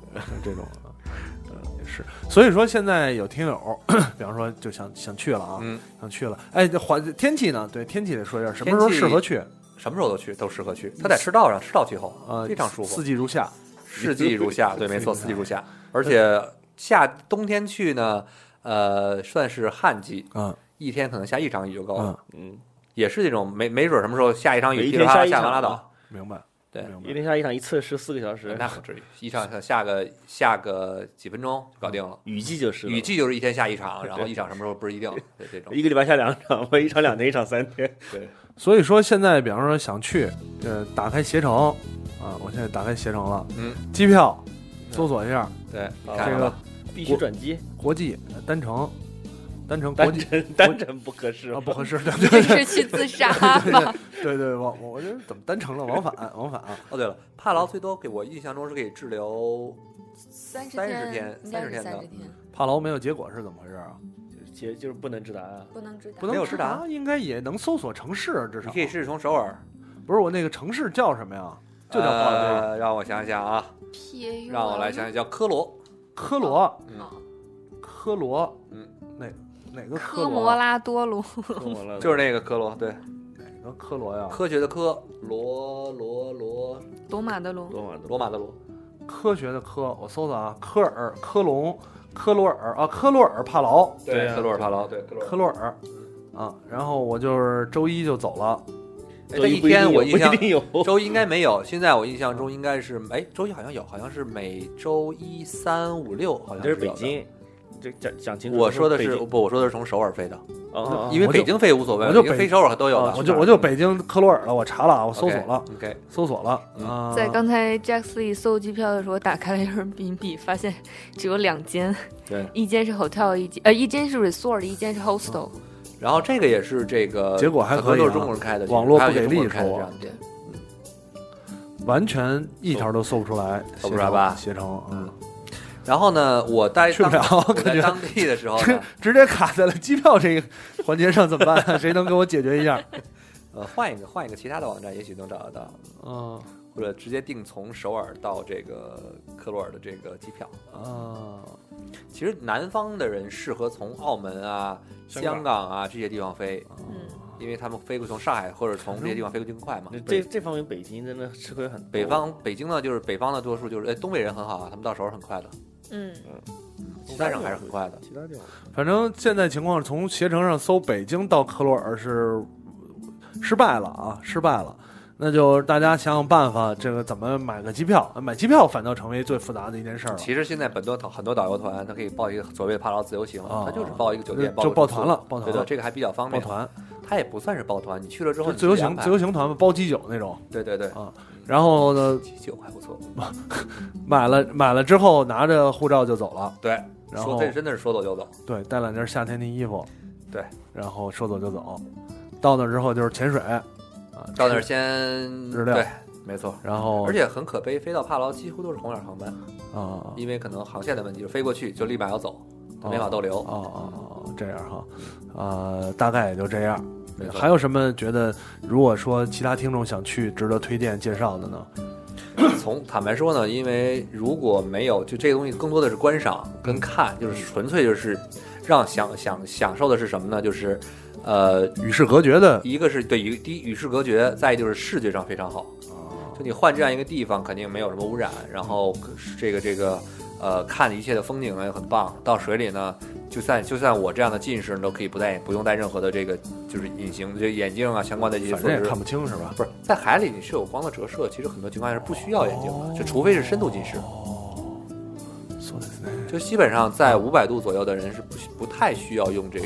Speaker 9: 这种啊，嗯也是。所以说现在有听友， 比方说就想想去了啊，
Speaker 3: 嗯，
Speaker 9: 想去了。哎，这环天气呢？对，天气得说一下，什么时候适合去？
Speaker 3: 什么时候都去都适合去，它在赤道上，赤道气候
Speaker 9: 啊，
Speaker 3: 非常舒服
Speaker 9: 四，季如夏。
Speaker 3: 四季如夏， 对，没错，
Speaker 9: 四
Speaker 3: 四
Speaker 9: 季
Speaker 3: 季
Speaker 9: 如
Speaker 3: 如夏，而且夏冬天去呢，呃，算是旱季，
Speaker 9: 嗯
Speaker 3: 一天可能下一场雨就够
Speaker 9: 嗯
Speaker 3: 了，，
Speaker 2: 嗯，
Speaker 3: 也是这种没没准什么时候下一场
Speaker 2: 有
Speaker 3: 雨
Speaker 2: 一
Speaker 3: 噼里
Speaker 2: 天
Speaker 3: 啪
Speaker 2: 下
Speaker 3: 啦
Speaker 2: 一
Speaker 3: 下
Speaker 2: 场
Speaker 3: 完拉
Speaker 2: 啊
Speaker 3: 倒，
Speaker 9: 明白，
Speaker 3: 对
Speaker 9: 明
Speaker 2: 一
Speaker 9: 白。
Speaker 2: 天下一场一次十四个小时，
Speaker 3: 那不至于，一场下个下个几分钟就搞定了。
Speaker 2: 雨季嗯就是了哎
Speaker 3: 雨季就是一天下一场，然后
Speaker 2: 对
Speaker 3: 一场什么时候不是一定，对这种
Speaker 2: 一个礼拜下两场，我一场两天，一场三天，
Speaker 9: 所以说现在，比方说想去，呃，打开携程啊，我现在打开携程了，
Speaker 3: 嗯，
Speaker 9: 机票搜索一下，
Speaker 3: 对，你
Speaker 2: 啊
Speaker 3: 看
Speaker 9: 这
Speaker 3: 看
Speaker 9: 个
Speaker 3: 吧，
Speaker 2: 必须转机，
Speaker 9: 国际呃单程，单程国
Speaker 2: 单
Speaker 9: 际
Speaker 2: 程单程不合适
Speaker 9: 啊，不合 适，对
Speaker 10: 这是去自杀吧？
Speaker 9: 对对，往我我这怎么单程了？往返往返啊。
Speaker 3: 哦对了，帕劳最多给我印象中是可以滞留
Speaker 10: 三
Speaker 3: 十天
Speaker 10: 应该是
Speaker 3: 三
Speaker 10: 三
Speaker 3: 十
Speaker 10: 十天，
Speaker 9: 帕劳没有结果是怎么回事啊？
Speaker 2: 其实就是不能直达 啊。
Speaker 10: 不能知道。
Speaker 9: 不能
Speaker 3: 没有
Speaker 9: 直
Speaker 3: 直达
Speaker 9: 达，应该也能搜索城市，至
Speaker 3: 你
Speaker 9: 少
Speaker 3: 可以试试从首尔，
Speaker 9: 不是我那个城市叫什么呀？就叫帕劳、
Speaker 3: 呃，让我想想啊，
Speaker 10: P A
Speaker 3: 让我来想想，叫科罗，
Speaker 9: 科罗，
Speaker 3: 嗯，
Speaker 9: 科罗，
Speaker 3: 嗯，
Speaker 9: 哪哪个科
Speaker 10: 科
Speaker 9: 罗？啊
Speaker 10: 摩拉多罗，
Speaker 3: 就是是那个科罗，对，
Speaker 9: 哪个科罗呀？科
Speaker 3: 科学的科，罗罗罗，
Speaker 10: 罗马的罗，
Speaker 2: 罗马的
Speaker 3: 罗马的罗，
Speaker 9: 科学的科，我搜搜啊，科尔、科隆、科罗尔啊，科罗尔帕劳，
Speaker 2: 对啊
Speaker 3: 科罗尔帕劳，对，科罗尔
Speaker 9: 科。罗尔啊。然后我就是周一就走了，
Speaker 3: 哎这一
Speaker 2: 啊不一定
Speaker 3: 天
Speaker 2: 有
Speaker 3: 我印象
Speaker 2: 不一定有，
Speaker 3: 周一应该没有，现在我印象中应该是，哎，周一好像有，好像是每周一、三、五、六，好像
Speaker 2: 这是
Speaker 3: 有
Speaker 2: 北
Speaker 3: 的
Speaker 2: 京，这讲讲清楚。
Speaker 3: 我说的
Speaker 2: 北
Speaker 3: 是
Speaker 2: 京
Speaker 3: 不，我说的是从首尔飞的，
Speaker 2: 哦
Speaker 3: 因为
Speaker 9: 啊我就
Speaker 3: 北京飞无所谓，
Speaker 9: 我就
Speaker 3: 北京
Speaker 9: 北
Speaker 3: 飞首尔都有的。
Speaker 9: 啊我就我就北京科罗尔了，我查了啊，我搜索了，
Speaker 3: OK，
Speaker 9: 搜索了
Speaker 3: 嗯
Speaker 9: 啊，
Speaker 10: 在刚才 Jax Lee 搜机票的时候，打开了人民币，发现只有两间，
Speaker 3: 对。
Speaker 10: 一间是 hotel，一间呃一间是 resort，一间是 hostel。
Speaker 3: 然后这个也是这个，
Speaker 9: 结果还
Speaker 3: 很
Speaker 9: 可
Speaker 3: 多
Speaker 9: 以
Speaker 3: 都
Speaker 9: 啊
Speaker 3: 是中国人开的，
Speaker 9: 网络
Speaker 3: 还有
Speaker 9: 不
Speaker 3: 一些
Speaker 9: 给
Speaker 3: 中
Speaker 9: 力
Speaker 3: 国人开的这
Speaker 9: 说
Speaker 3: 样的店。
Speaker 9: 完全一条都搜不出来，
Speaker 3: 搜不出来吧
Speaker 9: 携程，嗯，
Speaker 3: 然我呢，我在
Speaker 9: 去不
Speaker 3: 当
Speaker 9: 了
Speaker 3: 我
Speaker 9: 感
Speaker 3: 在
Speaker 9: 觉
Speaker 3: 当地的时候
Speaker 9: 这
Speaker 3: 呢，
Speaker 9: 直接卡在了机票这个环节上，怎么办啊？谁能给我解决一 下？
Speaker 3: 呃，换一个换一个其他的网站，也许能找得到，
Speaker 9: 嗯
Speaker 3: 或者直接订从首尔到这个科罗尔的这个机票。
Speaker 9: 啊，
Speaker 3: 其实南方的人适合从澳门啊、
Speaker 2: 香
Speaker 3: 香港啊这些地方飞，
Speaker 10: 嗯，
Speaker 3: 因为他们飞过从上海或者从这些地方飞过更快嘛。
Speaker 2: 这这方面北京真的吃亏很多。
Speaker 3: 北方北京呢，就是北方的多数就是，哎，东北人很好啊，他们到首尔很快的，
Speaker 10: 嗯，
Speaker 3: 其他人还是很快的。
Speaker 2: 其他地方
Speaker 9: 反正现在情况是从携程上搜北京到科罗尔是失败了啊，失败了。那就大家想想办法，这个怎么买个机票？买机票反倒成为最复杂的一件事儿了。
Speaker 3: 其实现在很多导很多导游团，他可以报一个所谓的帕劳自由行，
Speaker 9: 啊
Speaker 3: 他就是报一个酒店，
Speaker 9: 就
Speaker 3: 个
Speaker 9: 报
Speaker 3: 住宿
Speaker 9: 团了报团
Speaker 3: 对的，
Speaker 9: 了
Speaker 3: 这个还比较方
Speaker 9: 抱
Speaker 3: 便。
Speaker 9: 团，
Speaker 3: 他也不算是抱团，你去了之
Speaker 9: 就
Speaker 3: 后你
Speaker 9: 啊自由
Speaker 3: 自己
Speaker 9: 行
Speaker 3: 安排
Speaker 9: 自由，行团嘛，包机酒那种。
Speaker 3: 对对对，
Speaker 9: 啊然后呢，
Speaker 3: 啤酒还不错。
Speaker 9: 买了买了之后，拿着护照就走了。
Speaker 3: 对，
Speaker 9: 然
Speaker 3: 说
Speaker 9: 后
Speaker 3: 这真的是说走就走，
Speaker 9: 对，带两件夏天的衣服，
Speaker 3: 对，
Speaker 9: 然后说走就走。到那之后就是潜水，啊，
Speaker 3: 到那儿
Speaker 9: 吃，
Speaker 3: 先
Speaker 9: 日料哦
Speaker 3: 对，没错。
Speaker 9: 然后
Speaker 3: 而且很可悲，飞到帕劳几乎都是红眼航班，
Speaker 9: 啊，
Speaker 3: 因为可能航线的问题，就飞过去就立马要走，他没法逗留。
Speaker 9: 哦哦哦，这样哈，呃，大概也就这样
Speaker 3: 没。错
Speaker 9: 还有什么觉得，如果说其他听众想去，值得推荐介绍的呢？
Speaker 3: 从坦白说呢，因为如果没有，就这个东西更多的是观赏
Speaker 9: 嗯
Speaker 3: 跟看，就是纯粹就是让想想享受的是什么呢？就是呃，
Speaker 9: 与世隔绝的，
Speaker 3: 一个是对与第一与世隔绝，再一就是视觉上非常好。就你换这样一个地方，肯定没有什么污染，然后这个这个呃，看一切的风景呢也很棒。到水里呢，就算就算我这样的近视都可以不戴，不用戴任何的这个就是隐形这眼镜啊相关的这些
Speaker 9: 反
Speaker 3: 措
Speaker 9: 正也
Speaker 3: 施
Speaker 9: 看。不清是吧？
Speaker 3: 不是在海里你是有光的折射，其实很多情况下是不需要眼镜的，就除非是深度近视。
Speaker 9: そうですね
Speaker 3: 就基本上在五百度左右的人是不需不太需要用这个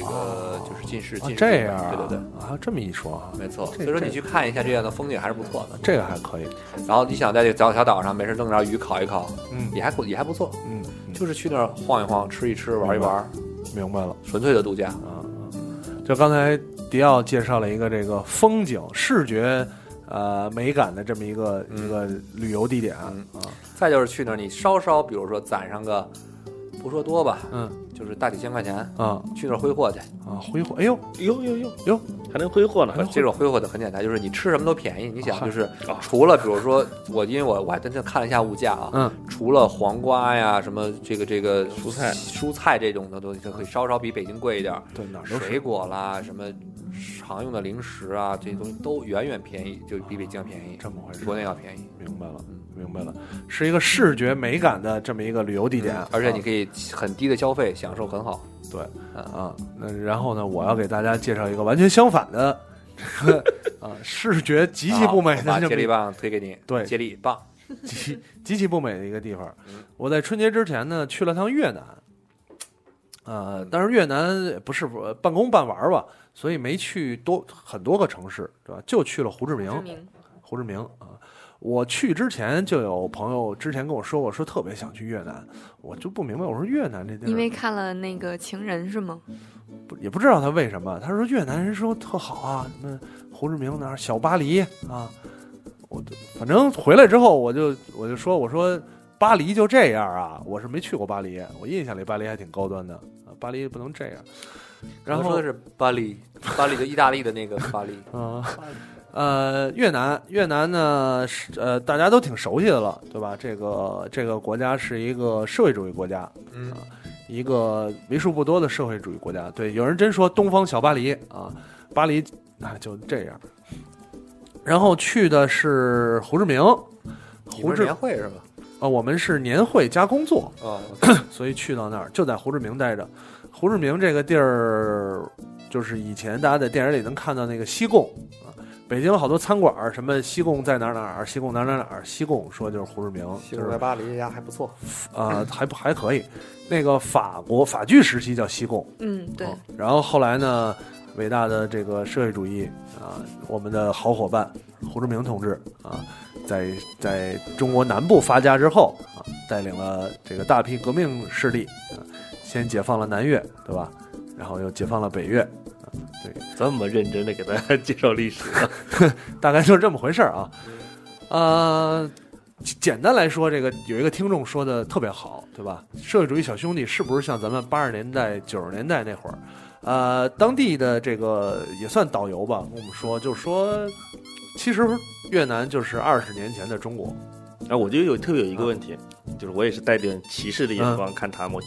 Speaker 3: 就是近视
Speaker 9: 啊
Speaker 3: 近视
Speaker 9: 这
Speaker 3: 镜的
Speaker 9: 样啊
Speaker 3: 对对
Speaker 9: 啊，这么一说啊，
Speaker 3: 对，没错。
Speaker 9: 这
Speaker 3: 所以说
Speaker 9: 这
Speaker 3: 你去看一下这样的风景还是不错的。
Speaker 9: 这个还可以，
Speaker 3: 然后你想在这个小小岛上没事弄点鱼烤一烤，
Speaker 9: 嗯
Speaker 3: 也还不也还不错，
Speaker 9: 嗯，
Speaker 3: 就是去那儿晃一晃、吃一吃、玩一玩，
Speaker 9: 明白了。
Speaker 3: 纯粹的度假。
Speaker 9: 啊，就刚才迪奥介绍了一个这个风景视觉呃美感的这么一个、
Speaker 3: 嗯
Speaker 9: 一个旅游地点、
Speaker 3: 嗯
Speaker 9: 啊，
Speaker 3: 再就是去那儿，你稍稍比如说攒上个，不说多吧，
Speaker 9: 嗯
Speaker 3: 就是大几千块钱，
Speaker 9: 啊
Speaker 3: 去那儿挥霍去。
Speaker 9: 啊挥霍，哎呦，
Speaker 2: 哟哟哟
Speaker 9: 哟，
Speaker 2: 还能挥霍呢，
Speaker 3: 不是这种挥霍的很简单，就是你吃什么都便宜。你想，就是
Speaker 2: 啊
Speaker 3: 除了比如说我，因为我我还真正看了一下物价啊，
Speaker 9: 嗯
Speaker 3: 除了黄瓜呀什么这个这个
Speaker 2: 蔬菜
Speaker 3: 蔬菜这种的东西，它可以稍稍比北京贵一点儿。
Speaker 9: 对哪儿都
Speaker 3: 水
Speaker 9: 是
Speaker 3: 果啦，什么常用的零食啊，这些东西都远远便宜，就比北京便宜，
Speaker 9: 这么回事，
Speaker 3: 国内要便宜。
Speaker 9: 明白了
Speaker 3: 嗯，
Speaker 9: 明白了，是一个视觉美感的这么一个旅游地点，
Speaker 3: 嗯而且你
Speaker 9: 啊
Speaker 3: 可以很低的消费，享受很好。
Speaker 9: 啊，那然后呢，我要给大家介绍一个完全相反的 这个啊视觉极其不美
Speaker 3: 啊好我
Speaker 9: 的
Speaker 3: 把
Speaker 9: 这么一
Speaker 3: 接力
Speaker 9: 个
Speaker 3: 棒推给你，
Speaker 9: 对
Speaker 3: 接力棒，
Speaker 9: 极极其不美的一个地方
Speaker 3: 嗯。
Speaker 9: 我在春节之前呢去了趟越南，呃，但是越南也不是不半工半玩儿吧，所以没去多很多个城市，对吧？就去了胡志明
Speaker 10: 知，名
Speaker 9: 胡志明啊。我去之前就有朋友之前跟我说过，说特别想去越南，我就不明白，我说越南这地儿，
Speaker 10: 因为看了那个情人是吗？
Speaker 9: 不也不知道他为什么。他说越南人说特好啊，什么胡志明哪儿小巴黎啊，我就反正回来之后我就我就说我说巴黎就这样啊，我是没去过巴黎，我印象里巴黎还挺高端的啊，巴黎不能这样。然
Speaker 3: 我
Speaker 9: 后
Speaker 3: 说的是巴 黎，巴黎就意大利的那个巴黎。
Speaker 9: 啊，呃，越南，越南呢是呃大家都挺熟悉的了，对吧？这个这个国家是一个社会主义国家，
Speaker 3: 嗯，
Speaker 9: 一个为数不多的社会主义国家。对，有人真说东方小巴黎啊，巴黎啊就这样。然后去的是胡志明，
Speaker 3: 你
Speaker 9: 胡
Speaker 3: 们
Speaker 9: 志嗯
Speaker 3: 是
Speaker 9: 啊
Speaker 3: 年、会是吧？
Speaker 9: 我们是年会加工作，
Speaker 3: 哦，
Speaker 9: 所以去到那儿就在胡志明待着。胡志明这个地儿，就是以前大家在电影里能看到那个西贡啊，北京好多餐馆儿，什么西贡在哪儿哪儿，西贡哪儿哪儿哪儿，西贡说就是胡志明，
Speaker 3: 西
Speaker 9: 就是
Speaker 3: 贡在巴黎这家还不错，
Speaker 9: 啊，还不还可以。那个法国法剧时期叫西贡，
Speaker 10: 嗯，对，
Speaker 9: 然后后来呢，伟大的这个社会主义啊，我们的好伙伴胡志明同志啊，在在中国南部发家之后啊，带领了这个大批革命势力啊，先解放了南越，对吧？然后又解放了北越，
Speaker 2: 这么认真的给大家介绍历史，
Speaker 9: 大概就是这么回事儿啊。呃，简简单来说，这个有一个听众说的特别好，对吧？社会主义小兄弟是不是像咱们八十年代、九十年代那会儿？呃，当地的这个也算导游吧，跟我们说，就是说，其实越南就是二十年前的中国。
Speaker 2: 啊，我就有特别有一
Speaker 9: 嗯
Speaker 2: 个问题，就是我也是带点歧视的眼光看他们，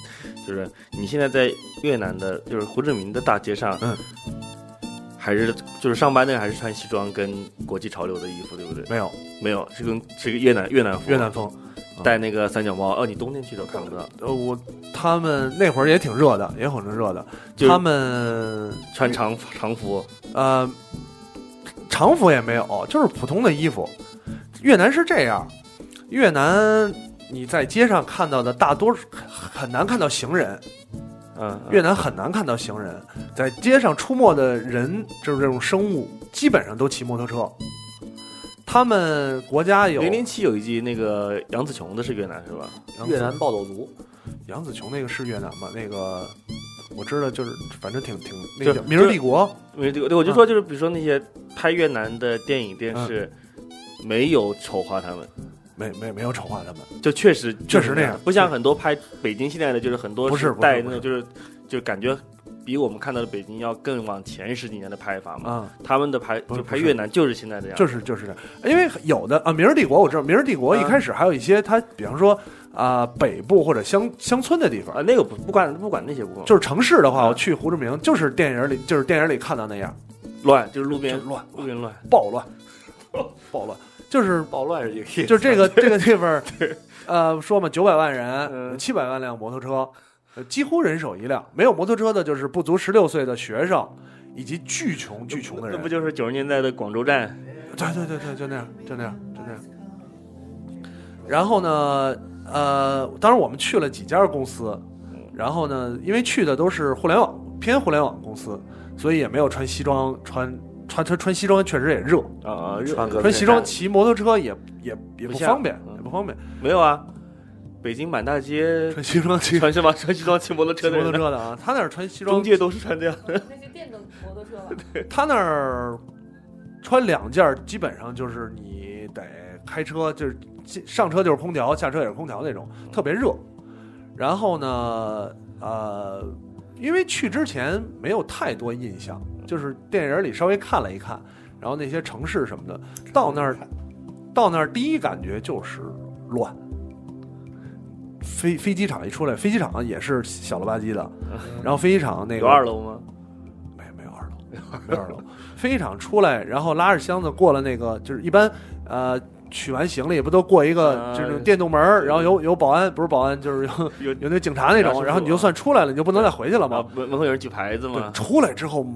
Speaker 2: 就是你现在在越南的，就是胡志明的大街上，
Speaker 9: 嗯，
Speaker 2: 还是就是上班那个还是穿西装跟国际潮流的衣服，对不对？
Speaker 9: 没有
Speaker 2: 没有，是跟是个越南越南服，
Speaker 9: 越南风，
Speaker 2: 戴那个三角帽，哦，你冬天去都看不到，
Speaker 9: 呃，我他们那会儿也挺热的，也很热的。
Speaker 2: 就是
Speaker 9: 他们
Speaker 2: 穿长长服，
Speaker 9: 呃，常服也没有，就是普通的衣服。越南是这样，越南你在街上看到的大多数很很难看到行人，
Speaker 2: 嗯，嗯
Speaker 9: 越南很难看到行人，在街上出没的人就是这种生物，基本上都骑摩托车。他们国家有
Speaker 2: 零零七有一集那个杨紫琼的是越南是吧？
Speaker 9: 杨紫
Speaker 3: 越南暴走族，
Speaker 9: 杨紫琼那个是越南吗？那个我知道，就是反正挺挺那
Speaker 2: 就
Speaker 9: 个叫《明日
Speaker 2: 就
Speaker 9: 帝国》
Speaker 2: 没对，对我就
Speaker 9: 嗯
Speaker 2: 说就是比如说那些拍越南的电影电视，没有丑化他们。
Speaker 9: 没没没有丑化他们，
Speaker 2: 就确实
Speaker 9: 确
Speaker 2: 就
Speaker 9: 实
Speaker 2: 是
Speaker 9: 那
Speaker 2: 那
Speaker 9: 样
Speaker 2: 不像很多拍北京现在的，就是很多
Speaker 9: 不是不是
Speaker 2: 带
Speaker 9: 不
Speaker 2: 那
Speaker 9: 是
Speaker 2: 种就是就感觉比我们看到的北京要更往前十几年的拍法嘛。
Speaker 9: 啊、
Speaker 2: 他们的拍
Speaker 9: 不是
Speaker 2: 就拍
Speaker 9: 不是
Speaker 2: 越南就是现在这样，
Speaker 9: 就是就是这样，因为有的啊，《明日帝国》我知道，《明日帝国》一
Speaker 2: 嗯
Speaker 9: 开始还有一些它，比方说啊、北部或者乡乡村的地方
Speaker 2: 啊，，那个不不管不管那些不管，
Speaker 9: 就是城市的话，
Speaker 2: 嗯
Speaker 9: 我去胡志明就是电影里就是电影里看到那样，
Speaker 2: 乱，就是路
Speaker 9: 就
Speaker 2: 边
Speaker 9: 是乱
Speaker 2: 路边乱，
Speaker 9: 暴乱，暴乱，就是
Speaker 3: 暴乱是一个意思，
Speaker 9: 就是这个这个地 方，呃，说嘛，九百万人，
Speaker 2: 嗯
Speaker 9: 七百万辆摩托车，呃几乎人手一辆，没有摩托车的就是不足十六岁的学生。以及巨穷巨穷的
Speaker 2: 那
Speaker 9: 人
Speaker 2: 不，就是九十年代的广州站？
Speaker 9: 对对对对，就那样，就那样，就那样。然后呢，呃，当然我们去了几家公司，然后呢，因为去的都是互联网偏互联网公司，所以也没有穿西装，穿穿穿穿西装确实也热，
Speaker 2: 啊啊，日
Speaker 3: 穿个
Speaker 9: 穿西装骑摩托车也也也不
Speaker 2: 不像
Speaker 9: 方便，
Speaker 2: 嗯
Speaker 9: 也不方便，
Speaker 2: 没有啊，北京满大街
Speaker 9: 穿西 装骑
Speaker 2: 穿什么穿西装骑摩托
Speaker 9: 骑
Speaker 2: 车的
Speaker 9: 摩托
Speaker 2: 人，
Speaker 9: 车的啊，他那儿穿西装
Speaker 2: 中，介都是穿这样的，
Speaker 10: 那是电动摩托车吧？
Speaker 9: 他那儿穿两件儿基本上就是你得开车就是进上车就是空调，下车也是空调那种，
Speaker 2: 嗯
Speaker 9: 特别热。然后呢，呃，因为去之前没有太多印象，
Speaker 2: 嗯
Speaker 9: 就是电影里稍微看了一看，然后那些城市什么的，到那儿，到那儿第一感觉就是乱。飞飞机场一出来，飞机场也是小了吧唧的，然后飞机场那
Speaker 2: 嗯有
Speaker 9: 个
Speaker 2: 二楼吗？
Speaker 9: 没没有二楼，没有二楼。飞机场出来，然后拉着箱子过了那个，就是一般呃取完行李不都过一个
Speaker 2: 啊
Speaker 9: 就是那种电动门儿，然后有有保安，不是保安就是有
Speaker 2: 有
Speaker 9: 有那警察那
Speaker 2: 警察叔
Speaker 9: 种，
Speaker 2: 叔
Speaker 9: 然后你就算出来了，你就不能再回去了
Speaker 2: 啊
Speaker 9: 嘛。
Speaker 2: 门门口有人举牌子
Speaker 9: 对，
Speaker 2: 吗？
Speaker 9: 出来之后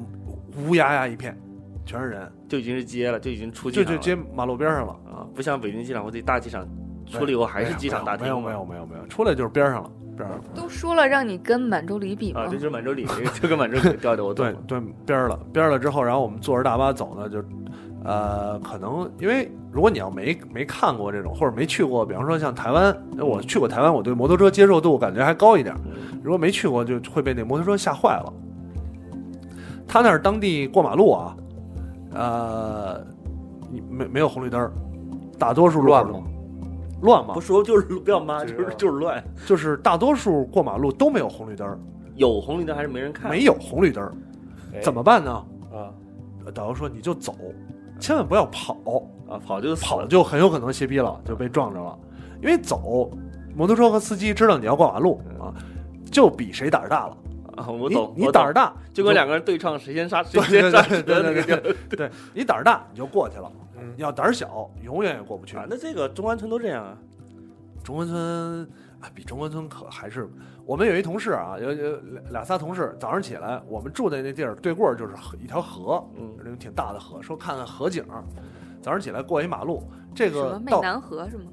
Speaker 9: 乌压压一片，全是人，
Speaker 2: 就已经是街了，就已经出
Speaker 9: 就
Speaker 2: 去
Speaker 9: 就接马路边上了啊。
Speaker 2: 不像北京机场或者大机场，出了以后还是机场大厅
Speaker 9: 没有没有没有没有，出来就是边上了，边上了。
Speaker 10: 都说了让你跟满洲里比
Speaker 2: 啊，
Speaker 10: 吗
Speaker 2: 这？就是满洲里，就跟满洲里调调，我懂啊
Speaker 9: 对
Speaker 2: 了
Speaker 9: 对，边儿了边儿了之后，然后我们坐着大巴走呢，就呃，可能因为如果你要没没看过这种，或者没去过，比方说像台湾，呃我去过台湾，我对摩托车接受度感觉还高一点儿。
Speaker 2: 嗯
Speaker 9: 如果没去过，就会被那摩托车吓坏了。他那儿当地过马路啊，呃，你没没有红绿灯儿，大多数路口
Speaker 3: 乱吗？
Speaker 9: 乱吗
Speaker 2: 不？说就是不要妈，就是就是乱，
Speaker 9: 就是大多数过马路都没有红绿灯儿，
Speaker 2: 有红绿灯还是没人看？
Speaker 9: 没有红绿灯儿，
Speaker 2: 哎
Speaker 9: 怎么办呢？
Speaker 2: 啊
Speaker 9: 导游说你就走，千万不要跑，
Speaker 2: 啊，跑就死
Speaker 9: 跑
Speaker 2: 了
Speaker 9: 就很有可能歇逼了，就被撞着了。因为走，摩托车和司机知道你要过马路啊，就比谁胆儿大了。
Speaker 2: 啊，嗯我
Speaker 9: 你
Speaker 2: 懂，
Speaker 9: 你
Speaker 2: 我
Speaker 9: 胆
Speaker 2: 懂
Speaker 9: 儿大，
Speaker 2: 就跟两个人对唱，谁先刹谁
Speaker 9: 对
Speaker 2: 先
Speaker 9: 对
Speaker 2: 刹
Speaker 9: 对
Speaker 2: 车
Speaker 9: 对
Speaker 2: 那个
Speaker 9: 对
Speaker 2: 调
Speaker 9: 对对，对你胆儿大你就过去了。
Speaker 3: 嗯
Speaker 2: 嗯
Speaker 9: 你要胆儿小，永远也过不去
Speaker 2: 啊。。那这个中关村都这样啊，
Speaker 9: 中关村，啊，比中关村可还是我们有一同事啊，有有俩俩仨同事，早上起来我们住的那地儿对过儿就是河一条河，
Speaker 2: 嗯，
Speaker 9: 那种挺大的河，说看看河景儿。早上起来过一马路，这
Speaker 10: 什么
Speaker 9: 个
Speaker 10: 湄
Speaker 9: 到
Speaker 10: 南河是吗？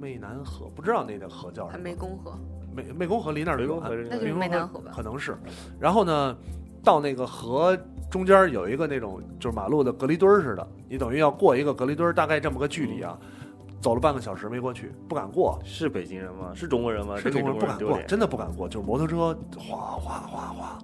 Speaker 9: 湄南河，不知道那条河叫
Speaker 10: 还
Speaker 9: 什么，
Speaker 10: 湄公河？
Speaker 9: 湄湄公河离那儿
Speaker 2: 湄
Speaker 9: 远，
Speaker 2: 公河是那
Speaker 10: 那就是
Speaker 9: 湄公
Speaker 10: 湄南河吧
Speaker 9: 可能是。然后呢，到那个河中间儿有一个那种就是马路的隔离墩儿似的，你等于要过一个隔离墩儿，大概这么个距离啊，走了半个小时没过去，不敢过。
Speaker 2: 是北京人吗？是中国人吗？
Speaker 9: 是
Speaker 2: 真给
Speaker 9: 中
Speaker 2: 中
Speaker 9: 国人
Speaker 2: 国
Speaker 9: 不
Speaker 2: 人
Speaker 9: 敢
Speaker 2: 丢
Speaker 9: 过，
Speaker 2: 脸。
Speaker 9: 真的不敢过，就是摩托车哗哗哗哗，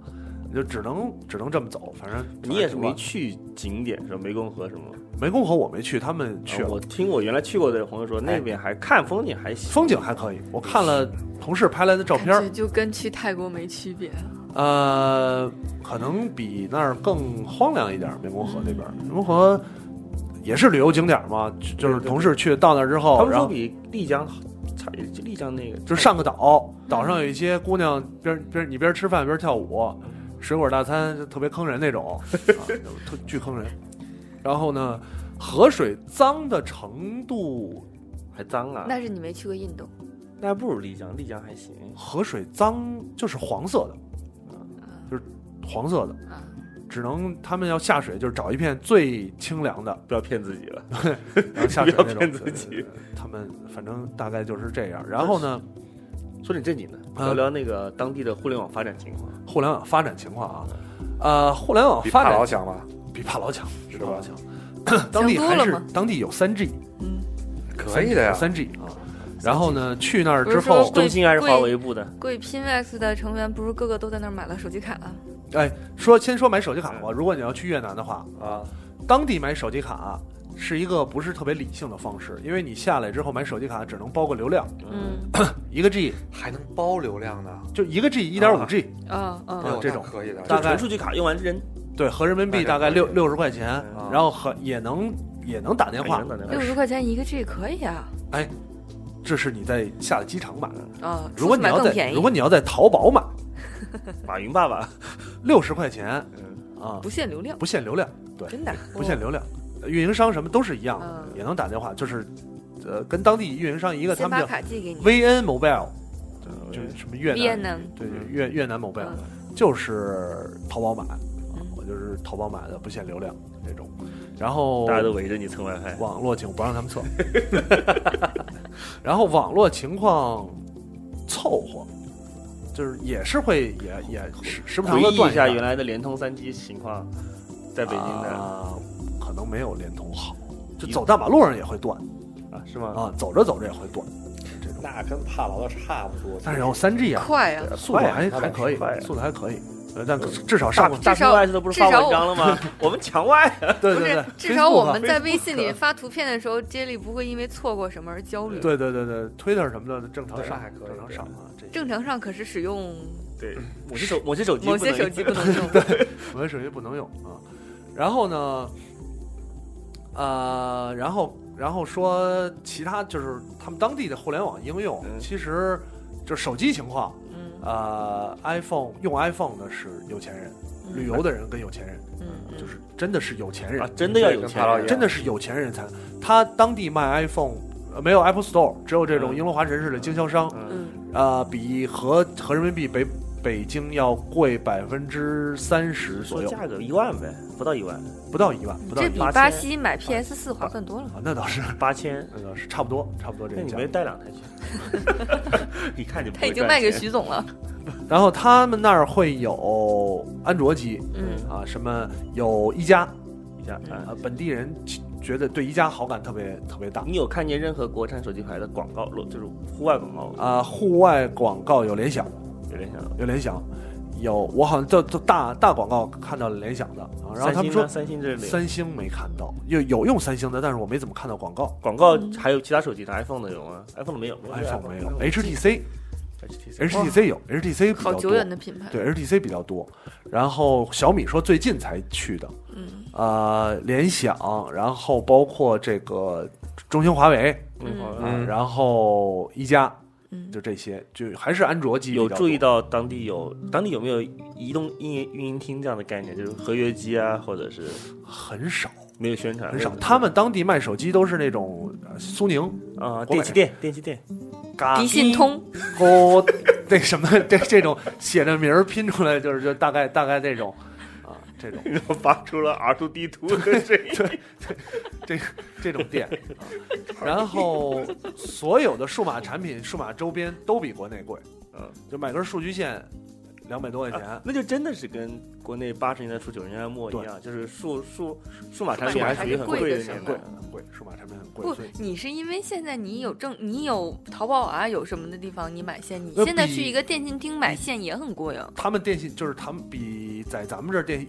Speaker 9: 你就只能只能这么走，反正
Speaker 2: 你也是没
Speaker 9: 去
Speaker 2: 去景点是吧？湄公河什么？
Speaker 9: 湄公河，我没去，他们去
Speaker 2: 啊
Speaker 9: 了，
Speaker 2: 我听我原来去过的朋友说，那边还看风景还行。
Speaker 9: 风景还可以，我看了同事拍来的照片
Speaker 10: 感
Speaker 9: 儿
Speaker 10: 觉，就跟去泰国没区别。啊
Speaker 9: 呃，可能比那儿更荒凉一点儿。湄公河那边儿，湄公河也是旅游景点儿嘛，就就是同事去到那儿之
Speaker 2: 他
Speaker 9: 后，
Speaker 2: 们
Speaker 9: 哦然
Speaker 2: 说
Speaker 9: 后
Speaker 2: 比丽江好差，丽江那个
Speaker 9: 就是上个岛，岛上有一些姑娘边边你边吃饭边跳舞，水果大餐就特别坑人那 种，啊、特巨坑人。然后呢，河水脏的程度，
Speaker 2: 还脏啊，
Speaker 10: 那是你没去过印度，
Speaker 2: 那不如丽江，丽江还行。
Speaker 9: 河水脏就是黄色的，就是黄色的，
Speaker 10: 啊，
Speaker 9: 只能他们要下水就是找一片最清凉的。
Speaker 2: 不要骗自己了，
Speaker 9: 嗯然 后下水那种
Speaker 2: 不要骗自己
Speaker 9: 呃他们反正大概就是这样。然后呢，
Speaker 2: 说点正经的，
Speaker 9: 啊
Speaker 2: 聊聊那个当地的互联网发展情况。
Speaker 9: 互联网发展情况啊，呃，互联网
Speaker 3: 比
Speaker 9: 发
Speaker 3: 帕劳
Speaker 9: 展
Speaker 3: 强吧？
Speaker 9: 比帕劳强，比
Speaker 3: 是
Speaker 9: 帕
Speaker 3: 吧
Speaker 9: 劳强。当地
Speaker 10: 强多
Speaker 9: 还
Speaker 10: 了
Speaker 9: 是
Speaker 10: 吗
Speaker 9: 当地有三 G，
Speaker 10: 嗯，
Speaker 3: 可以的呀，
Speaker 9: 三 G 啊。然后呢，去那儿
Speaker 10: 不
Speaker 9: 之
Speaker 10: 是说
Speaker 9: 后，
Speaker 10: 贵
Speaker 2: 中兴还是华为部的？
Speaker 10: 贵 Pinvex 的成员不是个个都在那儿买了手机卡啊？
Speaker 9: 哎，说先说买手机卡吧。如果你要去越南的话，
Speaker 3: 嗯啊，
Speaker 9: 当地买手机卡是一个不是特别理性的方式，因为你下来之后买手机卡只能包个流量，
Speaker 10: 嗯，
Speaker 9: 一个 G
Speaker 3: 还能包流量呢，
Speaker 9: 就一个 G 一点五 G，
Speaker 10: 啊啊
Speaker 3: 哎呦
Speaker 9: 这种
Speaker 3: 那可以的，
Speaker 9: 大
Speaker 2: 就
Speaker 9: 概
Speaker 2: 纯数据卡用完人，
Speaker 9: 对，合人民币大概六六十块钱，
Speaker 2: 嗯
Speaker 3: 啊
Speaker 9: 然后和也能也能打电话
Speaker 2: 也能打电，话
Speaker 10: 六十块钱一个 G 可以啊，
Speaker 9: 这是你在下了机场买。
Speaker 10: 啊，
Speaker 9: 嗯如果
Speaker 10: 出去
Speaker 9: 你
Speaker 10: 买
Speaker 9: 要
Speaker 10: 更
Speaker 9: 在
Speaker 10: 便宜，
Speaker 9: 如果你要在淘宝买，
Speaker 2: 马云爸爸，
Speaker 9: 六十块钱
Speaker 2: 嗯，
Speaker 9: 啊，
Speaker 10: 不限流量，
Speaker 9: 不限流量，
Speaker 10: 真的
Speaker 9: 不限流量，运营商什么都是一样的，
Speaker 10: 哦嗯
Speaker 9: 也能打电话，就是呃跟当地运营商一个他
Speaker 10: 先
Speaker 9: 们
Speaker 10: 把
Speaker 9: 叫
Speaker 10: 卡寄给你。
Speaker 9: VN Mobile，就是
Speaker 2: 哦
Speaker 9: 什么越
Speaker 10: 越
Speaker 9: 南
Speaker 10: 南，
Speaker 9: 对对越越南 Mobile，
Speaker 10: 嗯
Speaker 9: 就是淘宝买，啊
Speaker 10: 嗯
Speaker 9: 我就是淘宝买的不限流量这种，然后
Speaker 2: 大家都围着你蹭 WiFi，
Speaker 9: 网络情我不让他们测，然后网络情况凑合，就是也是会也也时时不
Speaker 2: 回
Speaker 9: 常的
Speaker 2: 忆
Speaker 9: 断
Speaker 2: 一下原
Speaker 9: 来
Speaker 2: 来的联通三 G 情况，在北京的
Speaker 9: 啊，可能没有联通好，就走大马路上也会断
Speaker 2: 啊，是吗？
Speaker 9: 啊，走着走着也会断，
Speaker 3: 那跟帕劳的差不多。
Speaker 9: 但是有三 G 啊，
Speaker 10: 快啊！
Speaker 9: 速度还
Speaker 3: 快啊
Speaker 9: 还可以
Speaker 2: 快啊，
Speaker 9: 速度还可以，呃但可至少上
Speaker 2: 大
Speaker 9: 过
Speaker 2: 大
Speaker 10: 至少
Speaker 2: 城外都不是发
Speaker 10: 至少
Speaker 2: 文章了 吗？我们墙外
Speaker 9: 对
Speaker 10: 不
Speaker 9: 对
Speaker 10: 是
Speaker 9: 对，，
Speaker 10: 至少我们
Speaker 9: Facebook 啊
Speaker 10: 在微信里发图片的时候，接力不会因为错过什么而焦虑。
Speaker 9: 对对对对，Twitter 什么的正常
Speaker 3: 对
Speaker 9: 上
Speaker 3: 那还，可以
Speaker 9: 正常上啊，这
Speaker 10: 正常上可是使用
Speaker 2: 对，某些手某些手机
Speaker 10: 某
Speaker 2: 不
Speaker 10: 些
Speaker 2: 能
Speaker 10: 手机不能用。
Speaker 9: 我的手机不能用啊。然后呢，呃，然后然后说其他就是他们当地的互联网应用，
Speaker 2: 嗯
Speaker 9: 其实就是手机情况，
Speaker 10: 嗯
Speaker 9: 呃，iPhone 用 iPhone 的是有钱人，
Speaker 10: 嗯
Speaker 9: 旅游的人跟有钱人，
Speaker 10: 嗯，
Speaker 9: 就是真的是有钱人，
Speaker 2: 啊，真的要有
Speaker 3: 跟
Speaker 2: 钱
Speaker 3: 帕劳
Speaker 2: 人
Speaker 3: 一样
Speaker 9: 真的是有钱人才。他当地卖 iPhone。呃没有 Apple Store，只有这种
Speaker 2: 嗯
Speaker 9: 英龙华城式的经销商，
Speaker 2: 嗯，
Speaker 10: 嗯
Speaker 9: 啊，比合合人民币北北京要贵百分之三十
Speaker 2: 说
Speaker 9: 左右，
Speaker 2: 价格一万呗，不到一万，
Speaker 9: 不到一万，不到啊
Speaker 10: 这
Speaker 9: 一
Speaker 10: 比
Speaker 9: 万。
Speaker 10: 巴西买 PS 四划算多了。
Speaker 9: 啊，那倒是，
Speaker 2: 八千。
Speaker 9: 那倒是，差不多，差不多这
Speaker 2: 那
Speaker 9: 个
Speaker 2: 你
Speaker 9: 价
Speaker 2: 没
Speaker 9: 格。
Speaker 2: 带两台 去？一看就不
Speaker 10: 他
Speaker 2: 会
Speaker 10: 已经
Speaker 2: 赚
Speaker 10: 卖给
Speaker 2: 钱
Speaker 10: 徐总了。
Speaker 9: 然后他们那儿会有安卓机
Speaker 10: 嗯
Speaker 9: 啊，什么有一加
Speaker 2: 一下啊。
Speaker 9: 啊，本地人其觉得对一加好感特别特别大
Speaker 2: 你有看见任何国产手机牌的广告，就是户外广告吗？
Speaker 9: 啊。户外广告有联想，
Speaker 2: 有联想到。
Speaker 9: 有联想，有我好像在在大大广告看到了联想的啊。然后他们说
Speaker 2: 三星呢三星这类
Speaker 9: 三星没看到，有有用三星的，但是我没怎么看到广告。
Speaker 2: 广告还有其他手机的 iPhone 的有吗？iPhone 的没有
Speaker 9: iPhone 没有，HTC
Speaker 2: HTC
Speaker 9: HTC 有，HTC 比
Speaker 10: 好
Speaker 9: 较
Speaker 10: 久远
Speaker 9: 多，
Speaker 10: 的品牌。
Speaker 9: 对 HTC 比较多。然后小米说最近才去的，
Speaker 10: 嗯
Speaker 9: 呃，联想，然后包括这个中兴、华为，
Speaker 2: 嗯
Speaker 9: 啊
Speaker 3: 嗯
Speaker 9: 然后一加，
Speaker 10: 嗯
Speaker 9: 就这些，就还是安卓机
Speaker 2: 有
Speaker 9: 比较
Speaker 2: 注意
Speaker 9: 多
Speaker 2: 到当地有当地有没有移动运营运营厅这样的概念，就是合约机啊，或者是
Speaker 9: 很少
Speaker 2: 没有宣传，啊
Speaker 9: 很
Speaker 2: 没
Speaker 9: 少，
Speaker 2: 有
Speaker 9: 他们当地卖手机都是那种呃苏宁
Speaker 2: 啊
Speaker 9: 国美
Speaker 2: 电器店电器店
Speaker 9: 嘎
Speaker 10: 迪信通
Speaker 9: 勾那什么 这这种写着名儿拼出来就是就大概大概这种啊这种
Speaker 2: 然后发出了 R 2 D 图 的声音。
Speaker 9: 这这种店，啊然后所有的数码产品、数码周边都比国内贵，
Speaker 2: 嗯，
Speaker 9: 就买根数据线两百多块钱，
Speaker 2: 那就真的是跟国内八十年代初九十年代末一样，就是数数数码产
Speaker 9: 数
Speaker 2: 品
Speaker 9: 码
Speaker 2: 还
Speaker 9: 产
Speaker 2: 属
Speaker 9: 品
Speaker 2: 于很
Speaker 10: 贵
Speaker 2: 贵
Speaker 10: 的
Speaker 2: 的
Speaker 10: 时
Speaker 2: 年
Speaker 10: 候
Speaker 2: 代
Speaker 9: 贵。很贵，数码产品很贵，
Speaker 10: 不
Speaker 9: 所以，
Speaker 10: 你是因为现在你有正，你有淘宝啊，有什么的地方你买线，你
Speaker 9: 呃
Speaker 10: 现在
Speaker 9: 比
Speaker 10: 去一个电信厅买线也很贵啊。
Speaker 9: 他们电信就是他们比在咱们这儿电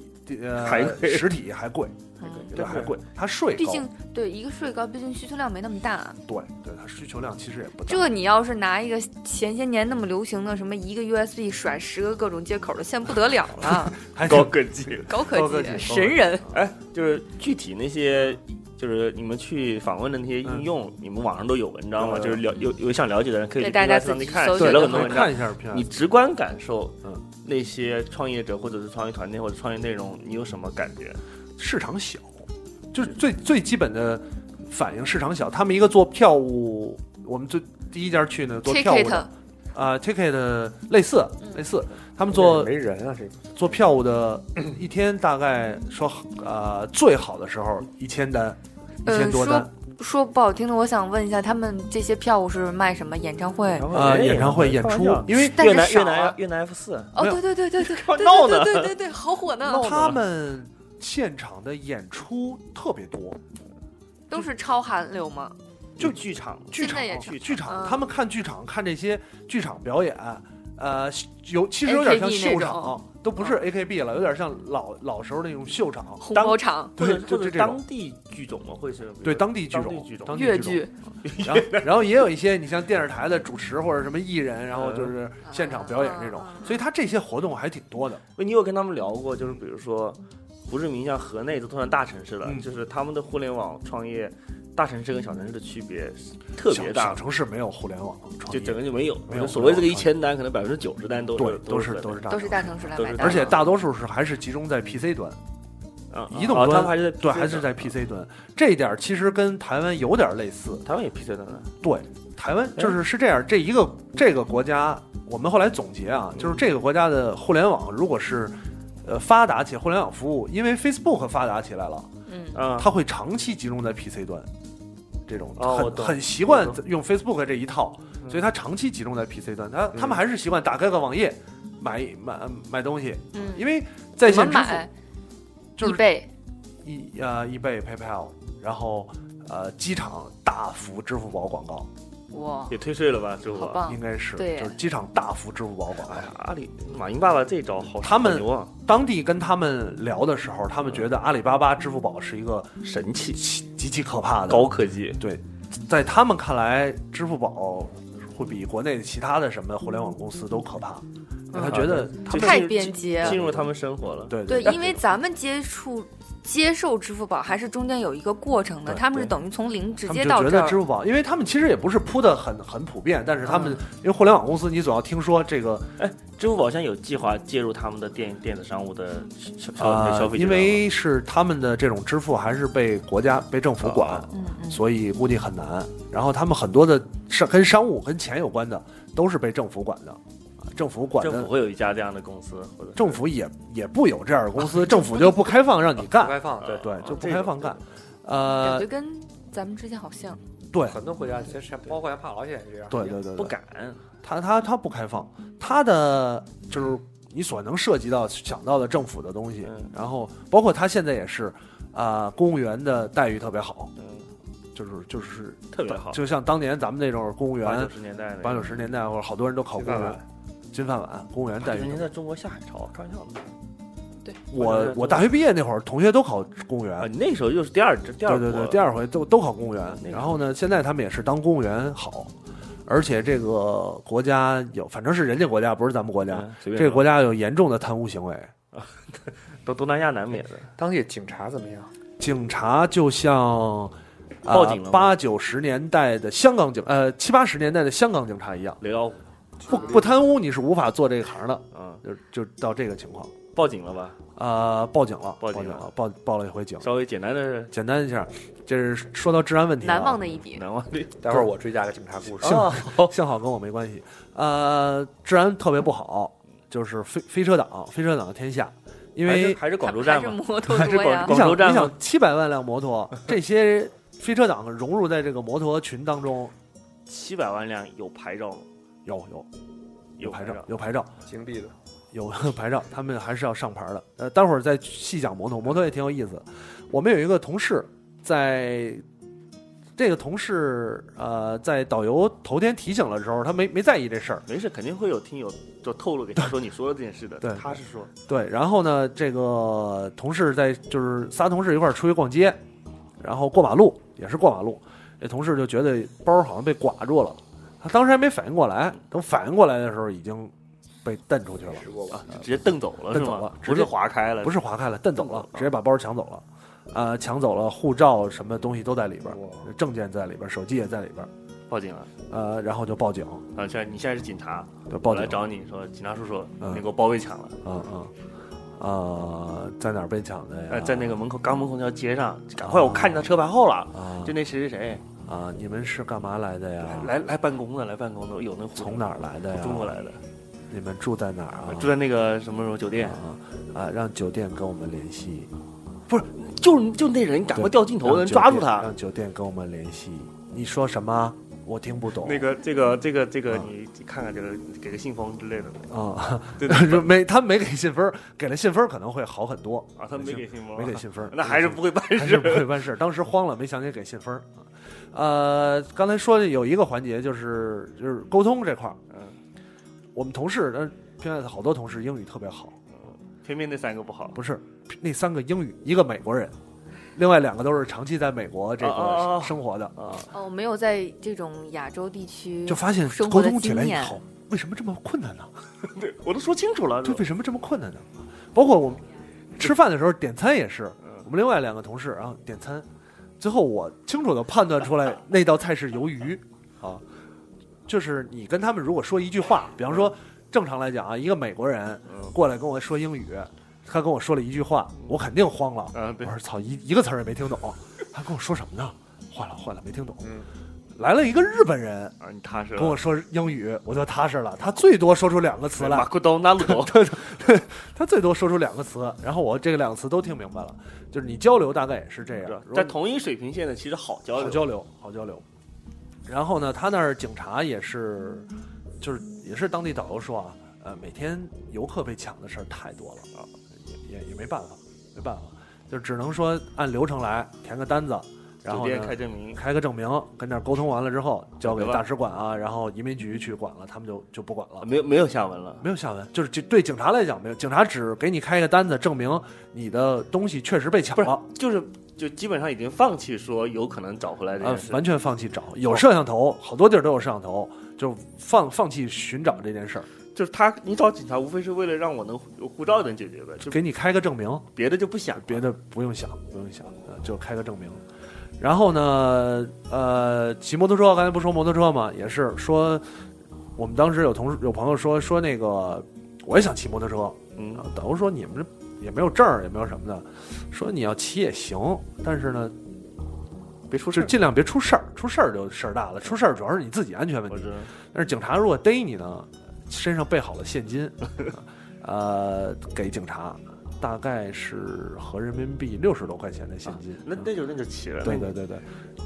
Speaker 2: 还
Speaker 9: 呃
Speaker 2: 贵
Speaker 9: 实体还贵，
Speaker 10: 嗯，
Speaker 9: 对还贵，它税
Speaker 10: 毕
Speaker 9: 高，
Speaker 10: 竟对一个税高，毕竟需求量没那么大。
Speaker 9: 对对，它需求量其实也不大。
Speaker 10: 这你要是拿一个前些年那么流行的什么一个 USB 甩十个各种接口的线，不得了 了，
Speaker 9: 还
Speaker 2: 高
Speaker 9: 挺
Speaker 2: 科技。
Speaker 10: 高
Speaker 9: 高
Speaker 10: 科
Speaker 9: 科技
Speaker 10: 技
Speaker 9: 高
Speaker 10: 神
Speaker 9: 科技
Speaker 10: 人。
Speaker 2: 哎，就是具体那些，就是你们去访问的那些
Speaker 9: 嗯
Speaker 2: 应用，你们网上都有文章吗？
Speaker 9: 有有
Speaker 2: 就是了有有想了解的人可以
Speaker 10: 对
Speaker 2: 去
Speaker 10: 大家
Speaker 2: PRO 上
Speaker 10: 自己
Speaker 2: 去看，
Speaker 10: 搜
Speaker 2: 写
Speaker 10: 索
Speaker 2: 了
Speaker 10: 就
Speaker 2: 很
Speaker 10: 好
Speaker 2: 多
Speaker 9: 可以
Speaker 2: 文章
Speaker 9: 看。一下片
Speaker 2: 你直观感受，
Speaker 9: 嗯
Speaker 2: 那些创业者或者是创业团队或者创业内容，你有什么感觉？
Speaker 9: 市场小，就是最最基本的反应市场小。他们一个做票务，我们最第一家去呢做票务
Speaker 10: Ticket
Speaker 9: 的啊，ticket 类似
Speaker 10: 嗯
Speaker 9: 类似，他们做
Speaker 11: 没人啊，这个
Speaker 9: 做票务的，一天大概说呃最好的时候一千单，一
Speaker 10: 呃
Speaker 9: 千多单，
Speaker 10: 说不好听的，我想问一下，他们这些票务是卖什么？演唱会？
Speaker 2: 哎
Speaker 9: 呃演唱会演出，因为
Speaker 10: 但
Speaker 2: 越
Speaker 10: 是
Speaker 2: 南越
Speaker 10: 少
Speaker 2: 南
Speaker 10: 啊。
Speaker 2: 越南 F 四，
Speaker 10: 哦，
Speaker 9: 没有
Speaker 10: 对对对对对， 对
Speaker 2: 闹
Speaker 10: 对
Speaker 2: 呢
Speaker 10: 对对对对，好火呢，
Speaker 9: 他们现场的演出特别多，
Speaker 10: 都是超韩流吗？
Speaker 9: 就
Speaker 2: 剧场
Speaker 9: 剧
Speaker 10: 现在
Speaker 9: 场
Speaker 10: 也
Speaker 9: 剧
Speaker 2: 剧
Speaker 10: 场嗯
Speaker 9: 他们看剧场，看这些剧场表演，呃，有其实有点像
Speaker 10: AKB
Speaker 9: 秀
Speaker 10: 那嗯
Speaker 9: 场，都不是 AKB 了，有点像老老时候那种秀场，
Speaker 10: 红
Speaker 2: 当
Speaker 10: 包场、
Speaker 2: 或
Speaker 9: 对
Speaker 2: 者
Speaker 9: 就
Speaker 2: 或
Speaker 9: 就
Speaker 2: 者
Speaker 9: 这
Speaker 2: 当
Speaker 9: 种。
Speaker 2: 地剧种吗？会是
Speaker 9: 对当地剧
Speaker 2: 当地
Speaker 9: 种
Speaker 2: 剧，种
Speaker 9: 当地
Speaker 10: 越
Speaker 9: 种
Speaker 10: 剧，
Speaker 9: 然后然后也有一些你像电视台的主持或者什么艺人，然后
Speaker 2: 嗯
Speaker 9: 就是现场表演这种
Speaker 10: 啊，
Speaker 9: 所以他这些活动还挺多的。
Speaker 2: 你有跟他们聊过，就是比如说，胡志明像河内都算大城市了，
Speaker 9: 嗯
Speaker 2: 就是他们的互联网创业，大城市跟小城市的区别是特别
Speaker 9: 小
Speaker 2: 大
Speaker 9: 小
Speaker 2: 的，
Speaker 9: 城市没有互联网创
Speaker 2: 就
Speaker 9: 业，
Speaker 2: 整个就没有。
Speaker 9: 没有
Speaker 2: 所谓这个
Speaker 9: 互联
Speaker 2: 一
Speaker 9: 网
Speaker 2: 千单，可能百分之九十单都
Speaker 9: 对
Speaker 2: 是
Speaker 9: 都
Speaker 2: 是
Speaker 9: 啊都是大
Speaker 10: 都
Speaker 9: 城市，
Speaker 10: 是
Speaker 9: 啊
Speaker 10: 大城市来
Speaker 2: 都
Speaker 10: 买
Speaker 2: 是
Speaker 10: 单，
Speaker 9: 而且大多数是还是集中在 PC 端。
Speaker 2: 啊，
Speaker 9: 移动
Speaker 2: 啊他
Speaker 9: 端
Speaker 2: 们还是在
Speaker 9: 对，还是在 PC 端，这一点儿其实跟台湾有点儿类似。
Speaker 2: 台湾也 PC 端的，
Speaker 9: 对，台湾
Speaker 2: 哎
Speaker 9: 就是是这样，这一个这个国家，我们后来总结啊，
Speaker 2: 嗯
Speaker 9: 就是这个国家的互联网如果是呃发达且互联网服务，因为 Facebook 发达起来了，
Speaker 10: 嗯，
Speaker 2: 啊，
Speaker 9: 它会长期集中在 PC 端。这种
Speaker 2: 哦我
Speaker 9: 很
Speaker 2: 懂
Speaker 9: 很习惯
Speaker 2: 我懂
Speaker 9: 用 Facebook 这一套，
Speaker 2: 嗯
Speaker 9: 所以它长期集中在 PC 端。它他
Speaker 2: 嗯
Speaker 9: 们还是习惯打开个网页，买买买东西，
Speaker 10: 嗯
Speaker 9: 因为在
Speaker 10: 怎么
Speaker 9: 线支付就
Speaker 10: 买？
Speaker 9: 是
Speaker 10: 倍，
Speaker 9: 易呃易贝 PayPal，然后呃机场大幅支付宝广告，
Speaker 10: 哇，
Speaker 2: 也退税了吧？之后
Speaker 10: 好
Speaker 2: 啊，
Speaker 9: 应
Speaker 10: 棒！
Speaker 9: 该是
Speaker 10: 哦对
Speaker 9: 就是机场大幅支付宝广告
Speaker 2: 哎。呀，阿里马云爸爸这招好，
Speaker 9: 他们
Speaker 2: 好牛啊，
Speaker 9: 当地跟他们聊的时候，他们觉得阿里巴巴、支付宝是一个
Speaker 2: 神器，
Speaker 9: 极极其可怕的
Speaker 2: 高科技，
Speaker 9: 对，在他们看来，支付宝会比国内其他的什么互联网公司都可怕，
Speaker 10: 嗯
Speaker 9: 他觉得他
Speaker 2: 就
Speaker 9: 们
Speaker 10: 太
Speaker 2: 进入
Speaker 10: 便捷了
Speaker 2: 进入他们生活了。
Speaker 9: 对
Speaker 10: 对，
Speaker 9: 对
Speaker 10: 因为咱们接触接受支付宝还是中间有一个过程的，
Speaker 9: 对
Speaker 10: 他们是
Speaker 9: 对
Speaker 10: 等于从零直
Speaker 9: 他
Speaker 10: 接
Speaker 9: 们就
Speaker 10: 到
Speaker 9: 觉
Speaker 10: 这
Speaker 9: 得支
Speaker 10: 儿，
Speaker 9: 付宝，因为他们其实也不是铺的很很普遍，但是他
Speaker 10: 嗯
Speaker 9: 们、因为互联网公司，你总要听说这个
Speaker 2: 支付宝现在有计划介入他们的电电子商务的消消
Speaker 9: 啊，
Speaker 2: 消费阶段吗，
Speaker 9: 因为是他们的这种支付还是被国家、被政府
Speaker 2: 啊
Speaker 9: 管，
Speaker 10: 嗯嗯，
Speaker 9: 所以估计很难。然后他们很多的商跟商务、跟钱有关的，都是被政府管的，啊政府管的。
Speaker 2: 政府会有一家这样的公司，或者
Speaker 9: 政府也也不有这样的公司，政府就不开放让你
Speaker 3: 不
Speaker 9: 干，嗯
Speaker 3: 开放，对，
Speaker 9: 对，就不
Speaker 2: 啊这
Speaker 9: 开
Speaker 2: 种
Speaker 9: 放干。
Speaker 10: 感
Speaker 9: 呃
Speaker 10: 觉，跟咱们之前好像，
Speaker 9: 对
Speaker 3: 很多国家其实包括像帕劳现在也这样，
Speaker 9: 对对对，
Speaker 2: 不
Speaker 9: 对，
Speaker 2: 敢。
Speaker 9: 他他他不开放，他的就是你所能涉及到想到的政府的东西
Speaker 2: 嗯，
Speaker 9: 然后包括他现在也是，啊，公务员的待遇特别好，
Speaker 2: 嗯，
Speaker 9: 就是就是
Speaker 2: 特别好，
Speaker 9: 就像当年咱们那种公务
Speaker 2: 八九
Speaker 9: 员，
Speaker 2: 十年代的
Speaker 9: 八九十年代或者好多人都考公务
Speaker 3: 金
Speaker 9: 员，金饭碗，公务员
Speaker 2: 八
Speaker 9: 待
Speaker 2: 九十
Speaker 9: 遇
Speaker 2: 年。代中国下海潮，开玩
Speaker 9: 啊
Speaker 2: 笑呢。
Speaker 9: 我我大学毕业那会儿，同学都考公务员
Speaker 2: 啊，，你那时候又是第二第二
Speaker 9: 对对对，
Speaker 2: 波
Speaker 9: 第二回都都考公务员
Speaker 2: 那个。
Speaker 9: 然后呢，现在他们也是当公务员好，而且这个国家有，反正是人家国家，不是咱们国家，
Speaker 2: 嗯随便
Speaker 9: 这个国
Speaker 2: 家
Speaker 9: 家有严重的贪污行为。
Speaker 2: 都东南亚南美的，
Speaker 3: 当地警察怎么样？
Speaker 9: 警察就像。呃
Speaker 2: 报警了吗
Speaker 9: 八九十年代的香港警，呃，七八十年代的香港警察一样，
Speaker 2: 雷老虎
Speaker 9: 不不贪污你是无法做这个行的，
Speaker 2: 啊，
Speaker 9: 就就到这个情况。
Speaker 2: 报警了吧？
Speaker 9: 啊、报警了，
Speaker 2: 报
Speaker 9: 报
Speaker 2: 警了
Speaker 9: 了，报报了一回警。
Speaker 2: 稍微简单的
Speaker 9: 简单一下，这是说到治安问题、啊，
Speaker 10: 难忘的一笔。
Speaker 2: 难忘的
Speaker 3: 待会儿我追加个警察故事
Speaker 9: 幸。幸好跟我没关系。呃，治安特别不好，就是飞飞车党，飞车党的天下，因
Speaker 2: 还是
Speaker 9: 为
Speaker 2: 还是广州
Speaker 10: 还
Speaker 2: 站
Speaker 10: 是
Speaker 2: 嘛，
Speaker 10: 摩托
Speaker 2: 还是
Speaker 10: 多呀
Speaker 2: 广广
Speaker 9: 你想，
Speaker 2: 州站
Speaker 9: 你
Speaker 2: 嘛
Speaker 9: 想七百万辆摩托，这些飞车党融入在这个摩托群当中，
Speaker 2: 七百万辆有牌照吗？
Speaker 9: 有有有牌
Speaker 2: 牌
Speaker 9: 照，有牌照，
Speaker 3: 金币的，
Speaker 9: 有 牌照，他们还是要上牌的。呃，待会儿再细讲摩托，摩托也挺有意思。我们有一个同事在。这个同事，呃，在导游头天提醒了之后，他没没在意这事儿，
Speaker 2: 没事，肯定会有听友就透露给他说你说了这件事的。
Speaker 9: 对
Speaker 2: 他是说
Speaker 9: 对，然后呢，这个同事在就是仨同事一块儿出去逛街，然后过马路也是过马路，这同事就觉得包好像被刮住了，他当时还没反应过来，等反应过来的时候已经被蹬出去了，
Speaker 3: 吃过吧？
Speaker 2: 啊直接蹬走了是
Speaker 9: 蹬走
Speaker 2: 吗
Speaker 9: 了？
Speaker 2: 不
Speaker 9: 直
Speaker 2: 是
Speaker 9: 接
Speaker 2: 划开了，
Speaker 9: 不
Speaker 2: 是
Speaker 9: 是划开了，蹬走
Speaker 2: 蹬
Speaker 9: 了
Speaker 2: 走，了
Speaker 9: 直接把包抢走了，啊、抢走了护照什么东西都在里边儿，
Speaker 3: 哇
Speaker 9: 证件在里边儿，手机也在里边儿，
Speaker 2: 报警了。
Speaker 9: 呃，然后就报警，
Speaker 2: 啊，现在你现在是警察，
Speaker 9: 就报
Speaker 2: 我
Speaker 9: 警
Speaker 2: 来
Speaker 9: 了，
Speaker 2: 找你说，警察叔叔，
Speaker 9: 嗯
Speaker 2: 你给我包围抢了。
Speaker 9: 嗯嗯。啊、在哪儿被抢的呀？
Speaker 2: 呃，在那个门口刚门口那条街上，赶快，我看见他车牌号了。
Speaker 9: 啊
Speaker 2: 就那谁谁谁
Speaker 9: 啊！你们是干嘛来的呀？
Speaker 2: 来来办公的，来办公的，有那胡
Speaker 9: 啊从哪儿来的呀？
Speaker 2: 中国来的，
Speaker 9: 你们住在哪儿啊？
Speaker 2: 住在那个什么什么酒店，
Speaker 9: 啊啊！让酒店跟我们联系，
Speaker 2: 就就那人，赶快调镜头，
Speaker 9: 让
Speaker 2: 能
Speaker 9: 啊酒
Speaker 2: 抓住
Speaker 9: 店
Speaker 2: 他。
Speaker 9: 让酒店跟我们联系。你说什么？我听不懂。
Speaker 2: 那个这个这个这个，
Speaker 9: 啊
Speaker 2: 你看看这个给个信封之类的
Speaker 9: 啊，
Speaker 2: 对
Speaker 9: 没他没给信封，给了信封可能会好很多，
Speaker 2: 啊，他没给信封，
Speaker 9: 没给信封，
Speaker 2: 那还是不会办
Speaker 9: 还是不
Speaker 2: 事。
Speaker 9: 会办事。当时慌了，没想起给信封儿。啊呃，刚才说的有一个环节就是就是沟通这块儿，
Speaker 2: 嗯，
Speaker 9: 我们同事，呃，现在好多同事英语特别好，
Speaker 2: 偏偏那三个不好，
Speaker 9: 不是那三个英语，一个美国人，另外两个都是长期在美国这
Speaker 2: 哦哦
Speaker 9: 个
Speaker 2: 哦
Speaker 9: 生活的，
Speaker 2: 啊，
Speaker 10: 哦，没有在这种亚洲地区
Speaker 9: 就发现
Speaker 10: 嗯生活
Speaker 9: 沟
Speaker 10: 的
Speaker 9: 通起
Speaker 10: 经
Speaker 9: 来以
Speaker 10: 验
Speaker 9: 后，为什么这么困难呢？
Speaker 2: 对我都说清楚了，
Speaker 9: 这为什么这么困难呢？包括我们吃饭的时候点餐也是，我
Speaker 2: 嗯，
Speaker 9: 们另外两个同事然后点餐，最后我清楚的判断出来那道菜是鱿鱼啊，就是你跟他们如果说一句话，比方说正常来讲啊，一个美国人
Speaker 2: 嗯
Speaker 9: 过来跟我说英语，他跟我说了一句话，我肯定慌了。
Speaker 2: 啊，对
Speaker 9: 我，说操，一一个词儿也没听懂，他跟我说什么呢？换了换了，没听懂。
Speaker 3: 嗯
Speaker 9: 来了一个日本人
Speaker 2: 啊，你踏实了。
Speaker 9: 跟我说英语，我就踏实了。他最多说出两个词
Speaker 2: 马
Speaker 9: 来，
Speaker 2: 库东那路 走，
Speaker 9: 他最多说出两个词，然后我这个两个词都听明白了。就是你交流大概也是这样，如果
Speaker 2: 在同一水平线的其实好交
Speaker 9: 好
Speaker 2: 流，
Speaker 9: 交流，好交流。然后呢，他那儿警察也是，就是也是当地导游说啊，呃，每天游客被抢的事儿太多了啊，也也也没办法，没办法，就只能说按流程来，填个单子，然
Speaker 2: 酒
Speaker 9: 后
Speaker 2: 店
Speaker 9: 呢
Speaker 2: 开证明，
Speaker 9: 开个证明，跟那儿沟通完了之后，交给
Speaker 2: 对吧
Speaker 9: 大使馆啊，然后移民局去管了，他们就就不管了
Speaker 2: 啊。没有没有下文了。
Speaker 9: 没有下文，就是就对警察来讲没有，警察只给你开个单子，证明你的东西确实被抢
Speaker 2: 不是
Speaker 9: 了，
Speaker 2: 就是就基本上已经放弃说有可能找回来这哦
Speaker 9: 啊
Speaker 2: 件，事，
Speaker 9: 完全放弃找。有摄像头，好多地儿都有摄像头，就放放弃寻找这件事儿，
Speaker 2: 就是他，你找警察无非是为了让我能有护照能解决呗，就
Speaker 9: 给你开个证明，
Speaker 2: 别的就不想
Speaker 9: 别的不用想，不用想，呃就开个证明。然后呢，呃，骑摩托车，刚才不说摩托车吗？也是说，我们当时有同事有朋友说说那个，我也想骑摩托车，
Speaker 2: 嗯
Speaker 9: 啊，导游说你们这也没有证儿，也没有什么的，说你要骑也行，但是呢，别出事，尽量别出事儿，出事儿就事儿大了，出事儿主要是你自己安全问
Speaker 2: 我
Speaker 9: 题
Speaker 2: 知。道
Speaker 9: 但是警察如果逮你呢，身上备好了现金，呃，给警察大概是合人民币六十多块钱的现金。嗯
Speaker 2: 那那就那就齐了，
Speaker 9: 对对对对，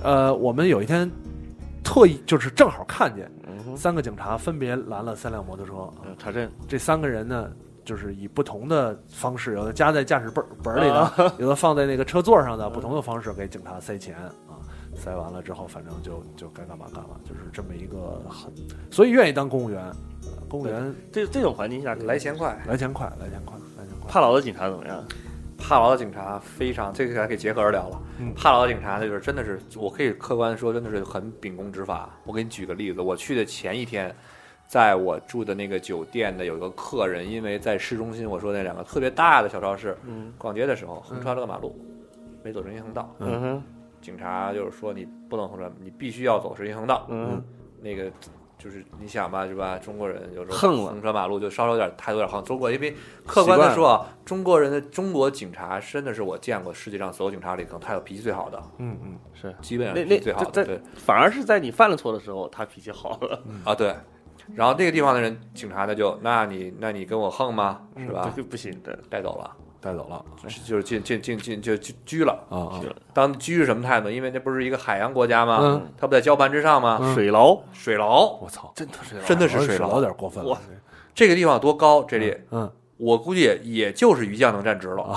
Speaker 9: 呃，我们有一天特意就是正好看见
Speaker 2: 嗯哼，
Speaker 9: 三个警察分别拦了三辆摩托车，啊
Speaker 2: 嗯，查证
Speaker 9: 这三个人呢，就是以不同的方式，有的夹在驾驶本本里
Speaker 2: 啊
Speaker 9: 的， 有的放在那个车座上的，不同的方式给警察塞钱啊。塞完了之后，反正就就该干嘛干嘛，就是这么一个很，所以愿意当公务员。呃公务员
Speaker 2: 这这种环境下
Speaker 3: 来钱快，
Speaker 9: 来钱快，来钱快，来钱快。
Speaker 2: 帕劳的警察怎么样？
Speaker 3: 帕劳的警察非常，这个还可以结合着聊了。
Speaker 9: 嗯
Speaker 3: 帕劳的警察就是真的是，我可以客观地说，真的是很秉公执法。我给你举个例子，我去的前一天，在我住的那个酒店的有一个客人，因为在市中心，我说那两个特别大的小超市
Speaker 2: 嗯
Speaker 3: 逛街的时候，横穿了个马路，没走人行横道，
Speaker 2: 嗯哼
Speaker 3: 警察就是说你不能横穿，你必须要走人行横道。
Speaker 2: 嗯
Speaker 3: 那个就是你想吧，是吧？中国人有时候
Speaker 2: 横了
Speaker 3: 横穿马路就稍稍有点态度有点横。中国因为客观的说啊，中国人的中国警察真的是我见过世界上所有警察里可能态度脾气最好的，
Speaker 9: 嗯嗯，
Speaker 2: 是
Speaker 3: 基本上
Speaker 2: 那
Speaker 3: 脾
Speaker 2: 那
Speaker 3: 气最好的，
Speaker 2: 在
Speaker 3: 对
Speaker 2: 在反而是在你犯了错的时候，他脾气好了，
Speaker 3: 啊对。然后那个地方的人，警察呢就，那你那你跟我横吗？是
Speaker 9: 嗯
Speaker 3: 吧？
Speaker 2: 这个不行的。
Speaker 3: 带走了，
Speaker 9: 带走了
Speaker 2: 哎
Speaker 3: 就是就是进进进进就就拘了。
Speaker 9: 啊啊，
Speaker 3: 当拘是什么态度？因为那不是一个海洋国家吗？
Speaker 9: 嗯
Speaker 3: 它不在礁盘之上吗？
Speaker 9: 嗯
Speaker 2: 水牢
Speaker 3: 水牢，
Speaker 9: 我操，
Speaker 2: 真的是
Speaker 3: 真的是
Speaker 9: 老
Speaker 3: 水
Speaker 9: 老
Speaker 3: 牢
Speaker 9: 有点过分了
Speaker 2: 哇，
Speaker 3: 这个地方有多高？这里、
Speaker 9: 嗯，
Speaker 3: 我估计也就是鱼酱能站直了。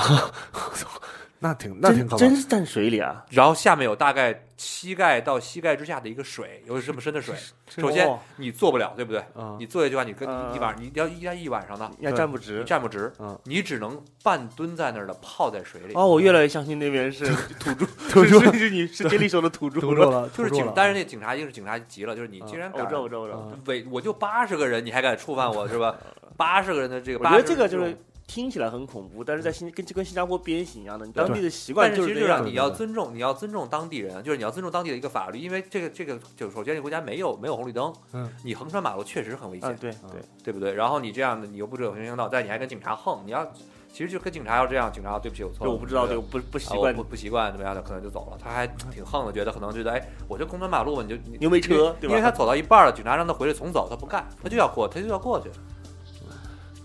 Speaker 9: 那挺啊那挺
Speaker 2: 真
Speaker 9: 可怕
Speaker 2: 真，是站水里啊！
Speaker 3: 然后下面有大概膝盖到膝盖之下的一个水，有这么深的水。首先
Speaker 2: 哦
Speaker 3: 你坐不了，对不对？
Speaker 9: 嗯
Speaker 3: 你坐下去的话，你跟
Speaker 2: 嗯
Speaker 3: 你一晚你要一待一晚上呢，
Speaker 2: 你还站不直
Speaker 3: 你站不直
Speaker 9: 嗯，
Speaker 3: 你只能半蹲在那儿的泡在水里。
Speaker 2: 哦，我越来越相信那边是土著，
Speaker 9: 土著
Speaker 2: 是是是你是杰里手的土著，哦
Speaker 9: 堵住了，
Speaker 3: 就
Speaker 9: 堵
Speaker 3: 是
Speaker 9: 住
Speaker 3: 警
Speaker 9: 了，
Speaker 3: 但是那警察一定是警察急了，就是你竟然
Speaker 2: 我
Speaker 3: 敢
Speaker 2: 知道，我知道，我知道。嗯
Speaker 9: 嗯
Speaker 3: 违，我就八十个人，你还敢触犯我是吧？八十个人的这个，
Speaker 2: 我觉得
Speaker 3: 80
Speaker 2: 这个就是
Speaker 3: 种，
Speaker 2: 听起来很恐怖，但是在新跟跟新加坡鞭刑一样的，你当地的习惯
Speaker 3: 但是
Speaker 2: 就
Speaker 3: 其实
Speaker 2: 这
Speaker 3: 就是
Speaker 2: 样
Speaker 3: 让
Speaker 2: 的。
Speaker 3: 你要尊重，你要尊重当地人，就是你要尊重当地的一个法律，因为这个这个就首先这个国家没有没有红绿灯，
Speaker 9: 嗯，
Speaker 3: 你横穿马路确实很危
Speaker 2: 啊，
Speaker 3: 险，
Speaker 2: 对对，
Speaker 3: 对不对？然后你这样的你又不知道行行道，但你还跟警察横，你要其实就跟警察要这样，警察对不起我错
Speaker 2: 就
Speaker 3: 了，
Speaker 2: 我不知道这
Speaker 3: 对
Speaker 2: 个
Speaker 3: 吧
Speaker 2: 不不习
Speaker 3: 啊我
Speaker 2: 惯
Speaker 3: 不，不习惯怎么样的，可能就走了。他还挺横的，觉得可能觉得哎，我就公穿马路嘛，你就你
Speaker 2: 又没车
Speaker 3: 因为
Speaker 2: 对吧
Speaker 3: 因为他走到一半了，警察让他回来重走，他不干，他就要过，他就要过去。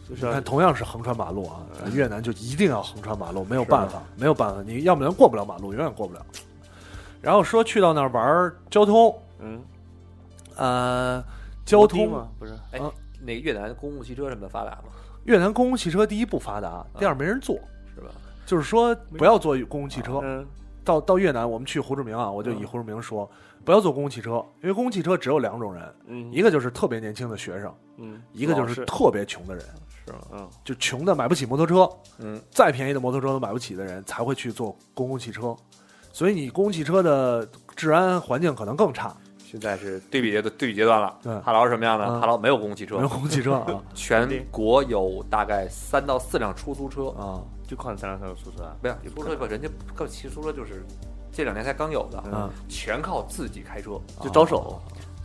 Speaker 2: 就是
Speaker 9: 你
Speaker 2: 要
Speaker 9: 看，同样是横穿马路啊，越南就一定要横穿马路，没有办法，没有办法，你要不然过不了马路，永远过不了。然后说去到那儿玩儿交通，
Speaker 2: 嗯，
Speaker 9: 呃，交
Speaker 2: 摩的
Speaker 9: 通
Speaker 2: 嘛不是
Speaker 3: 哎
Speaker 9: 啊，
Speaker 3: 那个越南公共汽车什么的发达嘛，
Speaker 9: 越南公共汽车第一不发达，第二没人坐，
Speaker 3: 是吧？
Speaker 9: 就是说不要坐公共汽车。
Speaker 2: 嗯
Speaker 9: 到到越南，我们去胡志明啊，我就以胡志明说，不要坐公共汽车，因为公共汽车只有两种人，
Speaker 2: 嗯
Speaker 9: 一个就是特别年轻的学生，
Speaker 2: 嗯
Speaker 9: 一个就
Speaker 2: 老
Speaker 9: 是
Speaker 2: 师
Speaker 9: 特别穷的人，
Speaker 3: 是吗？
Speaker 2: 嗯
Speaker 9: 就穷的买不起摩托车，
Speaker 3: 嗯，
Speaker 9: 再便宜的摩托车都买不起的人才会去坐公共汽车，所以你公共汽车的治安环境可能更差。
Speaker 3: 现在是对比阶段，对比阶段了。
Speaker 9: 嗯
Speaker 3: 哈劳是什么样的？
Speaker 9: 嗯
Speaker 3: 哈劳没有公共汽车
Speaker 9: 没有，公共汽 车啊
Speaker 3: 全国有大概三到四辆出租车，
Speaker 9: 啊
Speaker 2: 就靠三辆三的宿舍啊，
Speaker 3: 没有有出租车吧？人家靠骑出租车就是这两年才刚有的，
Speaker 9: 啊！
Speaker 3: 全靠自己开车，
Speaker 2: 嗯
Speaker 3: 啊
Speaker 2: 就招啊手，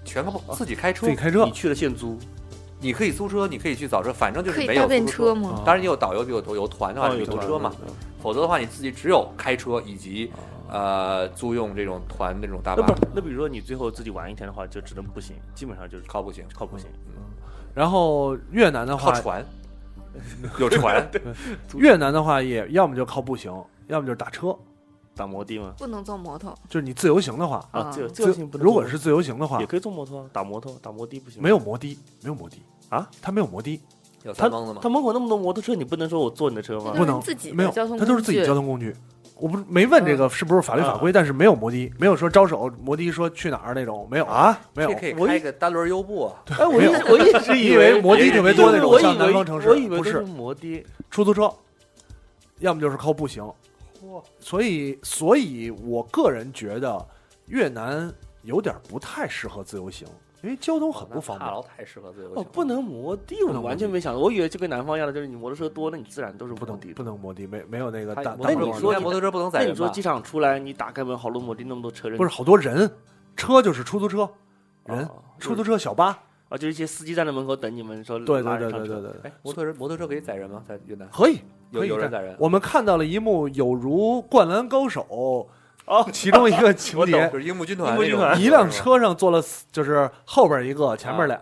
Speaker 3: 全靠自己开车
Speaker 9: 自己。开车
Speaker 2: 你去了现租，
Speaker 3: 你可以租车，你可以去找车，反正就
Speaker 10: 可
Speaker 3: 是
Speaker 10: 以
Speaker 3: 没
Speaker 10: 搭
Speaker 3: 有
Speaker 10: 便
Speaker 3: 出租
Speaker 10: 车。
Speaker 9: 啊
Speaker 10: 吗？
Speaker 3: 当然，你有导游，有有有团的话，
Speaker 2: 哦
Speaker 3: 有
Speaker 2: 有
Speaker 3: 租
Speaker 2: 团哦
Speaker 3: 车嘛。否则的话，你自己只有开车以及呃租用这种团那种大
Speaker 2: 那
Speaker 3: 巴
Speaker 2: 不是，那比如说你最后自己玩一天的话，就只能步行，基本上就是
Speaker 3: 靠不行，
Speaker 2: 靠步行。
Speaker 9: 然后越南的
Speaker 3: 靠
Speaker 9: 话，
Speaker 3: 船，有船。
Speaker 9: 越南的话也要么就靠步行，要么就是打车，
Speaker 2: 打摩的吗？
Speaker 10: 不能坐摩托，
Speaker 9: 就是你自由行的话，
Speaker 10: 啊
Speaker 2: 啊，这这行不能坐。
Speaker 9: 如果是自由行的话
Speaker 2: 也，可以坐摩托啊，打摩托，打摩的不行吗。
Speaker 9: 没有摩的，没有摩的
Speaker 2: 啊，
Speaker 9: 他没有摩的，
Speaker 3: 有三
Speaker 2: 他
Speaker 3: 帮子吗
Speaker 2: 他？门口那么多摩托车，你不能说我坐你的车吗
Speaker 10: 那？
Speaker 9: 不能
Speaker 10: 都是自己的
Speaker 9: 没有，
Speaker 10: 交通
Speaker 9: 他都是
Speaker 10: 工
Speaker 9: 自己
Speaker 10: 具
Speaker 9: 交通工具。我不是没问
Speaker 2: 嗯
Speaker 9: 这个是不是法律法规，但是没有摩的，没有说招手摩的说去哪儿那种，没有啊，没有
Speaker 3: 这可以
Speaker 2: 我一
Speaker 3: 开个单轮优步啊，
Speaker 2: 哎，我
Speaker 9: 没
Speaker 2: 一
Speaker 9: 有
Speaker 2: 直我一直
Speaker 9: 你以为摩的特别多那种
Speaker 2: 我以
Speaker 9: 像南
Speaker 2: 为
Speaker 9: 方城市
Speaker 2: 我以为
Speaker 9: 不
Speaker 2: 都
Speaker 9: 是
Speaker 2: 是摩的，
Speaker 9: 出租车，要么就是靠步行。所以，所以我个人觉得越南有点不太适合自由行，因为交通很不方
Speaker 3: 那帕
Speaker 9: 便。
Speaker 3: 劳太适合自由行
Speaker 2: 哦，
Speaker 3: 了，
Speaker 2: 不能摩的，
Speaker 9: 不
Speaker 2: 我
Speaker 9: 能摩
Speaker 2: 完
Speaker 9: 的
Speaker 2: 全没想到，我以为就跟南方一样的，就是你摩托车多，那你自然都是
Speaker 9: 不
Speaker 2: 摩
Speaker 9: 能
Speaker 2: 的
Speaker 9: 不。能摩的，没没有那个
Speaker 3: 他
Speaker 9: 大
Speaker 3: 摩
Speaker 9: 大
Speaker 2: 那你
Speaker 3: 托
Speaker 9: 摩
Speaker 3: 车
Speaker 2: 说
Speaker 9: 托
Speaker 3: 现在
Speaker 2: 你
Speaker 3: 摩托车不能载
Speaker 2: 那
Speaker 3: 人吧？
Speaker 2: 你说机场出来，你打开门，好多摩的那么多车人，
Speaker 9: 不是好多人，车就是出租车，人
Speaker 2: 哦
Speaker 9: 出租车小巴，
Speaker 2: 啊，就是一些司机站在门口等你们说
Speaker 9: 对
Speaker 2: 嗯拉
Speaker 9: 对
Speaker 2: 人
Speaker 9: 对
Speaker 2: 上
Speaker 9: 对
Speaker 2: 车
Speaker 9: 对对，对
Speaker 3: 哎，摩托车摩托车可以载人吗？在越南
Speaker 9: 可以。
Speaker 3: 有
Speaker 9: 可以
Speaker 3: 有人
Speaker 9: 的
Speaker 3: 载人，
Speaker 9: 我们看到了一幕有如《灌篮高手》哦，其中一个情
Speaker 2: 我懂
Speaker 9: 节
Speaker 3: 就，是樱木军团
Speaker 2: 樱木
Speaker 3: 那
Speaker 2: 军
Speaker 3: 种
Speaker 2: 团，
Speaker 9: 一辆车上坐了四，就是后边一个，前面俩，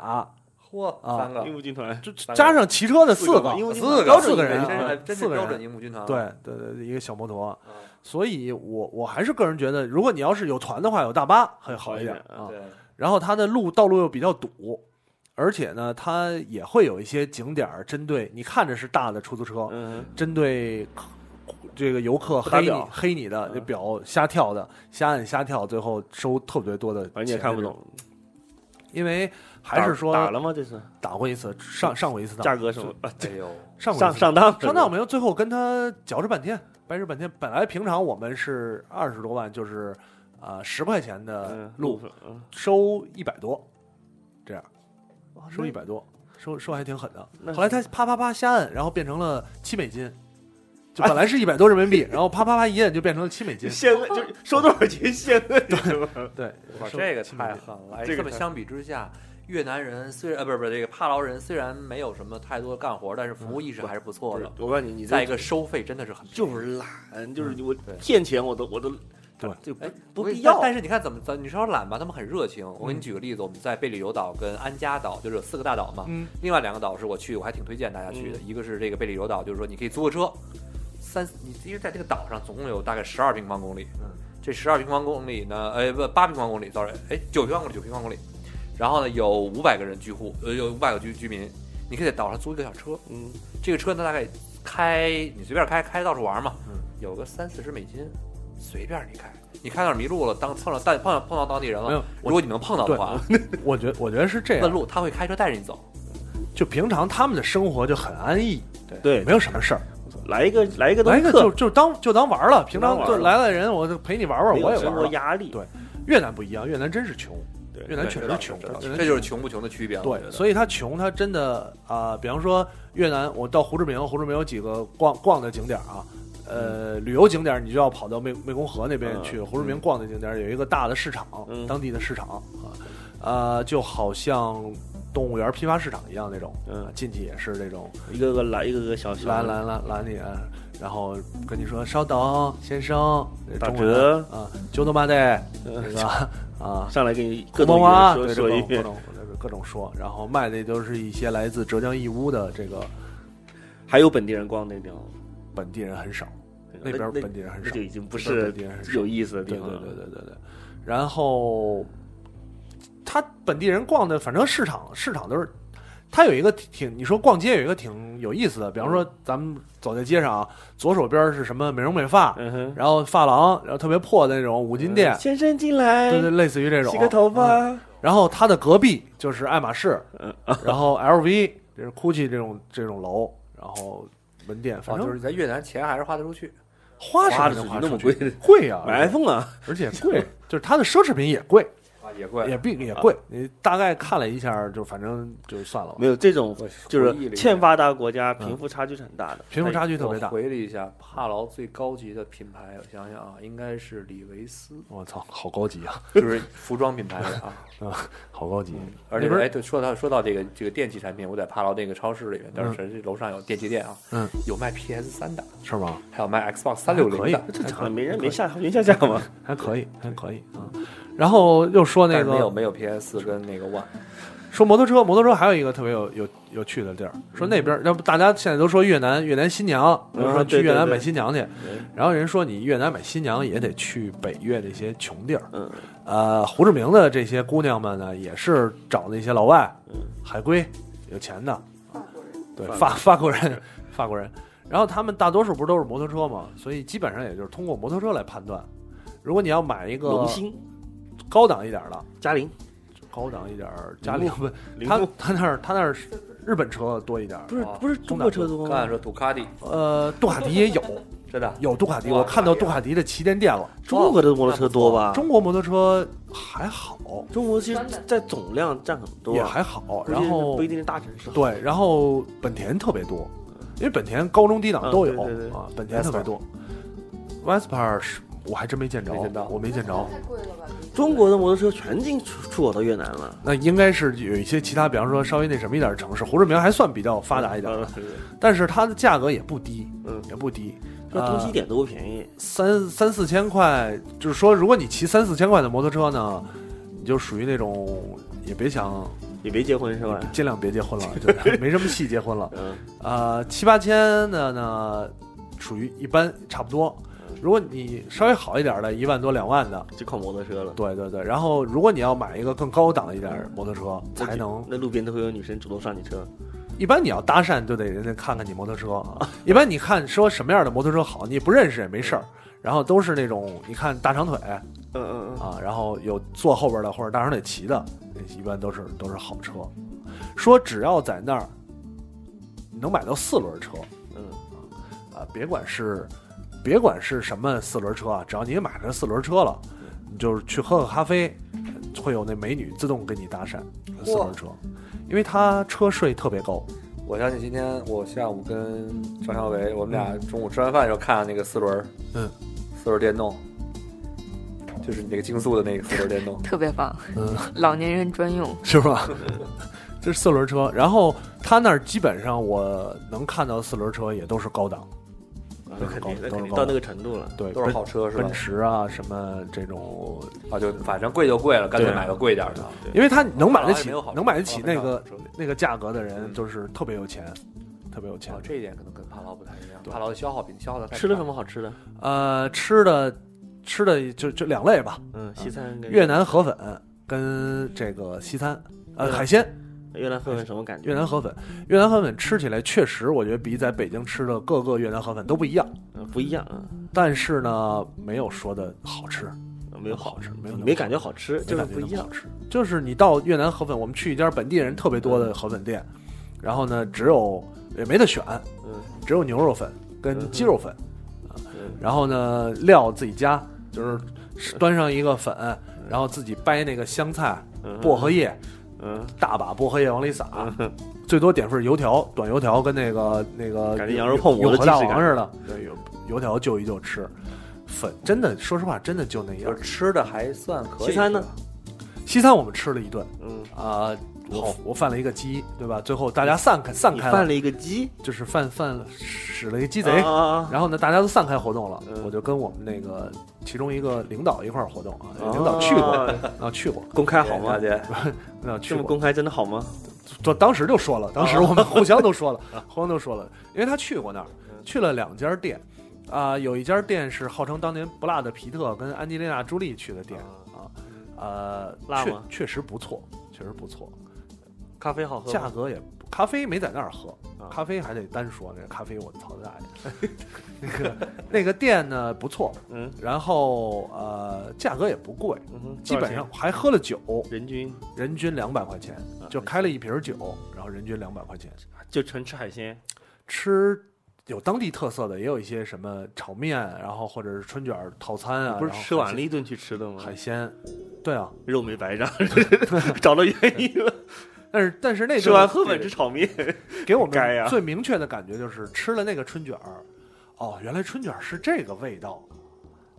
Speaker 3: 嚯，
Speaker 9: 啊
Speaker 3: 三个
Speaker 2: 义务军团
Speaker 9: 就
Speaker 3: 三个
Speaker 9: 加上骑车的四
Speaker 2: 四个
Speaker 9: 个
Speaker 2: 吧因为，
Speaker 9: 四
Speaker 3: 标
Speaker 9: 个
Speaker 3: 准
Speaker 9: 四个
Speaker 3: 樱
Speaker 9: 人
Speaker 3: 木军团
Speaker 9: 啊，
Speaker 3: 真是
Speaker 9: 四个
Speaker 3: 标准
Speaker 9: 人，
Speaker 3: 樱木军团了，
Speaker 9: 对对对，一个小摩托。
Speaker 3: 啊
Speaker 9: 所以我我还是个人觉得，如果你要是有团的话，有大巴会好一点
Speaker 2: 好一点
Speaker 9: 啊。
Speaker 3: 对，
Speaker 9: 然后它的路道路又比较堵，而且呢，它也会有一些景点儿针对你看着是大的出租车，
Speaker 2: 嗯，
Speaker 9: 针对客这个游客
Speaker 2: 不打
Speaker 9: 黑你
Speaker 2: 表
Speaker 9: 黑你的
Speaker 2: 嗯
Speaker 9: 那表瞎跳的瞎按瞎跳，最后收特别多的，
Speaker 2: 反啊正你也看不，懂，
Speaker 9: 因为还是说
Speaker 2: 打打了吗？这是
Speaker 9: 打过一次，上上过一次当，
Speaker 2: 价格什么？啊
Speaker 3: 哎 呦，
Speaker 9: 上过一
Speaker 2: 上
Speaker 9: 次
Speaker 2: 上当
Speaker 9: 上当没有，最后跟他嚼着半天，掰扯半天。本来平常我们是二十多万，就是啊十块钱的
Speaker 2: 嗯
Speaker 9: 路，
Speaker 2: 嗯
Speaker 9: 收一百多，这样
Speaker 2: 哇
Speaker 9: 收
Speaker 2: 那
Speaker 9: 一百多，收收还挺狠的。
Speaker 2: 那
Speaker 9: 后来他啪啪啪瞎按，然后变成了七美金， 就本来是一百多人民币，然后啪啪啪一摁就变成了七美金。
Speaker 2: 现问就是收多少钱现问是吧？
Speaker 9: 对，
Speaker 3: 哇，
Speaker 9: 收
Speaker 3: 这个
Speaker 9: 七美
Speaker 3: 太
Speaker 9: 金
Speaker 3: 狠了！哎，
Speaker 2: 这
Speaker 3: 这
Speaker 2: 个
Speaker 3: 么
Speaker 2: 太
Speaker 3: 相比之下，越南人虽然呃不是不是这个帕劳人虽然没有什么太多干活，但是服务意识还是不错的。
Speaker 2: 我告诉你，你
Speaker 3: 再一个收费真的是很
Speaker 2: 嗯就是懒，就是
Speaker 9: 嗯
Speaker 2: 我骗钱我都我都对就
Speaker 3: 哎
Speaker 2: 不
Speaker 3: 我跟
Speaker 2: 必
Speaker 3: 你
Speaker 2: 要。嗯
Speaker 3: 但是你看怎么咱你说懒吧，他们很热情。我给你举个例子，我们在贝里尤岛跟安家岛就是有四个大岛嘛，
Speaker 2: 嗯
Speaker 3: 另外两个岛是我去，我还挺推荐大家去的。一个是这个贝里尤岛，就是说你可以租个车，三你因为在这个岛上总共有大概十二平方公里，
Speaker 9: 嗯，
Speaker 3: 这十二平方公里呢，哎不八平方公里，sorry，哎九平方公里九平方公里，然后呢有五百个人居户，呃有五百个居居民，你可以在岛上租一个小车，
Speaker 2: 嗯，
Speaker 3: 这个车呢大概开你随便开开到处玩嘛，
Speaker 9: 嗯，
Speaker 3: 有个三四十美金，随便你开，你开那儿迷路了，当碰上但碰碰到当地人
Speaker 9: 没有
Speaker 3: 了，
Speaker 9: 我
Speaker 3: 如果你能碰到的话，
Speaker 9: 我啊觉我觉得是这
Speaker 3: 问
Speaker 9: 样，
Speaker 3: 路他会开车带着你走，
Speaker 9: 就平常他们的生活就很安逸，
Speaker 2: 对，
Speaker 9: 没有什么事儿，
Speaker 2: 来一个来一个
Speaker 9: 来一
Speaker 2: 都客
Speaker 9: 个就，就当就当玩儿了，平
Speaker 2: 当
Speaker 9: 常
Speaker 2: 玩儿
Speaker 9: 就
Speaker 2: 了
Speaker 9: 来了人，我就陪你玩玩，
Speaker 2: 没
Speaker 9: 我
Speaker 2: 有
Speaker 9: 也
Speaker 2: 生
Speaker 9: 玩
Speaker 2: 活
Speaker 9: 玩。
Speaker 2: 压力
Speaker 9: 对。越南不一样，越南真是穷，
Speaker 2: 对
Speaker 9: 越南
Speaker 3: 对
Speaker 9: 确
Speaker 3: 这
Speaker 9: 实
Speaker 3: 倒是
Speaker 9: 穷，
Speaker 3: 这倒是
Speaker 9: 越南
Speaker 3: 这就是穷不穷的区别了。
Speaker 9: 对，所
Speaker 3: 以
Speaker 9: 以他穷，他真的啊、比方说越南，我到胡志明，胡志明有几个逛逛的景点啊，呃，旅游景点你就要跑到湄湄公河那边去。胡志明逛的景点有一个大的市场，
Speaker 2: 嗯
Speaker 9: 当地的市场啊，呃，就好像动物园批发市场一样那种，
Speaker 2: 嗯
Speaker 9: 啊进去也是那种
Speaker 2: 一个个来，一个个小小
Speaker 9: 拦拦拦拦你，然后跟你说稍等，先生，
Speaker 2: 打
Speaker 9: 中
Speaker 2: 折
Speaker 9: 文啊，就他妈的
Speaker 2: 嗯
Speaker 9: 那个啊，
Speaker 2: 上来给你各
Speaker 9: 各
Speaker 2: 种
Speaker 9: 种啊，
Speaker 2: 说
Speaker 9: 对
Speaker 2: 说
Speaker 9: 这
Speaker 2: 一
Speaker 9: 种各
Speaker 2: 遍。
Speaker 9: 种各种说，然后卖的都是一些来自浙江义乌的这个
Speaker 2: 还有本地人逛那地方，
Speaker 9: 本地人很少，那边本地人很
Speaker 2: 那
Speaker 9: 少
Speaker 2: 就，已经不
Speaker 9: 那边
Speaker 2: 是
Speaker 9: 本地人很少
Speaker 2: 有意思的
Speaker 9: 对
Speaker 2: 地
Speaker 9: 对
Speaker 2: 方
Speaker 9: 对
Speaker 2: 了。
Speaker 9: 对对对。然后他本地人逛的，反正市场市场都是，他有一个挺，你说逛街有一个挺有意思的，比方
Speaker 2: 嗯
Speaker 9: 说咱们走在街上啊，左手边是什么美容美发，
Speaker 2: 嗯哼，
Speaker 9: 然后发廊，然后特别破的那种五金店
Speaker 2: 嗯，先生进来，
Speaker 9: 对对，类似于这种
Speaker 2: 洗个头
Speaker 9: 嗯
Speaker 2: 发。
Speaker 9: 然后它的隔壁就是爱马仕，
Speaker 2: 嗯
Speaker 9: 然后 LV 这是 GUCCI 这种这种楼，然后门店，反
Speaker 3: 哦就是
Speaker 9: 正
Speaker 3: 在越南钱还是花得出去。
Speaker 9: 花
Speaker 2: 花
Speaker 9: 什
Speaker 2: 得出
Speaker 9: 么
Speaker 2: 去
Speaker 9: 花
Speaker 2: 那么
Speaker 9: 出去
Speaker 2: 贵
Speaker 9: 贵呀，
Speaker 2: 买 iPhone 啊，
Speaker 9: 而且贵，就是它的奢侈品也贵，
Speaker 3: 啊，也贵
Speaker 9: 也并也贵。你大概看了一下，就反正就算了吧
Speaker 2: 没。有这种
Speaker 3: 我
Speaker 2: 就是欠发达国家贫富差距是很大的，
Speaker 9: 嗯
Speaker 2: 哎
Speaker 9: 贫富差距特别
Speaker 3: 我
Speaker 9: 大，，
Speaker 3: 回了一下，帕劳最高级的品牌，我想想啊，应该是李维斯
Speaker 9: 我操，好高级啊，
Speaker 3: 就是服装品牌啊。
Speaker 9: 好高级！
Speaker 3: 而且
Speaker 9: 那边
Speaker 3: 哎，对，说到说到这个这个电器产品，我在帕劳那个超市里面，当时楼上有电器店啊，
Speaker 9: 嗯，
Speaker 3: 有卖 PS 三的，
Speaker 9: 是吗？
Speaker 3: 还有卖 Xbox 三六
Speaker 9: 可
Speaker 3: 零
Speaker 9: 以
Speaker 3: 的，
Speaker 2: 这
Speaker 9: 还可以
Speaker 2: 没人没下没下架嘛，
Speaker 9: 还可以，还可以啊。然后又说
Speaker 3: 嗯但
Speaker 9: 那
Speaker 3: 是没有
Speaker 9: 个
Speaker 3: 没有 PS 跟那个 One，
Speaker 9: 说摩托车，摩托车还有一个特别有有有趣的地儿，说那边要不大家现在都说越南越南新娘，都说
Speaker 2: 嗯对
Speaker 9: 去越
Speaker 2: 对
Speaker 9: 南
Speaker 2: 对
Speaker 9: 买新娘去，
Speaker 2: 对
Speaker 9: 然后人说你越南买新娘也得去北越那些穷地儿，
Speaker 2: 嗯，
Speaker 9: 呃，胡志明的这些姑娘们呢，也是找那些老外，
Speaker 2: 嗯
Speaker 9: 海归，有钱的，对，法法国人，法国人，然后他们大多数不是都是摩托车嘛，所以基本上也就是通过摩托车来判断。如果你要买一个
Speaker 2: 龙兴、
Speaker 9: 高档一点儿的，
Speaker 2: 嘉陵、
Speaker 9: 高档一点儿，家里不，
Speaker 2: 铃
Speaker 9: 他
Speaker 2: 木，
Speaker 9: 他那儿他那儿是日本车多一点儿，
Speaker 2: 不是
Speaker 3: 哦
Speaker 2: 不是中国车多
Speaker 3: 刚才
Speaker 2: 吗？
Speaker 3: 说杜卡迪，
Speaker 9: 呃，杜卡迪也有，
Speaker 3: 真的
Speaker 9: 有杜卡迪，
Speaker 3: 哇
Speaker 9: 我
Speaker 2: 哎
Speaker 9: 看到杜卡迪的旗舰店了。啊
Speaker 2: 中国的摩托车多吧？
Speaker 9: 中国摩托车还好，
Speaker 2: 中国其实在总量占很多
Speaker 9: 也
Speaker 2: 啊，
Speaker 9: 还好，
Speaker 2: 估计
Speaker 9: 然后
Speaker 2: 不一定是大城市。
Speaker 9: 对，然后本田特别多，因为本田高中低档都有、
Speaker 2: 嗯对对对
Speaker 9: 啊，本田特别多。Vespa 是我还真没见着，
Speaker 3: 没见到
Speaker 9: 我没见着。
Speaker 10: 贵了吧？
Speaker 2: 中国的摩托车全进出出口到越南了，
Speaker 9: 那应该是有一些其他，比方说稍微那什么一点的城市，胡志明还算比较发达一点的，
Speaker 2: 嗯。对对
Speaker 9: 但是它的价格也不低，
Speaker 2: 嗯
Speaker 9: 也不低。
Speaker 2: 那东西一
Speaker 9: 呃、
Speaker 2: 点都不便宜，
Speaker 9: 三三四千块，就是说，如果你骑三四千块的摩托车呢，你就属于那种也别想，
Speaker 2: 也没结婚是吧？
Speaker 9: 尽量别 结婚了，就是没什么戏结婚了。
Speaker 2: 嗯，
Speaker 9: 呃，七八千的呢，属于一般差不多。
Speaker 2: 嗯
Speaker 9: 如果你稍微好一点的，一万多两万的，
Speaker 2: 就靠摩托车了。
Speaker 9: 对对对。然后如果你要买一个更高档一点的摩托车，
Speaker 2: 那就
Speaker 9: 才能
Speaker 2: 那路边都会有女生主动上你车，
Speaker 9: 一般你要搭讪就得人家看看你摩托车 啊。一般你看说什么样的摩托车好，你也不认识也没事儿。然后都是那种你看大长腿
Speaker 2: 嗯嗯嗯，
Speaker 9: 啊，然后有坐后边的或者大长腿骑的，一般都是都是好车。说只要在那儿你能买到四轮车，
Speaker 2: 嗯，
Speaker 9: 啊，别管是别管是什么四轮车啊，只要你买了四轮车了，
Speaker 3: 嗯
Speaker 9: 你就是去喝个咖啡，会有那美女自动跟你搭讪。四轮车，因为它车税特别高，
Speaker 3: 我相信今天我下午跟张小
Speaker 9: 嗯
Speaker 3: 伟，我们俩中午吃完饭的时候看那个四轮，
Speaker 9: 嗯，
Speaker 3: 四轮电动，就是你这个竞速的那个四轮 电动，
Speaker 10: 特别棒，
Speaker 9: 嗯，
Speaker 10: 老年人专用。
Speaker 9: 是 吧？这是四轮车，然后他那儿基本上我能看到四轮车也都是高档，
Speaker 2: 啊那肯定，那
Speaker 9: 都
Speaker 2: 肯
Speaker 9: 是
Speaker 2: 定
Speaker 9: 高
Speaker 2: 到那个程度了。
Speaker 9: 对，
Speaker 3: 都是好车是
Speaker 9: 奔
Speaker 3: 吧
Speaker 9: 奔驰啊什么这种，
Speaker 3: 啊，就反正贵就贵了，干脆
Speaker 9: 对啊
Speaker 3: 买个贵点儿的。啊
Speaker 9: 因为他能买得
Speaker 3: 好像也
Speaker 9: 起
Speaker 3: 没有好，车
Speaker 9: 能买得起
Speaker 3: 好
Speaker 9: 那
Speaker 3: 像没有
Speaker 9: 个
Speaker 3: 好车
Speaker 9: 那个价格的人，
Speaker 3: 嗯
Speaker 9: 就是特别有钱，特别有钱
Speaker 3: 哦，。这一点可能跟帕劳不太一样，
Speaker 9: 对
Speaker 3: 帕劳的消耗比消耗的
Speaker 2: 吃了什么好吃的？
Speaker 9: 呃，吃的吃的就就两类吧，
Speaker 2: 嗯，西餐跟
Speaker 9: 越南河粉跟这个西餐，呃，
Speaker 2: 嗯
Speaker 9: 海鲜。
Speaker 2: 越南河粉什么感觉？
Speaker 9: 越南河粉，越南河粉吃起来确实，我觉得比在北京吃的各个越南河粉都不一样，
Speaker 2: 呃不一样，嗯
Speaker 9: 但是呢，没有说的好吃，
Speaker 2: 没有好
Speaker 9: 好吃，没有那么
Speaker 2: 没感觉好吃，就是
Speaker 9: 感觉
Speaker 2: 不
Speaker 9: 那
Speaker 2: 一
Speaker 9: 么
Speaker 2: 样
Speaker 9: 好。吃。就是你到越南河粉，我们去一家本地人特别多的河粉店，然后呢，只有也没得选，
Speaker 2: 嗯
Speaker 9: 只有牛肉粉跟鸡肉粉，啊
Speaker 2: 嗯，
Speaker 9: 然后呢，料自己加，就是端上一个粉，然后自己掰那个香菜、
Speaker 2: 嗯
Speaker 9: 薄荷叶，
Speaker 2: 嗯，
Speaker 9: 大把薄荷叶往里撒，最多点份油条、短油条跟那个那个
Speaker 2: 感觉羊肉泡馍的
Speaker 9: 永和大
Speaker 2: 即视
Speaker 9: 王
Speaker 2: 感
Speaker 9: 似的，对，油油条就一就吃。粉真的，说实话，真的就那
Speaker 3: 就
Speaker 9: 样
Speaker 3: 是。吃的还算可以。
Speaker 2: 西餐呢？
Speaker 9: 西餐我们吃了一顿
Speaker 2: 嗯，
Speaker 9: 啊、我我犯了一个鸡，对吧？最后大家散开散
Speaker 2: 你
Speaker 9: 开
Speaker 2: 犯了一个鸡，
Speaker 9: 就是犯犯使了一个鸡
Speaker 2: 鸡
Speaker 9: 贼。
Speaker 2: 啊啊
Speaker 9: 然后呢，大家都散开活动了，
Speaker 2: 嗯
Speaker 9: 我就跟我们那个其中一个领导一块儿活动啊，
Speaker 2: 啊！
Speaker 9: 领导去过，
Speaker 2: 啊，
Speaker 9: 啊去过，
Speaker 2: 公开好吗
Speaker 3: 大？姐，
Speaker 9: 领导去
Speaker 2: 这么
Speaker 9: 过，
Speaker 2: 公啊开真的好吗？
Speaker 9: 就当时就说了，当时我们互相都说了， 互相都说了，因为他去过那儿，
Speaker 2: 嗯
Speaker 9: 去了两家店，啊、有一家店是号称当年不辣的皮特跟安吉丽娜朱莉去的店啊，呃，
Speaker 2: 辣
Speaker 9: 确
Speaker 2: 吗
Speaker 9: 确实不错，确实不错，
Speaker 2: 咖啡好喝
Speaker 9: 价
Speaker 2: 吗？
Speaker 9: 格也不咖啡没在那儿喝
Speaker 2: 啊，
Speaker 9: 咖啡还得单说，那个咖啡我操他大爷，那个那个店呢不错，
Speaker 2: 嗯
Speaker 9: 然后呃价格也不贵，
Speaker 2: 嗯哼，
Speaker 9: 基本
Speaker 2: 多少
Speaker 9: 上
Speaker 2: 钱
Speaker 9: 还喝了酒，
Speaker 2: 人均
Speaker 9: 人均两百块钱，
Speaker 2: 啊
Speaker 9: 就开了一瓶酒，然后人均两百块钱。
Speaker 2: 就纯吃海鲜，
Speaker 9: 吃有当地特色的，也有一些什么炒面，然后或者是春卷儿套餐啊。
Speaker 2: 不是
Speaker 9: 然后
Speaker 2: 吃完了一顿去吃的吗？
Speaker 9: 海鲜，对啊，
Speaker 2: 肉没白长， 找到原因了。
Speaker 9: 但是但是那顿
Speaker 2: 吃完河粉
Speaker 9: 给
Speaker 2: 吃炒面，
Speaker 9: 给我
Speaker 2: 该呀
Speaker 9: 们最明确的感觉就是吃了那个春卷儿，哦，原来春卷儿是这个味道，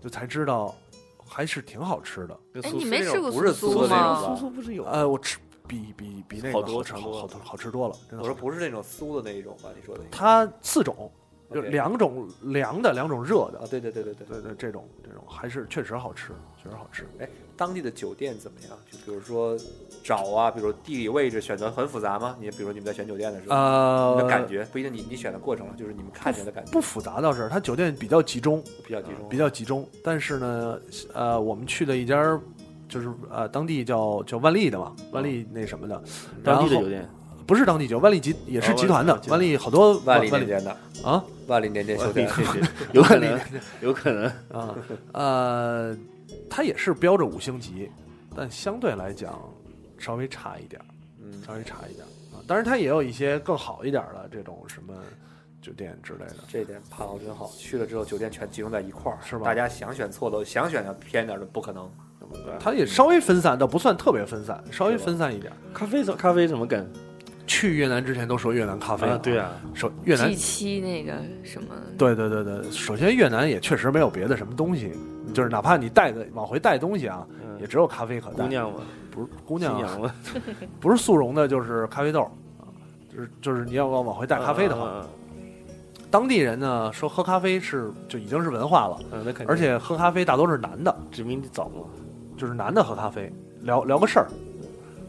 Speaker 9: 就才知道还是挺好吃的。
Speaker 2: 跟
Speaker 10: 哎，
Speaker 2: 苏
Speaker 10: 你
Speaker 2: 式
Speaker 10: 没
Speaker 2: 那
Speaker 10: 吃
Speaker 2: 种
Speaker 10: 过
Speaker 3: 不是
Speaker 10: 苏
Speaker 3: 酥
Speaker 10: 苏
Speaker 3: 的那
Speaker 10: 吗？
Speaker 3: 种
Speaker 2: 苏苏不是有？
Speaker 9: 呃，我吃比比比那个
Speaker 2: 好多
Speaker 9: 好
Speaker 2: 好
Speaker 9: 吃
Speaker 2: 多
Speaker 9: 好多好吃多了，真的
Speaker 3: 我
Speaker 9: 好
Speaker 3: 说
Speaker 9: 吃。
Speaker 3: 不是那种酥的那一种吧？你说的应该
Speaker 9: 它四种，就
Speaker 3: OK
Speaker 9: 两种凉的，两种热的
Speaker 3: 啊，。对对对对对。
Speaker 9: 对对，这种这种还是确实好吃，确实好吃。
Speaker 3: 当地的酒店怎么样？就比如说找啊，比如地理位置选择很复杂吗？你比如你们在选酒店的时候，
Speaker 9: 呃
Speaker 3: 你，的感觉不一定你你选的过程了，就是你们看见的感觉
Speaker 9: 不复杂倒是，它酒店比较集中，
Speaker 3: 比较集中，
Speaker 9: 啊比较集中。但是呢，呃，我们去的一家儿就是呃当地叫叫万丽的嘛，万丽那什么的，然
Speaker 2: 当
Speaker 9: 后
Speaker 2: 地的酒店，
Speaker 9: 不是当地酒，万丽集也是
Speaker 2: 哦
Speaker 9: 集团的，
Speaker 2: 万
Speaker 9: 万
Speaker 2: 丽
Speaker 9: 丽好多
Speaker 3: 万
Speaker 9: 万
Speaker 3: 里年间的
Speaker 9: 啊，
Speaker 3: 万里年间
Speaker 2: 我
Speaker 3: 修
Speaker 2: 理
Speaker 3: 的，
Speaker 2: 解，有可能，有可能。
Speaker 9: 啊呃，它也是标着五星级，但相对来讲稍微差一点儿，
Speaker 3: 嗯，
Speaker 9: 稍微差一点儿啊。当然它也有一些更好一点儿的这种什么酒店之类的，
Speaker 3: 这一点帕劳真好，去了之后酒店全集中在一块儿，
Speaker 9: 是吧
Speaker 3: 大家想选错的，想选的偏点儿的不可能。
Speaker 9: 它也稍微分散，倒不算特别分散，稍微
Speaker 3: 是吧
Speaker 9: 分散一点儿。
Speaker 2: 咖啡怎咖啡怎么梗
Speaker 9: 去越南之前都说越南咖啡
Speaker 2: 啊？对
Speaker 9: 啊，
Speaker 2: 啊，
Speaker 9: 首越南
Speaker 10: G 七那个什么？
Speaker 9: 对对对对，首先越南也确实没有别的什么东西，就是哪怕你带个往回带东西啊，
Speaker 2: 嗯
Speaker 9: 也只有咖啡可带。
Speaker 2: 姑娘嘛，
Speaker 9: 不是姑
Speaker 2: 新
Speaker 9: 娘啊，
Speaker 2: 娘嘛，
Speaker 9: 不是速溶的，就是咖啡豆，啊就是就是你要往回带咖啡的话，
Speaker 2: 嗯，
Speaker 9: 当地人呢说喝咖啡是就已经是文化了，
Speaker 2: 嗯嗯那肯定。
Speaker 9: 而且喝咖啡大多是男的，
Speaker 2: 殖民地早嘛，
Speaker 9: 就是男的喝咖啡聊聊个事儿，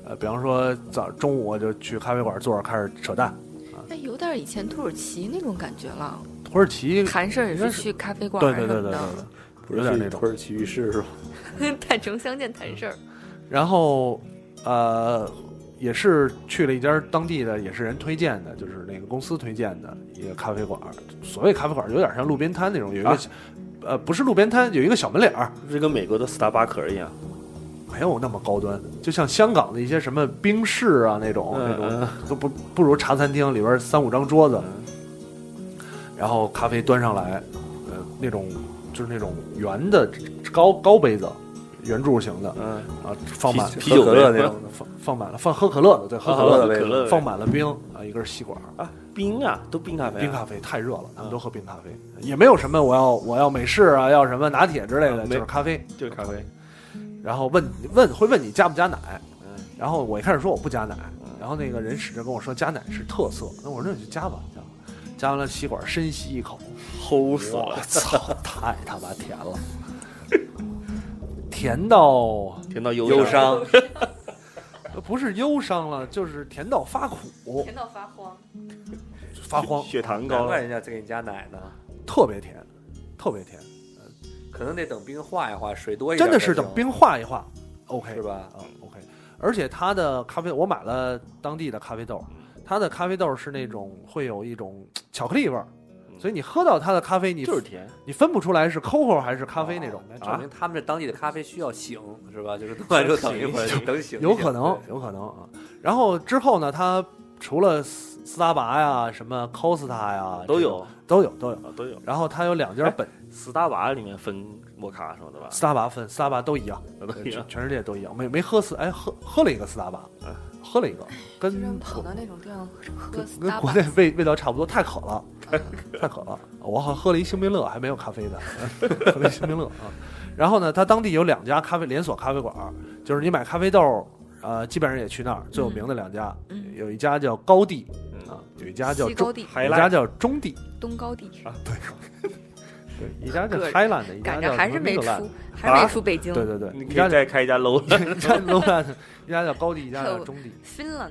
Speaker 9: 呃，比方说早中午我就去咖啡馆坐着开始扯淡，
Speaker 10: 哎，有点以前土耳其那种感觉了。
Speaker 9: 土耳其
Speaker 10: 谈事儿也
Speaker 9: 应该
Speaker 10: 是
Speaker 9: 是
Speaker 10: 去咖啡馆
Speaker 9: 对
Speaker 10: 儿
Speaker 9: 对
Speaker 10: 什
Speaker 9: 对对
Speaker 10: 么
Speaker 9: 对对
Speaker 10: 的，，
Speaker 9: 有点那种
Speaker 3: 耳其浴室是吧？
Speaker 10: 坦诚相见谈事儿。
Speaker 3: 嗯
Speaker 9: 然后呃，也是去了一家当地的，也是人推荐的，就是那个公司推荐的一个咖啡馆儿。所谓咖啡馆儿，有点像路边摊那种，有一个、
Speaker 2: 啊
Speaker 9: 呃，不是路边摊，有一个小门脸儿，
Speaker 2: 这跟美国的斯达巴克一样，
Speaker 9: 没有那么高端，就像香港的一些什么冰室啊那种、那种，
Speaker 2: 嗯
Speaker 9: 都不不如茶餐厅里边三五张桌子，嗯然后咖啡端上来，呃，那种就是那种圆的高高杯子，圆柱形的
Speaker 2: 嗯，
Speaker 9: 啊，放满
Speaker 2: 啤啤酒
Speaker 3: 可乐
Speaker 2: 类
Speaker 3: 那种的
Speaker 9: 放放满了，放喝可乐的，对，喝可乐
Speaker 3: 啊
Speaker 9: 的
Speaker 3: 的杯
Speaker 2: 可
Speaker 3: 子
Speaker 2: 乐
Speaker 9: 放满了冰啊，一根吸管，
Speaker 2: 啊，冰啊，都冰咖啡啊，
Speaker 9: 冰咖啡太热了，他们都喝冰咖啡，也没有什么我要我要美式啊，要什么拿铁之类的，
Speaker 2: 啊
Speaker 9: 就
Speaker 2: 没
Speaker 9: 是咖啡，
Speaker 2: 就是咖啡，
Speaker 9: 然后问问会问你加不加奶，然后我一开始说我不加奶，
Speaker 2: 嗯
Speaker 9: 然后那个人使劲跟我说加奶是特色，那我说那你就加吧，加吧，加完了吸管深吸一口，
Speaker 2: 齁死了
Speaker 9: 我操，太他妈甜了， 甜到
Speaker 2: 甜到
Speaker 3: 忧伤，
Speaker 9: 不是忧伤了，就是甜到发苦，
Speaker 10: 甜到发慌。
Speaker 9: 发慌，
Speaker 2: 血糖
Speaker 3: 难
Speaker 2: 高
Speaker 3: 怪
Speaker 2: 了，
Speaker 3: 人家再给你加奶呢，
Speaker 9: 特别甜，特别甜，
Speaker 3: 可能得等冰化一化，水多一点
Speaker 9: 真
Speaker 3: 才行，
Speaker 9: 的是等冰化一化，OK
Speaker 3: 是吧？
Speaker 9: 啊，OK。而且它的咖啡，我买了当地的咖啡豆，
Speaker 3: 嗯
Speaker 9: 它的咖啡豆是那种会有一种嘖巧克力味儿，
Speaker 2: 嗯
Speaker 9: 所以你喝到它的咖啡，你
Speaker 2: 就是甜。
Speaker 9: 你分不出来是 COCO 还是咖啡那种
Speaker 3: 哦那证
Speaker 9: 啊，
Speaker 3: 明他们这当地的咖啡需要醒，是吧？ 就是弄完之后等一会儿，等醒一下，
Speaker 9: 有可能，有可能啊。然后之后呢，它除了斯斯达拔呀、什么 Costa 呀，
Speaker 2: 啊都有
Speaker 9: 这种都有啊都有。
Speaker 2: 啊，都有。
Speaker 9: 然后它有
Speaker 2: 哎
Speaker 9: 两家本
Speaker 2: 斯达娃里面分摩卡什么的吧
Speaker 9: 斯，达拔分，斯达拔都一样，呃
Speaker 2: 那都一
Speaker 9: 全
Speaker 2: 样。
Speaker 9: 全世界都一样。没没喝斯，哎，喝喝了一个斯达拔
Speaker 2: 哎，
Speaker 9: 喝了一个，
Speaker 10: 居然
Speaker 9: 跟
Speaker 10: 跑到那种地方喝
Speaker 9: 跟
Speaker 10: 斯
Speaker 9: 跟
Speaker 10: 达
Speaker 9: 国
Speaker 10: 巴
Speaker 9: 内味味道差不多，太渴了， 太渴了。我好像喝了一星冰乐，还没有咖啡呢， 喝了一星冰乐啊。然后呢，它当地有两家咖啡连锁咖啡馆儿，就是你买咖啡豆，呃，基本上也去那儿。最有名的两家，
Speaker 10: 嗯
Speaker 9: 有一家叫高地
Speaker 2: 嗯，
Speaker 9: 啊，有一家叫
Speaker 10: 西
Speaker 9: 中啊
Speaker 10: 高，地、
Speaker 9: 有一家叫中地，
Speaker 10: 东高地，
Speaker 9: 对，一家叫
Speaker 10: 个人
Speaker 9: Highland，一家
Speaker 10: 赶
Speaker 9: 叫
Speaker 10: 着还是没
Speaker 9: m
Speaker 10: 出
Speaker 9: i l，
Speaker 10: 还是没出北京。
Speaker 9: 啊对对对，
Speaker 2: 你
Speaker 9: 一
Speaker 2: 可
Speaker 9: 家
Speaker 2: 以
Speaker 9: 叫
Speaker 2: 再开一家 low 的
Speaker 9: 一家 l o w 一家叫高地，一家叫中地。
Speaker 10: Finland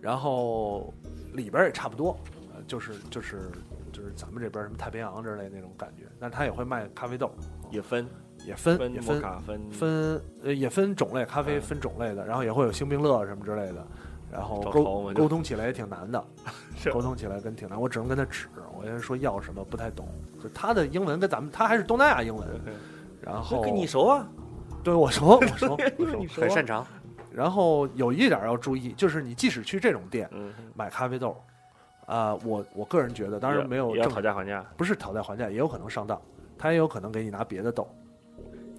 Speaker 9: 然后里边儿也差不多，呃，就是就是就是咱们这边儿什么太平洋之类那种感觉，但它也会卖咖啡豆，
Speaker 2: 也分
Speaker 9: 也分
Speaker 2: 分
Speaker 9: 也
Speaker 2: 摩
Speaker 9: 分
Speaker 2: 卡分
Speaker 9: 分呃也分种类，咖啡
Speaker 2: 嗯
Speaker 9: 分种类的，然后也会有星冰乐什么之类的，然后
Speaker 2: 找头
Speaker 9: 沟
Speaker 2: 嘛就
Speaker 9: 沟通起来也挺难的
Speaker 2: 是，
Speaker 9: 沟通起来跟挺难，我只能跟他指，我跟他说要什么不太懂，就他的英文跟咱们他还是东南亚英文，然后
Speaker 2: 那跟你熟啊，
Speaker 9: 对我熟我熟我
Speaker 2: 跟
Speaker 9: 哦熟
Speaker 2: 你，熟
Speaker 3: 很
Speaker 2: 啊。
Speaker 3: 擅长。
Speaker 9: 然后有一点儿要注意，就是你即使去这种店。
Speaker 2: 嗯，
Speaker 9: 买咖啡豆，啊、我我个人觉得，当然没有
Speaker 2: 也要
Speaker 9: 正
Speaker 2: 讨价还价，
Speaker 9: 不是讨价还价，也有可能上当，他也有可能给你拿别的豆。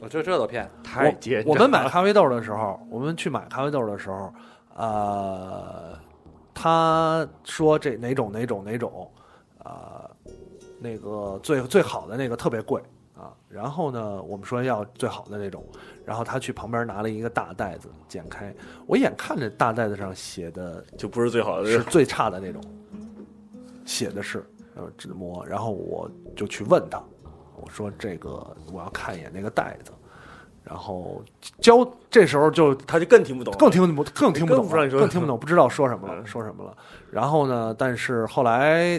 Speaker 3: 我哦这这都骗，
Speaker 2: 太奸诈
Speaker 9: 我们买 咖啡豆的时候，我们去买咖啡豆的时候，呃，他说这哪种哪种哪种，呃，那个最最好的那个特别贵啊。然后呢，我们说要最好的那种，然后他去旁边拿了一个大袋子，剪开，我眼看着大袋子上写的
Speaker 2: 就不是最好的
Speaker 9: 是最差的那种，写的是呃纸模，然后我就去问他，我说这个我要看一眼那个袋子，然后交这时候就
Speaker 2: 他就更听不懂了，哎
Speaker 9: 更听不更听不懂
Speaker 2: 更不知道
Speaker 9: 了，
Speaker 2: 你说
Speaker 9: 更听不懂，不知道说什么了，
Speaker 2: 嗯
Speaker 9: 说什么了。然后呢，但是后来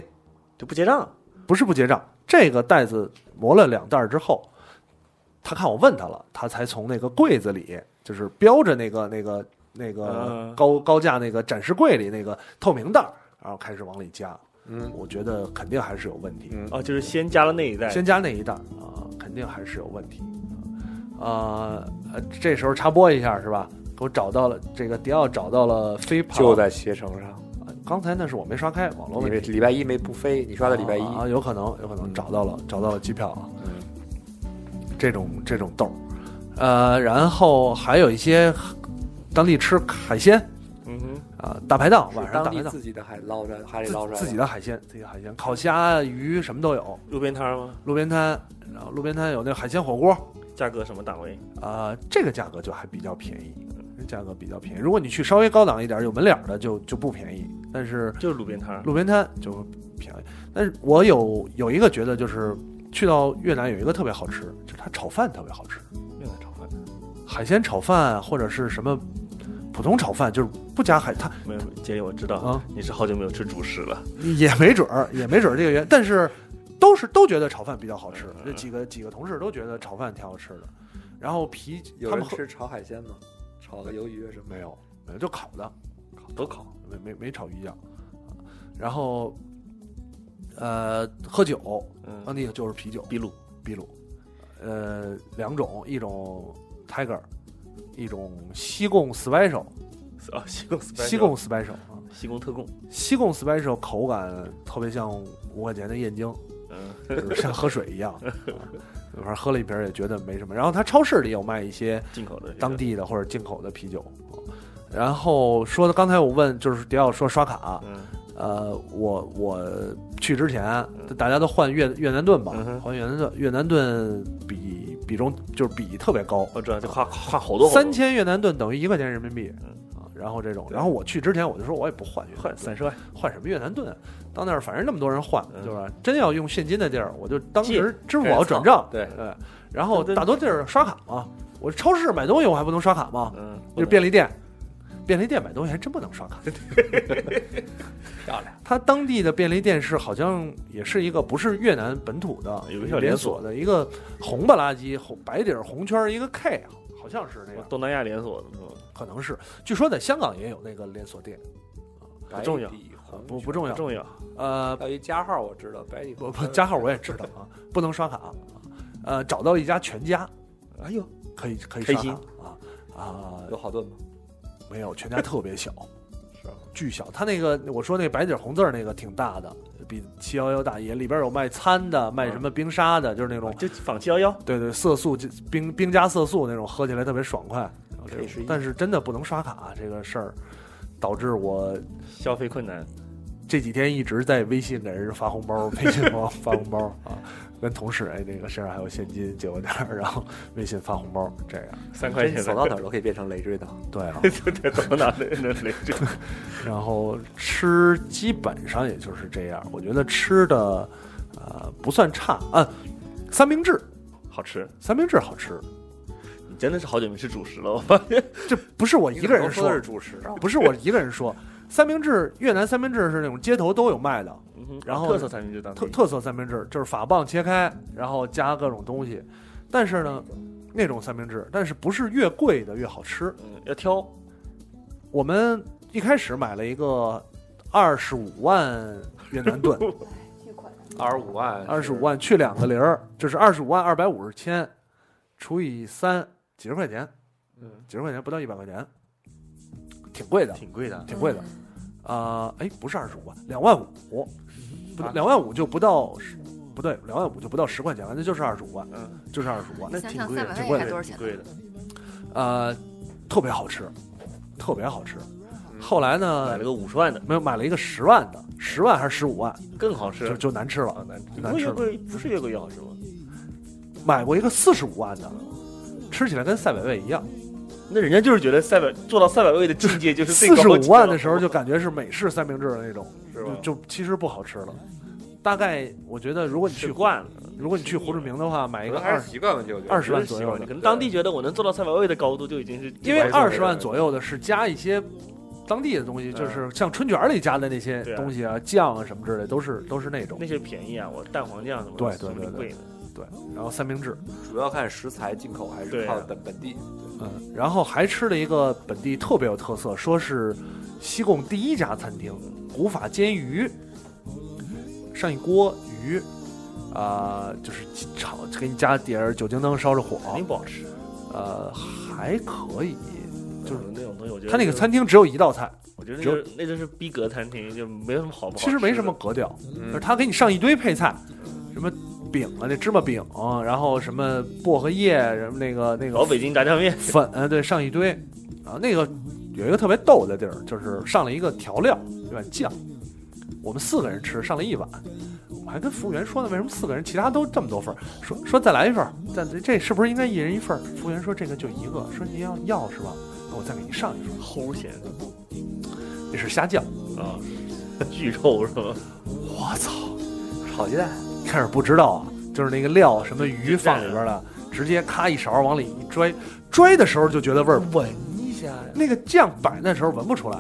Speaker 2: 就不结账，
Speaker 9: 不是不结账，这个袋子磨了两袋儿之后，他看我问他了，他才从那个柜子里，就是标着那个那个那个
Speaker 2: 嗯
Speaker 9: 高、高价那个展示柜里那个透明袋儿，然后开始往里加。
Speaker 3: 嗯
Speaker 9: 我觉得肯定还是有问题，
Speaker 3: 嗯，
Speaker 2: 哦，就是先加了那一代，
Speaker 9: 先加那一袋儿啊、肯定还是有问题。啊呃，这时候插播一下是吧？给我找到了这个迪奥找到了飞跑，
Speaker 3: 就在携程上，
Speaker 9: 刚才那是我没刷开网络
Speaker 3: 因
Speaker 9: 问
Speaker 3: 为
Speaker 9: 题，
Speaker 3: 礼拜一没不飞，你刷的礼拜一，
Speaker 9: 啊，有可能有可能
Speaker 3: 嗯
Speaker 9: 找到了找到了机票啊。
Speaker 3: 嗯，
Speaker 9: 这种这种豆儿，呃，然后还有一些当地吃海鲜
Speaker 2: 嗯哼，
Speaker 9: 啊、大排档晚
Speaker 3: 是
Speaker 9: 上
Speaker 3: 哦当
Speaker 9: 大
Speaker 3: 地
Speaker 9: 排档
Speaker 3: 自己的海捞着，海里捞出
Speaker 9: 自
Speaker 3: 来
Speaker 9: 自己的海鲜，自己的海鲜，烤虾、啊鱼什么都有，
Speaker 2: 路边摊儿吗？
Speaker 9: 路边摊，然后路边摊有那海鲜火锅，
Speaker 2: 价格什么档位？
Speaker 9: 啊，这个价格就还比较便宜，价格比较便宜。如果你去稍微高档一点儿有门脸儿的就就不便宜，但是
Speaker 2: 就是路边摊儿，
Speaker 9: 路边摊就会便宜。但是我有有一个觉得就是去到越南有一个特别好吃，就是它炒饭特别好吃。
Speaker 2: 越南炒饭，
Speaker 9: 海鲜炒饭或者是什么普通炒饭，就是不加海，它
Speaker 2: 没有姐，我知道
Speaker 9: 啊
Speaker 2: 你是好久没有吃主食了，
Speaker 9: 也没准儿，也没准儿这个原，但是都是都觉得炒饭比较好吃，这几个几个同事都觉得炒饭挺好吃的。然后啤
Speaker 3: 有
Speaker 9: 他
Speaker 3: 人
Speaker 9: 们喝
Speaker 3: 吃炒海鲜吗？炒个鱿鱼什么
Speaker 9: 没？有，没有就烤的，
Speaker 2: 都烤，
Speaker 9: 没没没炒鱼酱。啊然后呃，喝酒，当
Speaker 2: 嗯，
Speaker 9: 地就是啤酒，
Speaker 2: 秘鲁，
Speaker 9: 秘啊鲁，呃，两种，一种 Tiger，一种西贡 Special，
Speaker 2: 啊，西贡 special，
Speaker 9: 西贡 Special 啊。
Speaker 2: 西贡特供，
Speaker 9: 西贡 special 口感特别像五块钱的燕京，
Speaker 2: 嗯，
Speaker 9: 就是像喝水一样，啊反正喝了一瓶儿也觉得没什么。然后它超市里有卖一些
Speaker 2: 进口的
Speaker 9: 当，地的或者进口的啤酒。啊然后说的刚才我问就是迪奥说刷卡，
Speaker 2: 嗯，
Speaker 9: 呃，我我去之前大家都换越越南盾吧
Speaker 2: 嗯哼，
Speaker 9: 换越南盾，越南盾比比比重就是比特别高，
Speaker 2: 我知道就跨跨好多好多
Speaker 9: 哦
Speaker 2: 嗯
Speaker 9: 三千越南盾等于一块钱人民币，啊，然后这种，然后我去之前我就说我也不换越南
Speaker 2: 换
Speaker 9: 盾
Speaker 2: 三十万，
Speaker 9: 换什么越南盾啊，到那儿反正那么多人换，
Speaker 2: 嗯
Speaker 9: 对吧？真要用现金的地儿，我就当
Speaker 2: 借
Speaker 9: 时支付宝转账，
Speaker 2: 对
Speaker 9: 对，然后
Speaker 2: 对对
Speaker 9: 大多地儿刷卡嘛，我超市买东西我还不能刷卡吗？
Speaker 2: 嗯，
Speaker 9: 就是便利店，便利店买东西还真不能刷卡。
Speaker 3: 漂亮，
Speaker 9: 它当地的便利店是好像也是一个不是越南本土的，
Speaker 2: 有一个小
Speaker 9: 连
Speaker 2: 连
Speaker 9: 锁
Speaker 2: 锁
Speaker 9: 的一个红不拉几红白底儿红圈儿一个 K，好啊像是那
Speaker 2: 我
Speaker 9: 样，
Speaker 2: 东南亚连锁的是吧
Speaker 9: 可能是。据说在香港也有那个连锁店，
Speaker 3: 不
Speaker 2: 重要，
Speaker 9: 不不重
Speaker 2: 不
Speaker 9: 要。
Speaker 2: 重要，
Speaker 9: 呃，
Speaker 3: 要一加号我知道，白底
Speaker 9: 不不，加号我 也知道啊，不能刷卡。呃，找到一家全家，哎呦，可以可以刷
Speaker 2: 开心
Speaker 9: 卡啊啊！
Speaker 3: 有好盾吗？
Speaker 9: 没有，全家特别 小，
Speaker 3: 是吗
Speaker 9: 巨小。它那个我说那白底儿红字儿那个挺大的，比七幺幺大一，里边有卖餐的，卖什么冰沙的，就是那种
Speaker 2: 就仿七幺幺，
Speaker 9: 嗯对对色素冰冰加色素那种，喝起来特别爽快。然后这种
Speaker 3: K11
Speaker 9: 但是真的不能刷卡啊这个事儿，导致我
Speaker 2: 消费困难，
Speaker 9: 这几天一直在微信给人发红包，微信 给我发红包啊，跟同事哎那个身上还有现金借我点儿，然后微信发红包这样。
Speaker 2: 三块 钱
Speaker 3: 真走到哪儿都可以变成累赘的。
Speaker 9: 对啊，
Speaker 2: 对，怎么拿的 那雷这
Speaker 9: 然后吃基本上也就是这样，我觉得吃的呃不算差啊，三明治
Speaker 2: 好吃？
Speaker 9: 三明治好吃，
Speaker 2: 你真的是好久没吃主食了， 我
Speaker 9: 这不是我一个人
Speaker 3: 说
Speaker 9: 说
Speaker 3: 的，是主食，啊
Speaker 9: 不是我一个人说， 三明治越南三明治是那种街头都有卖的，然
Speaker 2: 嗯
Speaker 9: 后
Speaker 2: 啊特色餐厅就当
Speaker 9: 特
Speaker 2: 地
Speaker 9: 特色三明治，就是法棒切开，然后加各种东西。但是呢，那种三明治，但是不是越贵的越好吃。
Speaker 2: 嗯要挑
Speaker 9: 我们一开始买了一个二十五万越南盾，
Speaker 3: 二十五万，
Speaker 9: 二十五万去两个零儿，就是二十五万二百五十千除以三，几十块钱，
Speaker 3: 嗯，
Speaker 9: 几十块钱不到一百块钱，挺贵的，
Speaker 2: 挺贵的，
Speaker 9: 挺贵的。
Speaker 10: 嗯
Speaker 9: 啊、哎，不是二十五万，两万五，不，
Speaker 2: 嗯
Speaker 9: 两万五就不到十，不对，两万五就不到十块钱了，那就是二十五万，
Speaker 2: 嗯，
Speaker 9: 就是二十五万。
Speaker 2: 那
Speaker 10: 想
Speaker 2: 挺
Speaker 10: 想
Speaker 2: 贵
Speaker 10: 三
Speaker 2: 的，
Speaker 10: 百
Speaker 2: 挺贵
Speaker 10: 块钱
Speaker 2: 的，
Speaker 10: 多少钱
Speaker 2: 挺贵的，
Speaker 9: 呃，特别好吃，特别好吃。
Speaker 3: 嗯
Speaker 9: 后来
Speaker 2: 买
Speaker 9: 呢
Speaker 2: 了，个五十万的
Speaker 9: 没有买了一个十万的，十万还是十五万，
Speaker 2: 更好吃
Speaker 9: 就，就难吃了，难
Speaker 2: 不是
Speaker 9: 吃
Speaker 2: 越
Speaker 9: 了。
Speaker 2: 贵不是越贵越好吃吗？
Speaker 9: 买过一个四十五万的，吃起来跟赛百味一样。
Speaker 2: 那人家就是觉得赛百做到赛百味的境界就是最
Speaker 9: 四
Speaker 2: 高
Speaker 9: 十五万的时
Speaker 2: 级
Speaker 9: 候
Speaker 2: 了
Speaker 9: 就感觉是美式三明治的那种，
Speaker 2: 是吧？
Speaker 9: 就就其实不好吃了。大概我觉得，如果你去
Speaker 2: 吃惯了，
Speaker 9: 如果你去胡志明的话，买一
Speaker 3: 可
Speaker 9: 个
Speaker 3: 能还
Speaker 9: 二
Speaker 3: 是习惯了就
Speaker 9: 二十万
Speaker 2: 习
Speaker 9: 左
Speaker 2: 惯
Speaker 9: 右
Speaker 2: 了
Speaker 9: 的
Speaker 2: 可，能当地觉得我能做到赛百味的高度就已经是
Speaker 9: 因
Speaker 2: 极
Speaker 9: 为二
Speaker 2: 端
Speaker 9: 十万左右的是加一些当地的东西，就是像春卷里加的那些
Speaker 2: 对啊
Speaker 9: 东西啊、酱啊什么之类，都是都是那种
Speaker 2: 那。些便宜啊，我蛋黄酱什么的
Speaker 9: 对对
Speaker 2: 说不定
Speaker 9: 对
Speaker 2: 贵
Speaker 9: 对
Speaker 2: 呢。
Speaker 9: 对，然后三明治，
Speaker 3: 主要看食材进口还是
Speaker 2: 对啊
Speaker 3: 靠本本地。
Speaker 9: 嗯，然后还吃了一个本地特别有特色，说是西贡第一家餐厅——古法煎鱼，上一锅鱼，啊、就是炒，给你加点儿酒精灯烧着火，
Speaker 2: 肯定不好吃，
Speaker 9: 呃，还可以。就是
Speaker 2: 那种东西，我觉得
Speaker 9: 他那个
Speaker 2: 就
Speaker 9: 餐厅只有一道菜，
Speaker 2: 我觉得那
Speaker 9: 只有
Speaker 2: 就是那就是逼格餐厅，就没什么好不好吃
Speaker 9: 其
Speaker 2: 的。
Speaker 9: 实没什么格调，
Speaker 3: 嗯
Speaker 9: 就是他给你上一堆配菜，什么饼啊，那芝麻饼，然后什么薄荷叶，什么那个那个
Speaker 2: 老北京炸酱面，
Speaker 9: 粉，呃对，上一堆。啊，那个有一个特别逗的地儿，就是上了一个调料，一碗酱，我们四个人吃，上了一碗。我还跟服务员说呢，为什么四个人其他都这么多份儿？说说再来一份儿，但这这是不是应该一人一份儿？服务员说这个就一个，说你要要是吧？那我再给你上一份儿，
Speaker 2: 齁咸
Speaker 9: 那是虾酱。
Speaker 2: 啊，巨臭是吧？
Speaker 9: 我操！
Speaker 3: 炒鸡蛋，
Speaker 9: 开始不知道啊，就是那个料什么鱼
Speaker 2: 就
Speaker 9: 放里边了，直接咔一勺往里一拽，拽的时候就觉得味儿闻一下呀，那个酱摆那时候闻不出来，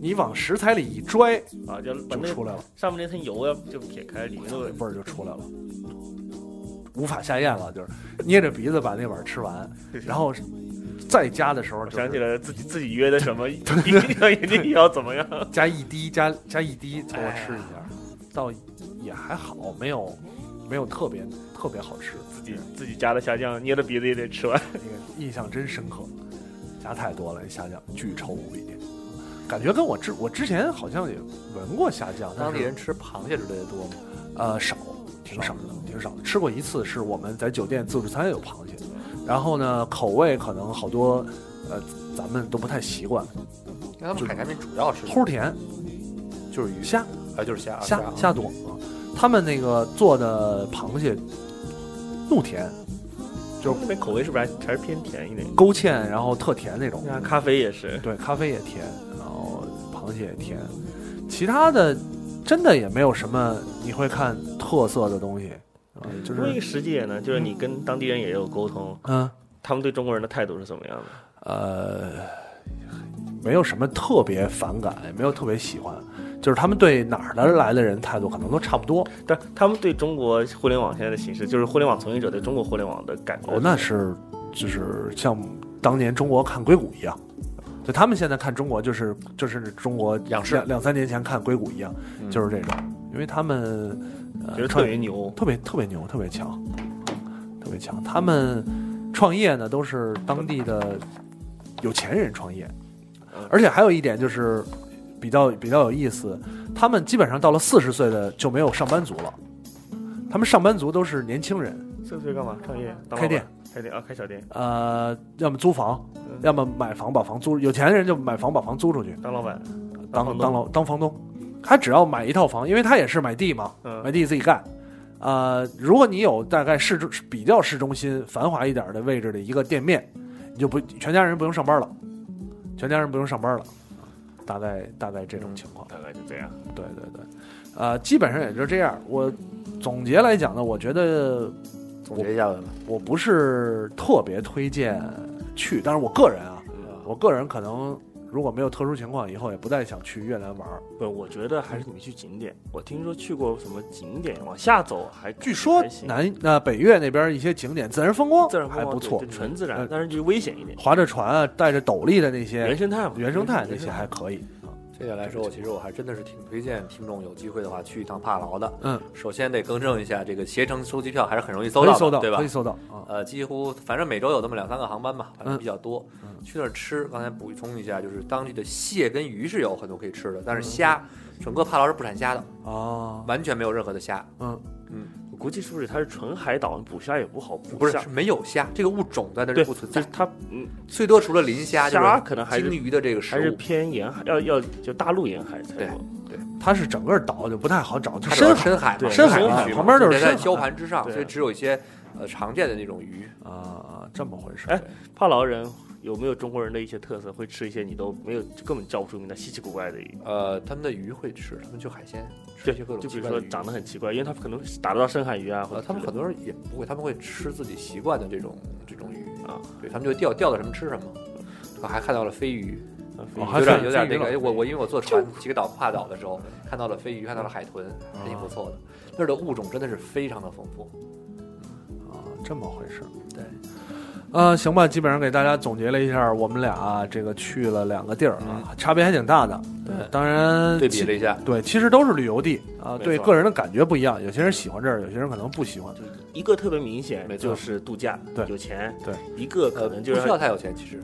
Speaker 9: 你往食材里一拽
Speaker 2: 啊，就把
Speaker 9: 就
Speaker 2: 那
Speaker 9: 出来了，
Speaker 2: 上面那层油要就撇开，里面那个
Speaker 9: 味儿就出来了，无法下咽了，就是捏着鼻子把那碗吃完，然后再加的时候
Speaker 2: 我
Speaker 9: 就
Speaker 2: 想起
Speaker 9: 是
Speaker 2: 来自 己自己约的什么，一定要 一定要怎么样？
Speaker 9: 加一滴加加一滴给我吃一下，倒也还好，没有没有特别特别好吃，
Speaker 2: 自己自己家的虾酱捏着鼻子也得吃完，
Speaker 9: 那个印象真深刻，加太多了，虾酱巨臭无比，感觉跟我之我之前好像也闻过虾酱，但
Speaker 3: 当
Speaker 9: 是
Speaker 3: 地人吃螃蟹之类的多吗？
Speaker 9: 呃少，挺少的，挺少的。吃过一次是我们在酒店自助餐有螃蟹，然后呢口味可能好多呃咱们都不太习惯，
Speaker 3: 因为他
Speaker 9: 就
Speaker 3: 们海南民主要吃
Speaker 9: 齁甜，
Speaker 3: 就是鱼，
Speaker 9: 虾
Speaker 3: 啊就是虾
Speaker 9: 虾
Speaker 3: 啊
Speaker 9: 虾多啊，他们那个做的螃蟹怒甜，就嗯
Speaker 2: 那边口味是不是还还是偏甜一点？
Speaker 9: 勾芡，然后特甜那种。
Speaker 2: 那咖啡也是，
Speaker 9: 对，咖啡也甜，然后螃蟹也甜，其他的真的也没有什么你会看特色的东西啊，就
Speaker 2: 问一个
Speaker 9: 是
Speaker 2: 实际点呢，就是你跟当地人也有沟通，
Speaker 9: 嗯
Speaker 2: 他们对中国人的态度是怎么样的？
Speaker 9: 呃，没有什么特别反感，也没有特别喜欢，就是他们对哪儿的来的人态度可能都差不多。
Speaker 2: 但他们对中国互联网现在的形式，就是互联网从业者对中国互联网的感觉，
Speaker 9: 哦，那是就是像当年中国看硅谷一样，就他们现在看中国就是就是中国
Speaker 3: 仰视
Speaker 9: 两两三年前看硅谷一样，
Speaker 3: 嗯
Speaker 9: 就是这种，因为他们、呃、
Speaker 2: 觉得特别牛。
Speaker 9: 特别特别牛，特别强，特别强。他们创业呢，都是当地的有钱人创业，
Speaker 2: 嗯
Speaker 9: 而且还有一点就是比较比较有意思，他们基本上到了四十岁的就没有上班族了，他们上班族都是年轻人，
Speaker 2: 这是干嘛？创业？当老板
Speaker 9: 开店？
Speaker 2: 开店啊？开小店？
Speaker 9: 呃，要么租房，
Speaker 2: 嗯
Speaker 9: 要么买房把房租，有钱人就买房把房租出去
Speaker 2: 当老板？
Speaker 9: 当
Speaker 2: 房东
Speaker 9: 当老当房东，他只要买一套房，因为他也是买地嘛，
Speaker 2: 嗯
Speaker 9: 买地自己盖。呃，如果你有大概市中比较市中心繁华一点的位置的一个店面，你就不全家人不用上班了，全家人不用上班了，大概大概这
Speaker 3: 嗯
Speaker 9: 种情况。
Speaker 2: 大概就这样。
Speaker 9: 对对对，呃，基本上也就这样。我总结来讲呢，我觉得
Speaker 3: 总结一下吧。
Speaker 9: 我不是特别推荐去，但是我个人啊，
Speaker 3: 嗯
Speaker 9: 我个人可能如果没有特殊情况，以后也不太想去越南玩儿。
Speaker 2: 不，我觉得还是你们去景点。我听说去过什么景点，往下走还
Speaker 9: 据说
Speaker 2: 还行
Speaker 9: 南那北越那边一些景点自然风光
Speaker 2: 自然风
Speaker 9: 还
Speaker 2: 光
Speaker 9: 不
Speaker 2: 对
Speaker 9: 错
Speaker 2: 就，纯自
Speaker 9: 呃
Speaker 2: 然，但是就危险一点。
Speaker 9: 划着船啊，带着斗笠的那些
Speaker 2: 原生态嘛，
Speaker 9: 原生态那些还可以。
Speaker 3: 这点来说，我其实我还真的是挺推荐听众有机会的话去一趟帕劳的。
Speaker 9: 嗯，
Speaker 3: 首先得更正一下，这个携程收机票还是很容易搜
Speaker 9: 可
Speaker 3: 到
Speaker 9: 以
Speaker 3: 的，
Speaker 9: 搜到，
Speaker 3: 对吧
Speaker 9: 可以？搜到啊。
Speaker 3: 呃，几乎反正每周有那么两三个航班吧，反正
Speaker 9: 嗯
Speaker 3: 比较多。
Speaker 9: 嗯
Speaker 3: 去那儿吃，刚才补充一下，就是当地的蟹跟鱼是有很多可以吃的，
Speaker 9: 嗯
Speaker 3: 但是虾，整个帕劳是不产虾的，
Speaker 9: 哦，
Speaker 3: 完全没有任何的虾，
Speaker 9: 嗯，
Speaker 2: 我估计是不是它是纯海岛，捕虾也不好捕
Speaker 3: 不是
Speaker 2: 虾
Speaker 3: 是没有虾，这个物种在那
Speaker 2: 对，
Speaker 3: 儿不存
Speaker 2: 就
Speaker 3: 在
Speaker 2: 是。它，嗯，
Speaker 3: 最多除了磷虾，就是
Speaker 2: 虾可能还是
Speaker 3: 鲸鱼的这个食
Speaker 2: 还是
Speaker 3: 物，
Speaker 2: 偏沿海，要要就大陆沿海才有。
Speaker 9: 它是整个岛就不太好找，就
Speaker 3: 它主要
Speaker 9: 海
Speaker 3: 深海嘛，
Speaker 2: 对
Speaker 9: 深
Speaker 2: 海
Speaker 3: 嘛
Speaker 9: 嘛
Speaker 3: 地区
Speaker 9: 旁边就是
Speaker 3: 得
Speaker 9: 深
Speaker 3: 在
Speaker 9: 海
Speaker 3: 礁盘之上，
Speaker 2: 对
Speaker 3: 所以只有一些呃常见的那种鱼。
Speaker 9: 啊啊，这么回事。
Speaker 2: 哎帕劳人有没有中国人的一些特色？会吃一些你都没有，就根本叫不出名的稀奇古怪的鱼，
Speaker 3: 呃，他们的鱼会吃，他们就海鲜，吃
Speaker 2: 对，
Speaker 3: 一些各种
Speaker 2: 就比
Speaker 3: 奇
Speaker 2: 如
Speaker 3: 怪的
Speaker 2: 说
Speaker 3: 鱼。
Speaker 2: 长得很奇怪，因为他们可能打得到深海鱼啊，或
Speaker 3: 呃，
Speaker 2: 者
Speaker 3: 他们
Speaker 2: 之类
Speaker 3: 很
Speaker 2: 的
Speaker 3: 多人也不会，他们会吃自己习惯的这种这种鱼
Speaker 2: 啊，
Speaker 3: 对他们就钓钓到什么吃什么。我还看到了飞鱼，
Speaker 2: 啊
Speaker 9: 哦还
Speaker 3: 有
Speaker 9: 看
Speaker 3: 点有点
Speaker 9: 飞鱼
Speaker 3: 那个，
Speaker 9: 了
Speaker 3: 哎我我因为我坐船几个岛跨岛的时候，看到了飞鱼，看到了海
Speaker 9: 哦
Speaker 3: 豚，还挺不错的。那儿的物种真的是非常的丰富。
Speaker 9: 啊，这么回事。
Speaker 3: 对，
Speaker 9: 呃，行吧，基本上给大家总结了一下，我们俩啊这个去了两个地儿啊，差别还挺大的。
Speaker 3: 对
Speaker 9: 当然
Speaker 3: 对比
Speaker 9: 其
Speaker 3: 了一下，
Speaker 9: 对，其实都是旅游地啊，
Speaker 2: 没错
Speaker 9: 对个人的感觉不一样，有些人喜欢这儿，有些人可能不喜欢。
Speaker 2: 一个特别明显
Speaker 3: 没，错
Speaker 2: 就是度假，
Speaker 9: 对
Speaker 2: 有钱，
Speaker 9: 对，
Speaker 2: 一个
Speaker 3: 呃，
Speaker 2: 可能
Speaker 3: 不
Speaker 2: 就是
Speaker 3: 需要太有钱，其实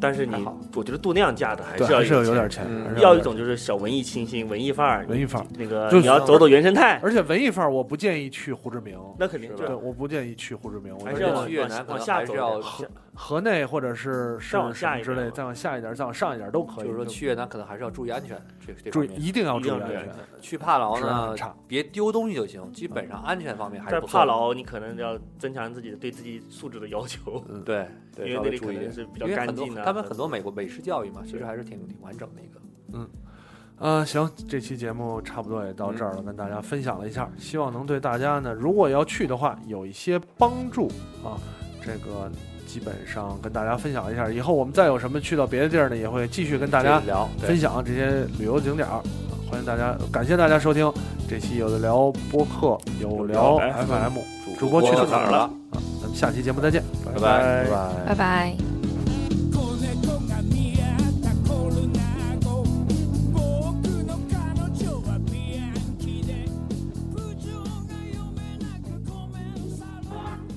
Speaker 2: 但是
Speaker 3: 还
Speaker 2: 你
Speaker 3: 好，
Speaker 2: 我觉得度那样价的还
Speaker 9: 对，
Speaker 2: 是
Speaker 9: 还
Speaker 2: 哎要
Speaker 9: 是有
Speaker 2: 有
Speaker 9: 有点
Speaker 2: 钱，
Speaker 9: 钱，
Speaker 3: 嗯
Speaker 9: 还是
Speaker 2: 要一
Speaker 9: 有点
Speaker 2: 种就是小文艺清新、文艺范儿，
Speaker 9: 文艺范儿。
Speaker 2: 那个
Speaker 9: 就是
Speaker 2: 你要走走原生态，
Speaker 9: 而且文艺范儿，我不建议去胡志明。
Speaker 2: 那肯定
Speaker 3: 是吧
Speaker 9: 对，
Speaker 2: 就
Speaker 9: 我不建议去胡志明，我
Speaker 2: 还
Speaker 9: 觉
Speaker 2: 是要
Speaker 9: 得
Speaker 2: 往
Speaker 3: 去越
Speaker 2: 往
Speaker 3: 南可
Speaker 2: 往
Speaker 3: 能
Speaker 2: 下
Speaker 3: 还是
Speaker 2: 走
Speaker 3: 要
Speaker 2: 点
Speaker 3: 河
Speaker 9: 河内或者是是
Speaker 2: 再往下
Speaker 9: 什么
Speaker 2: 一
Speaker 9: 之类，
Speaker 2: 点
Speaker 9: 再往下一点，再往上一点都可以。
Speaker 3: 就是说去越南可能还是要注意安全，这这
Speaker 9: 注
Speaker 3: 方
Speaker 9: 意，
Speaker 3: 面。
Speaker 9: 一啊定要
Speaker 2: 一
Speaker 9: 注
Speaker 2: 定
Speaker 9: 意
Speaker 2: 要
Speaker 9: 安
Speaker 2: 注意
Speaker 9: 全
Speaker 2: 安。
Speaker 3: 去帕劳
Speaker 9: 治安很
Speaker 3: 呢
Speaker 9: 差，
Speaker 3: 别丢东西就行，基本上安全方面还是
Speaker 2: 在
Speaker 3: 不错的
Speaker 2: 帕。劳，你可能要增强自己的对自己素质的要求，
Speaker 3: 对
Speaker 2: 因为
Speaker 3: 对，
Speaker 2: 那
Speaker 3: 稍微
Speaker 2: 里可
Speaker 3: 注意一
Speaker 2: 能
Speaker 3: 点。
Speaker 2: 是比较
Speaker 3: 因为
Speaker 2: 干
Speaker 3: 很多
Speaker 2: 净的。啊
Speaker 3: 他们很多美国美式教育嘛，其实
Speaker 2: 对
Speaker 3: 还是挺挺完整的一个。
Speaker 9: 呃，行，这期节目差不多也到这儿了，
Speaker 2: 嗯
Speaker 9: 跟大家分享了一下，希望能对大家呢，如果要去的话，有一些帮助啊。这个基本上跟大家分享一下，以后我们再有什么去到别的地儿呢，也会继续跟大家
Speaker 3: 这聊对
Speaker 9: 分享这些旅游景点儿。啊欢迎大家，感谢大家收听这期有的聊播客，有聊
Speaker 2: 有聊
Speaker 9: FM，主播去
Speaker 3: 我
Speaker 9: 到
Speaker 3: 到
Speaker 9: 哪
Speaker 3: 哪
Speaker 9: 儿
Speaker 3: 儿
Speaker 9: 了
Speaker 3: 了？
Speaker 9: 啊？咱们下期节目再见，拜
Speaker 3: 拜
Speaker 2: 拜
Speaker 9: 拜
Speaker 5: 拜拜。
Speaker 11: こねこが見合ったコルナゴ僕の彼女はビアンキで部長が読めなくコメンサロン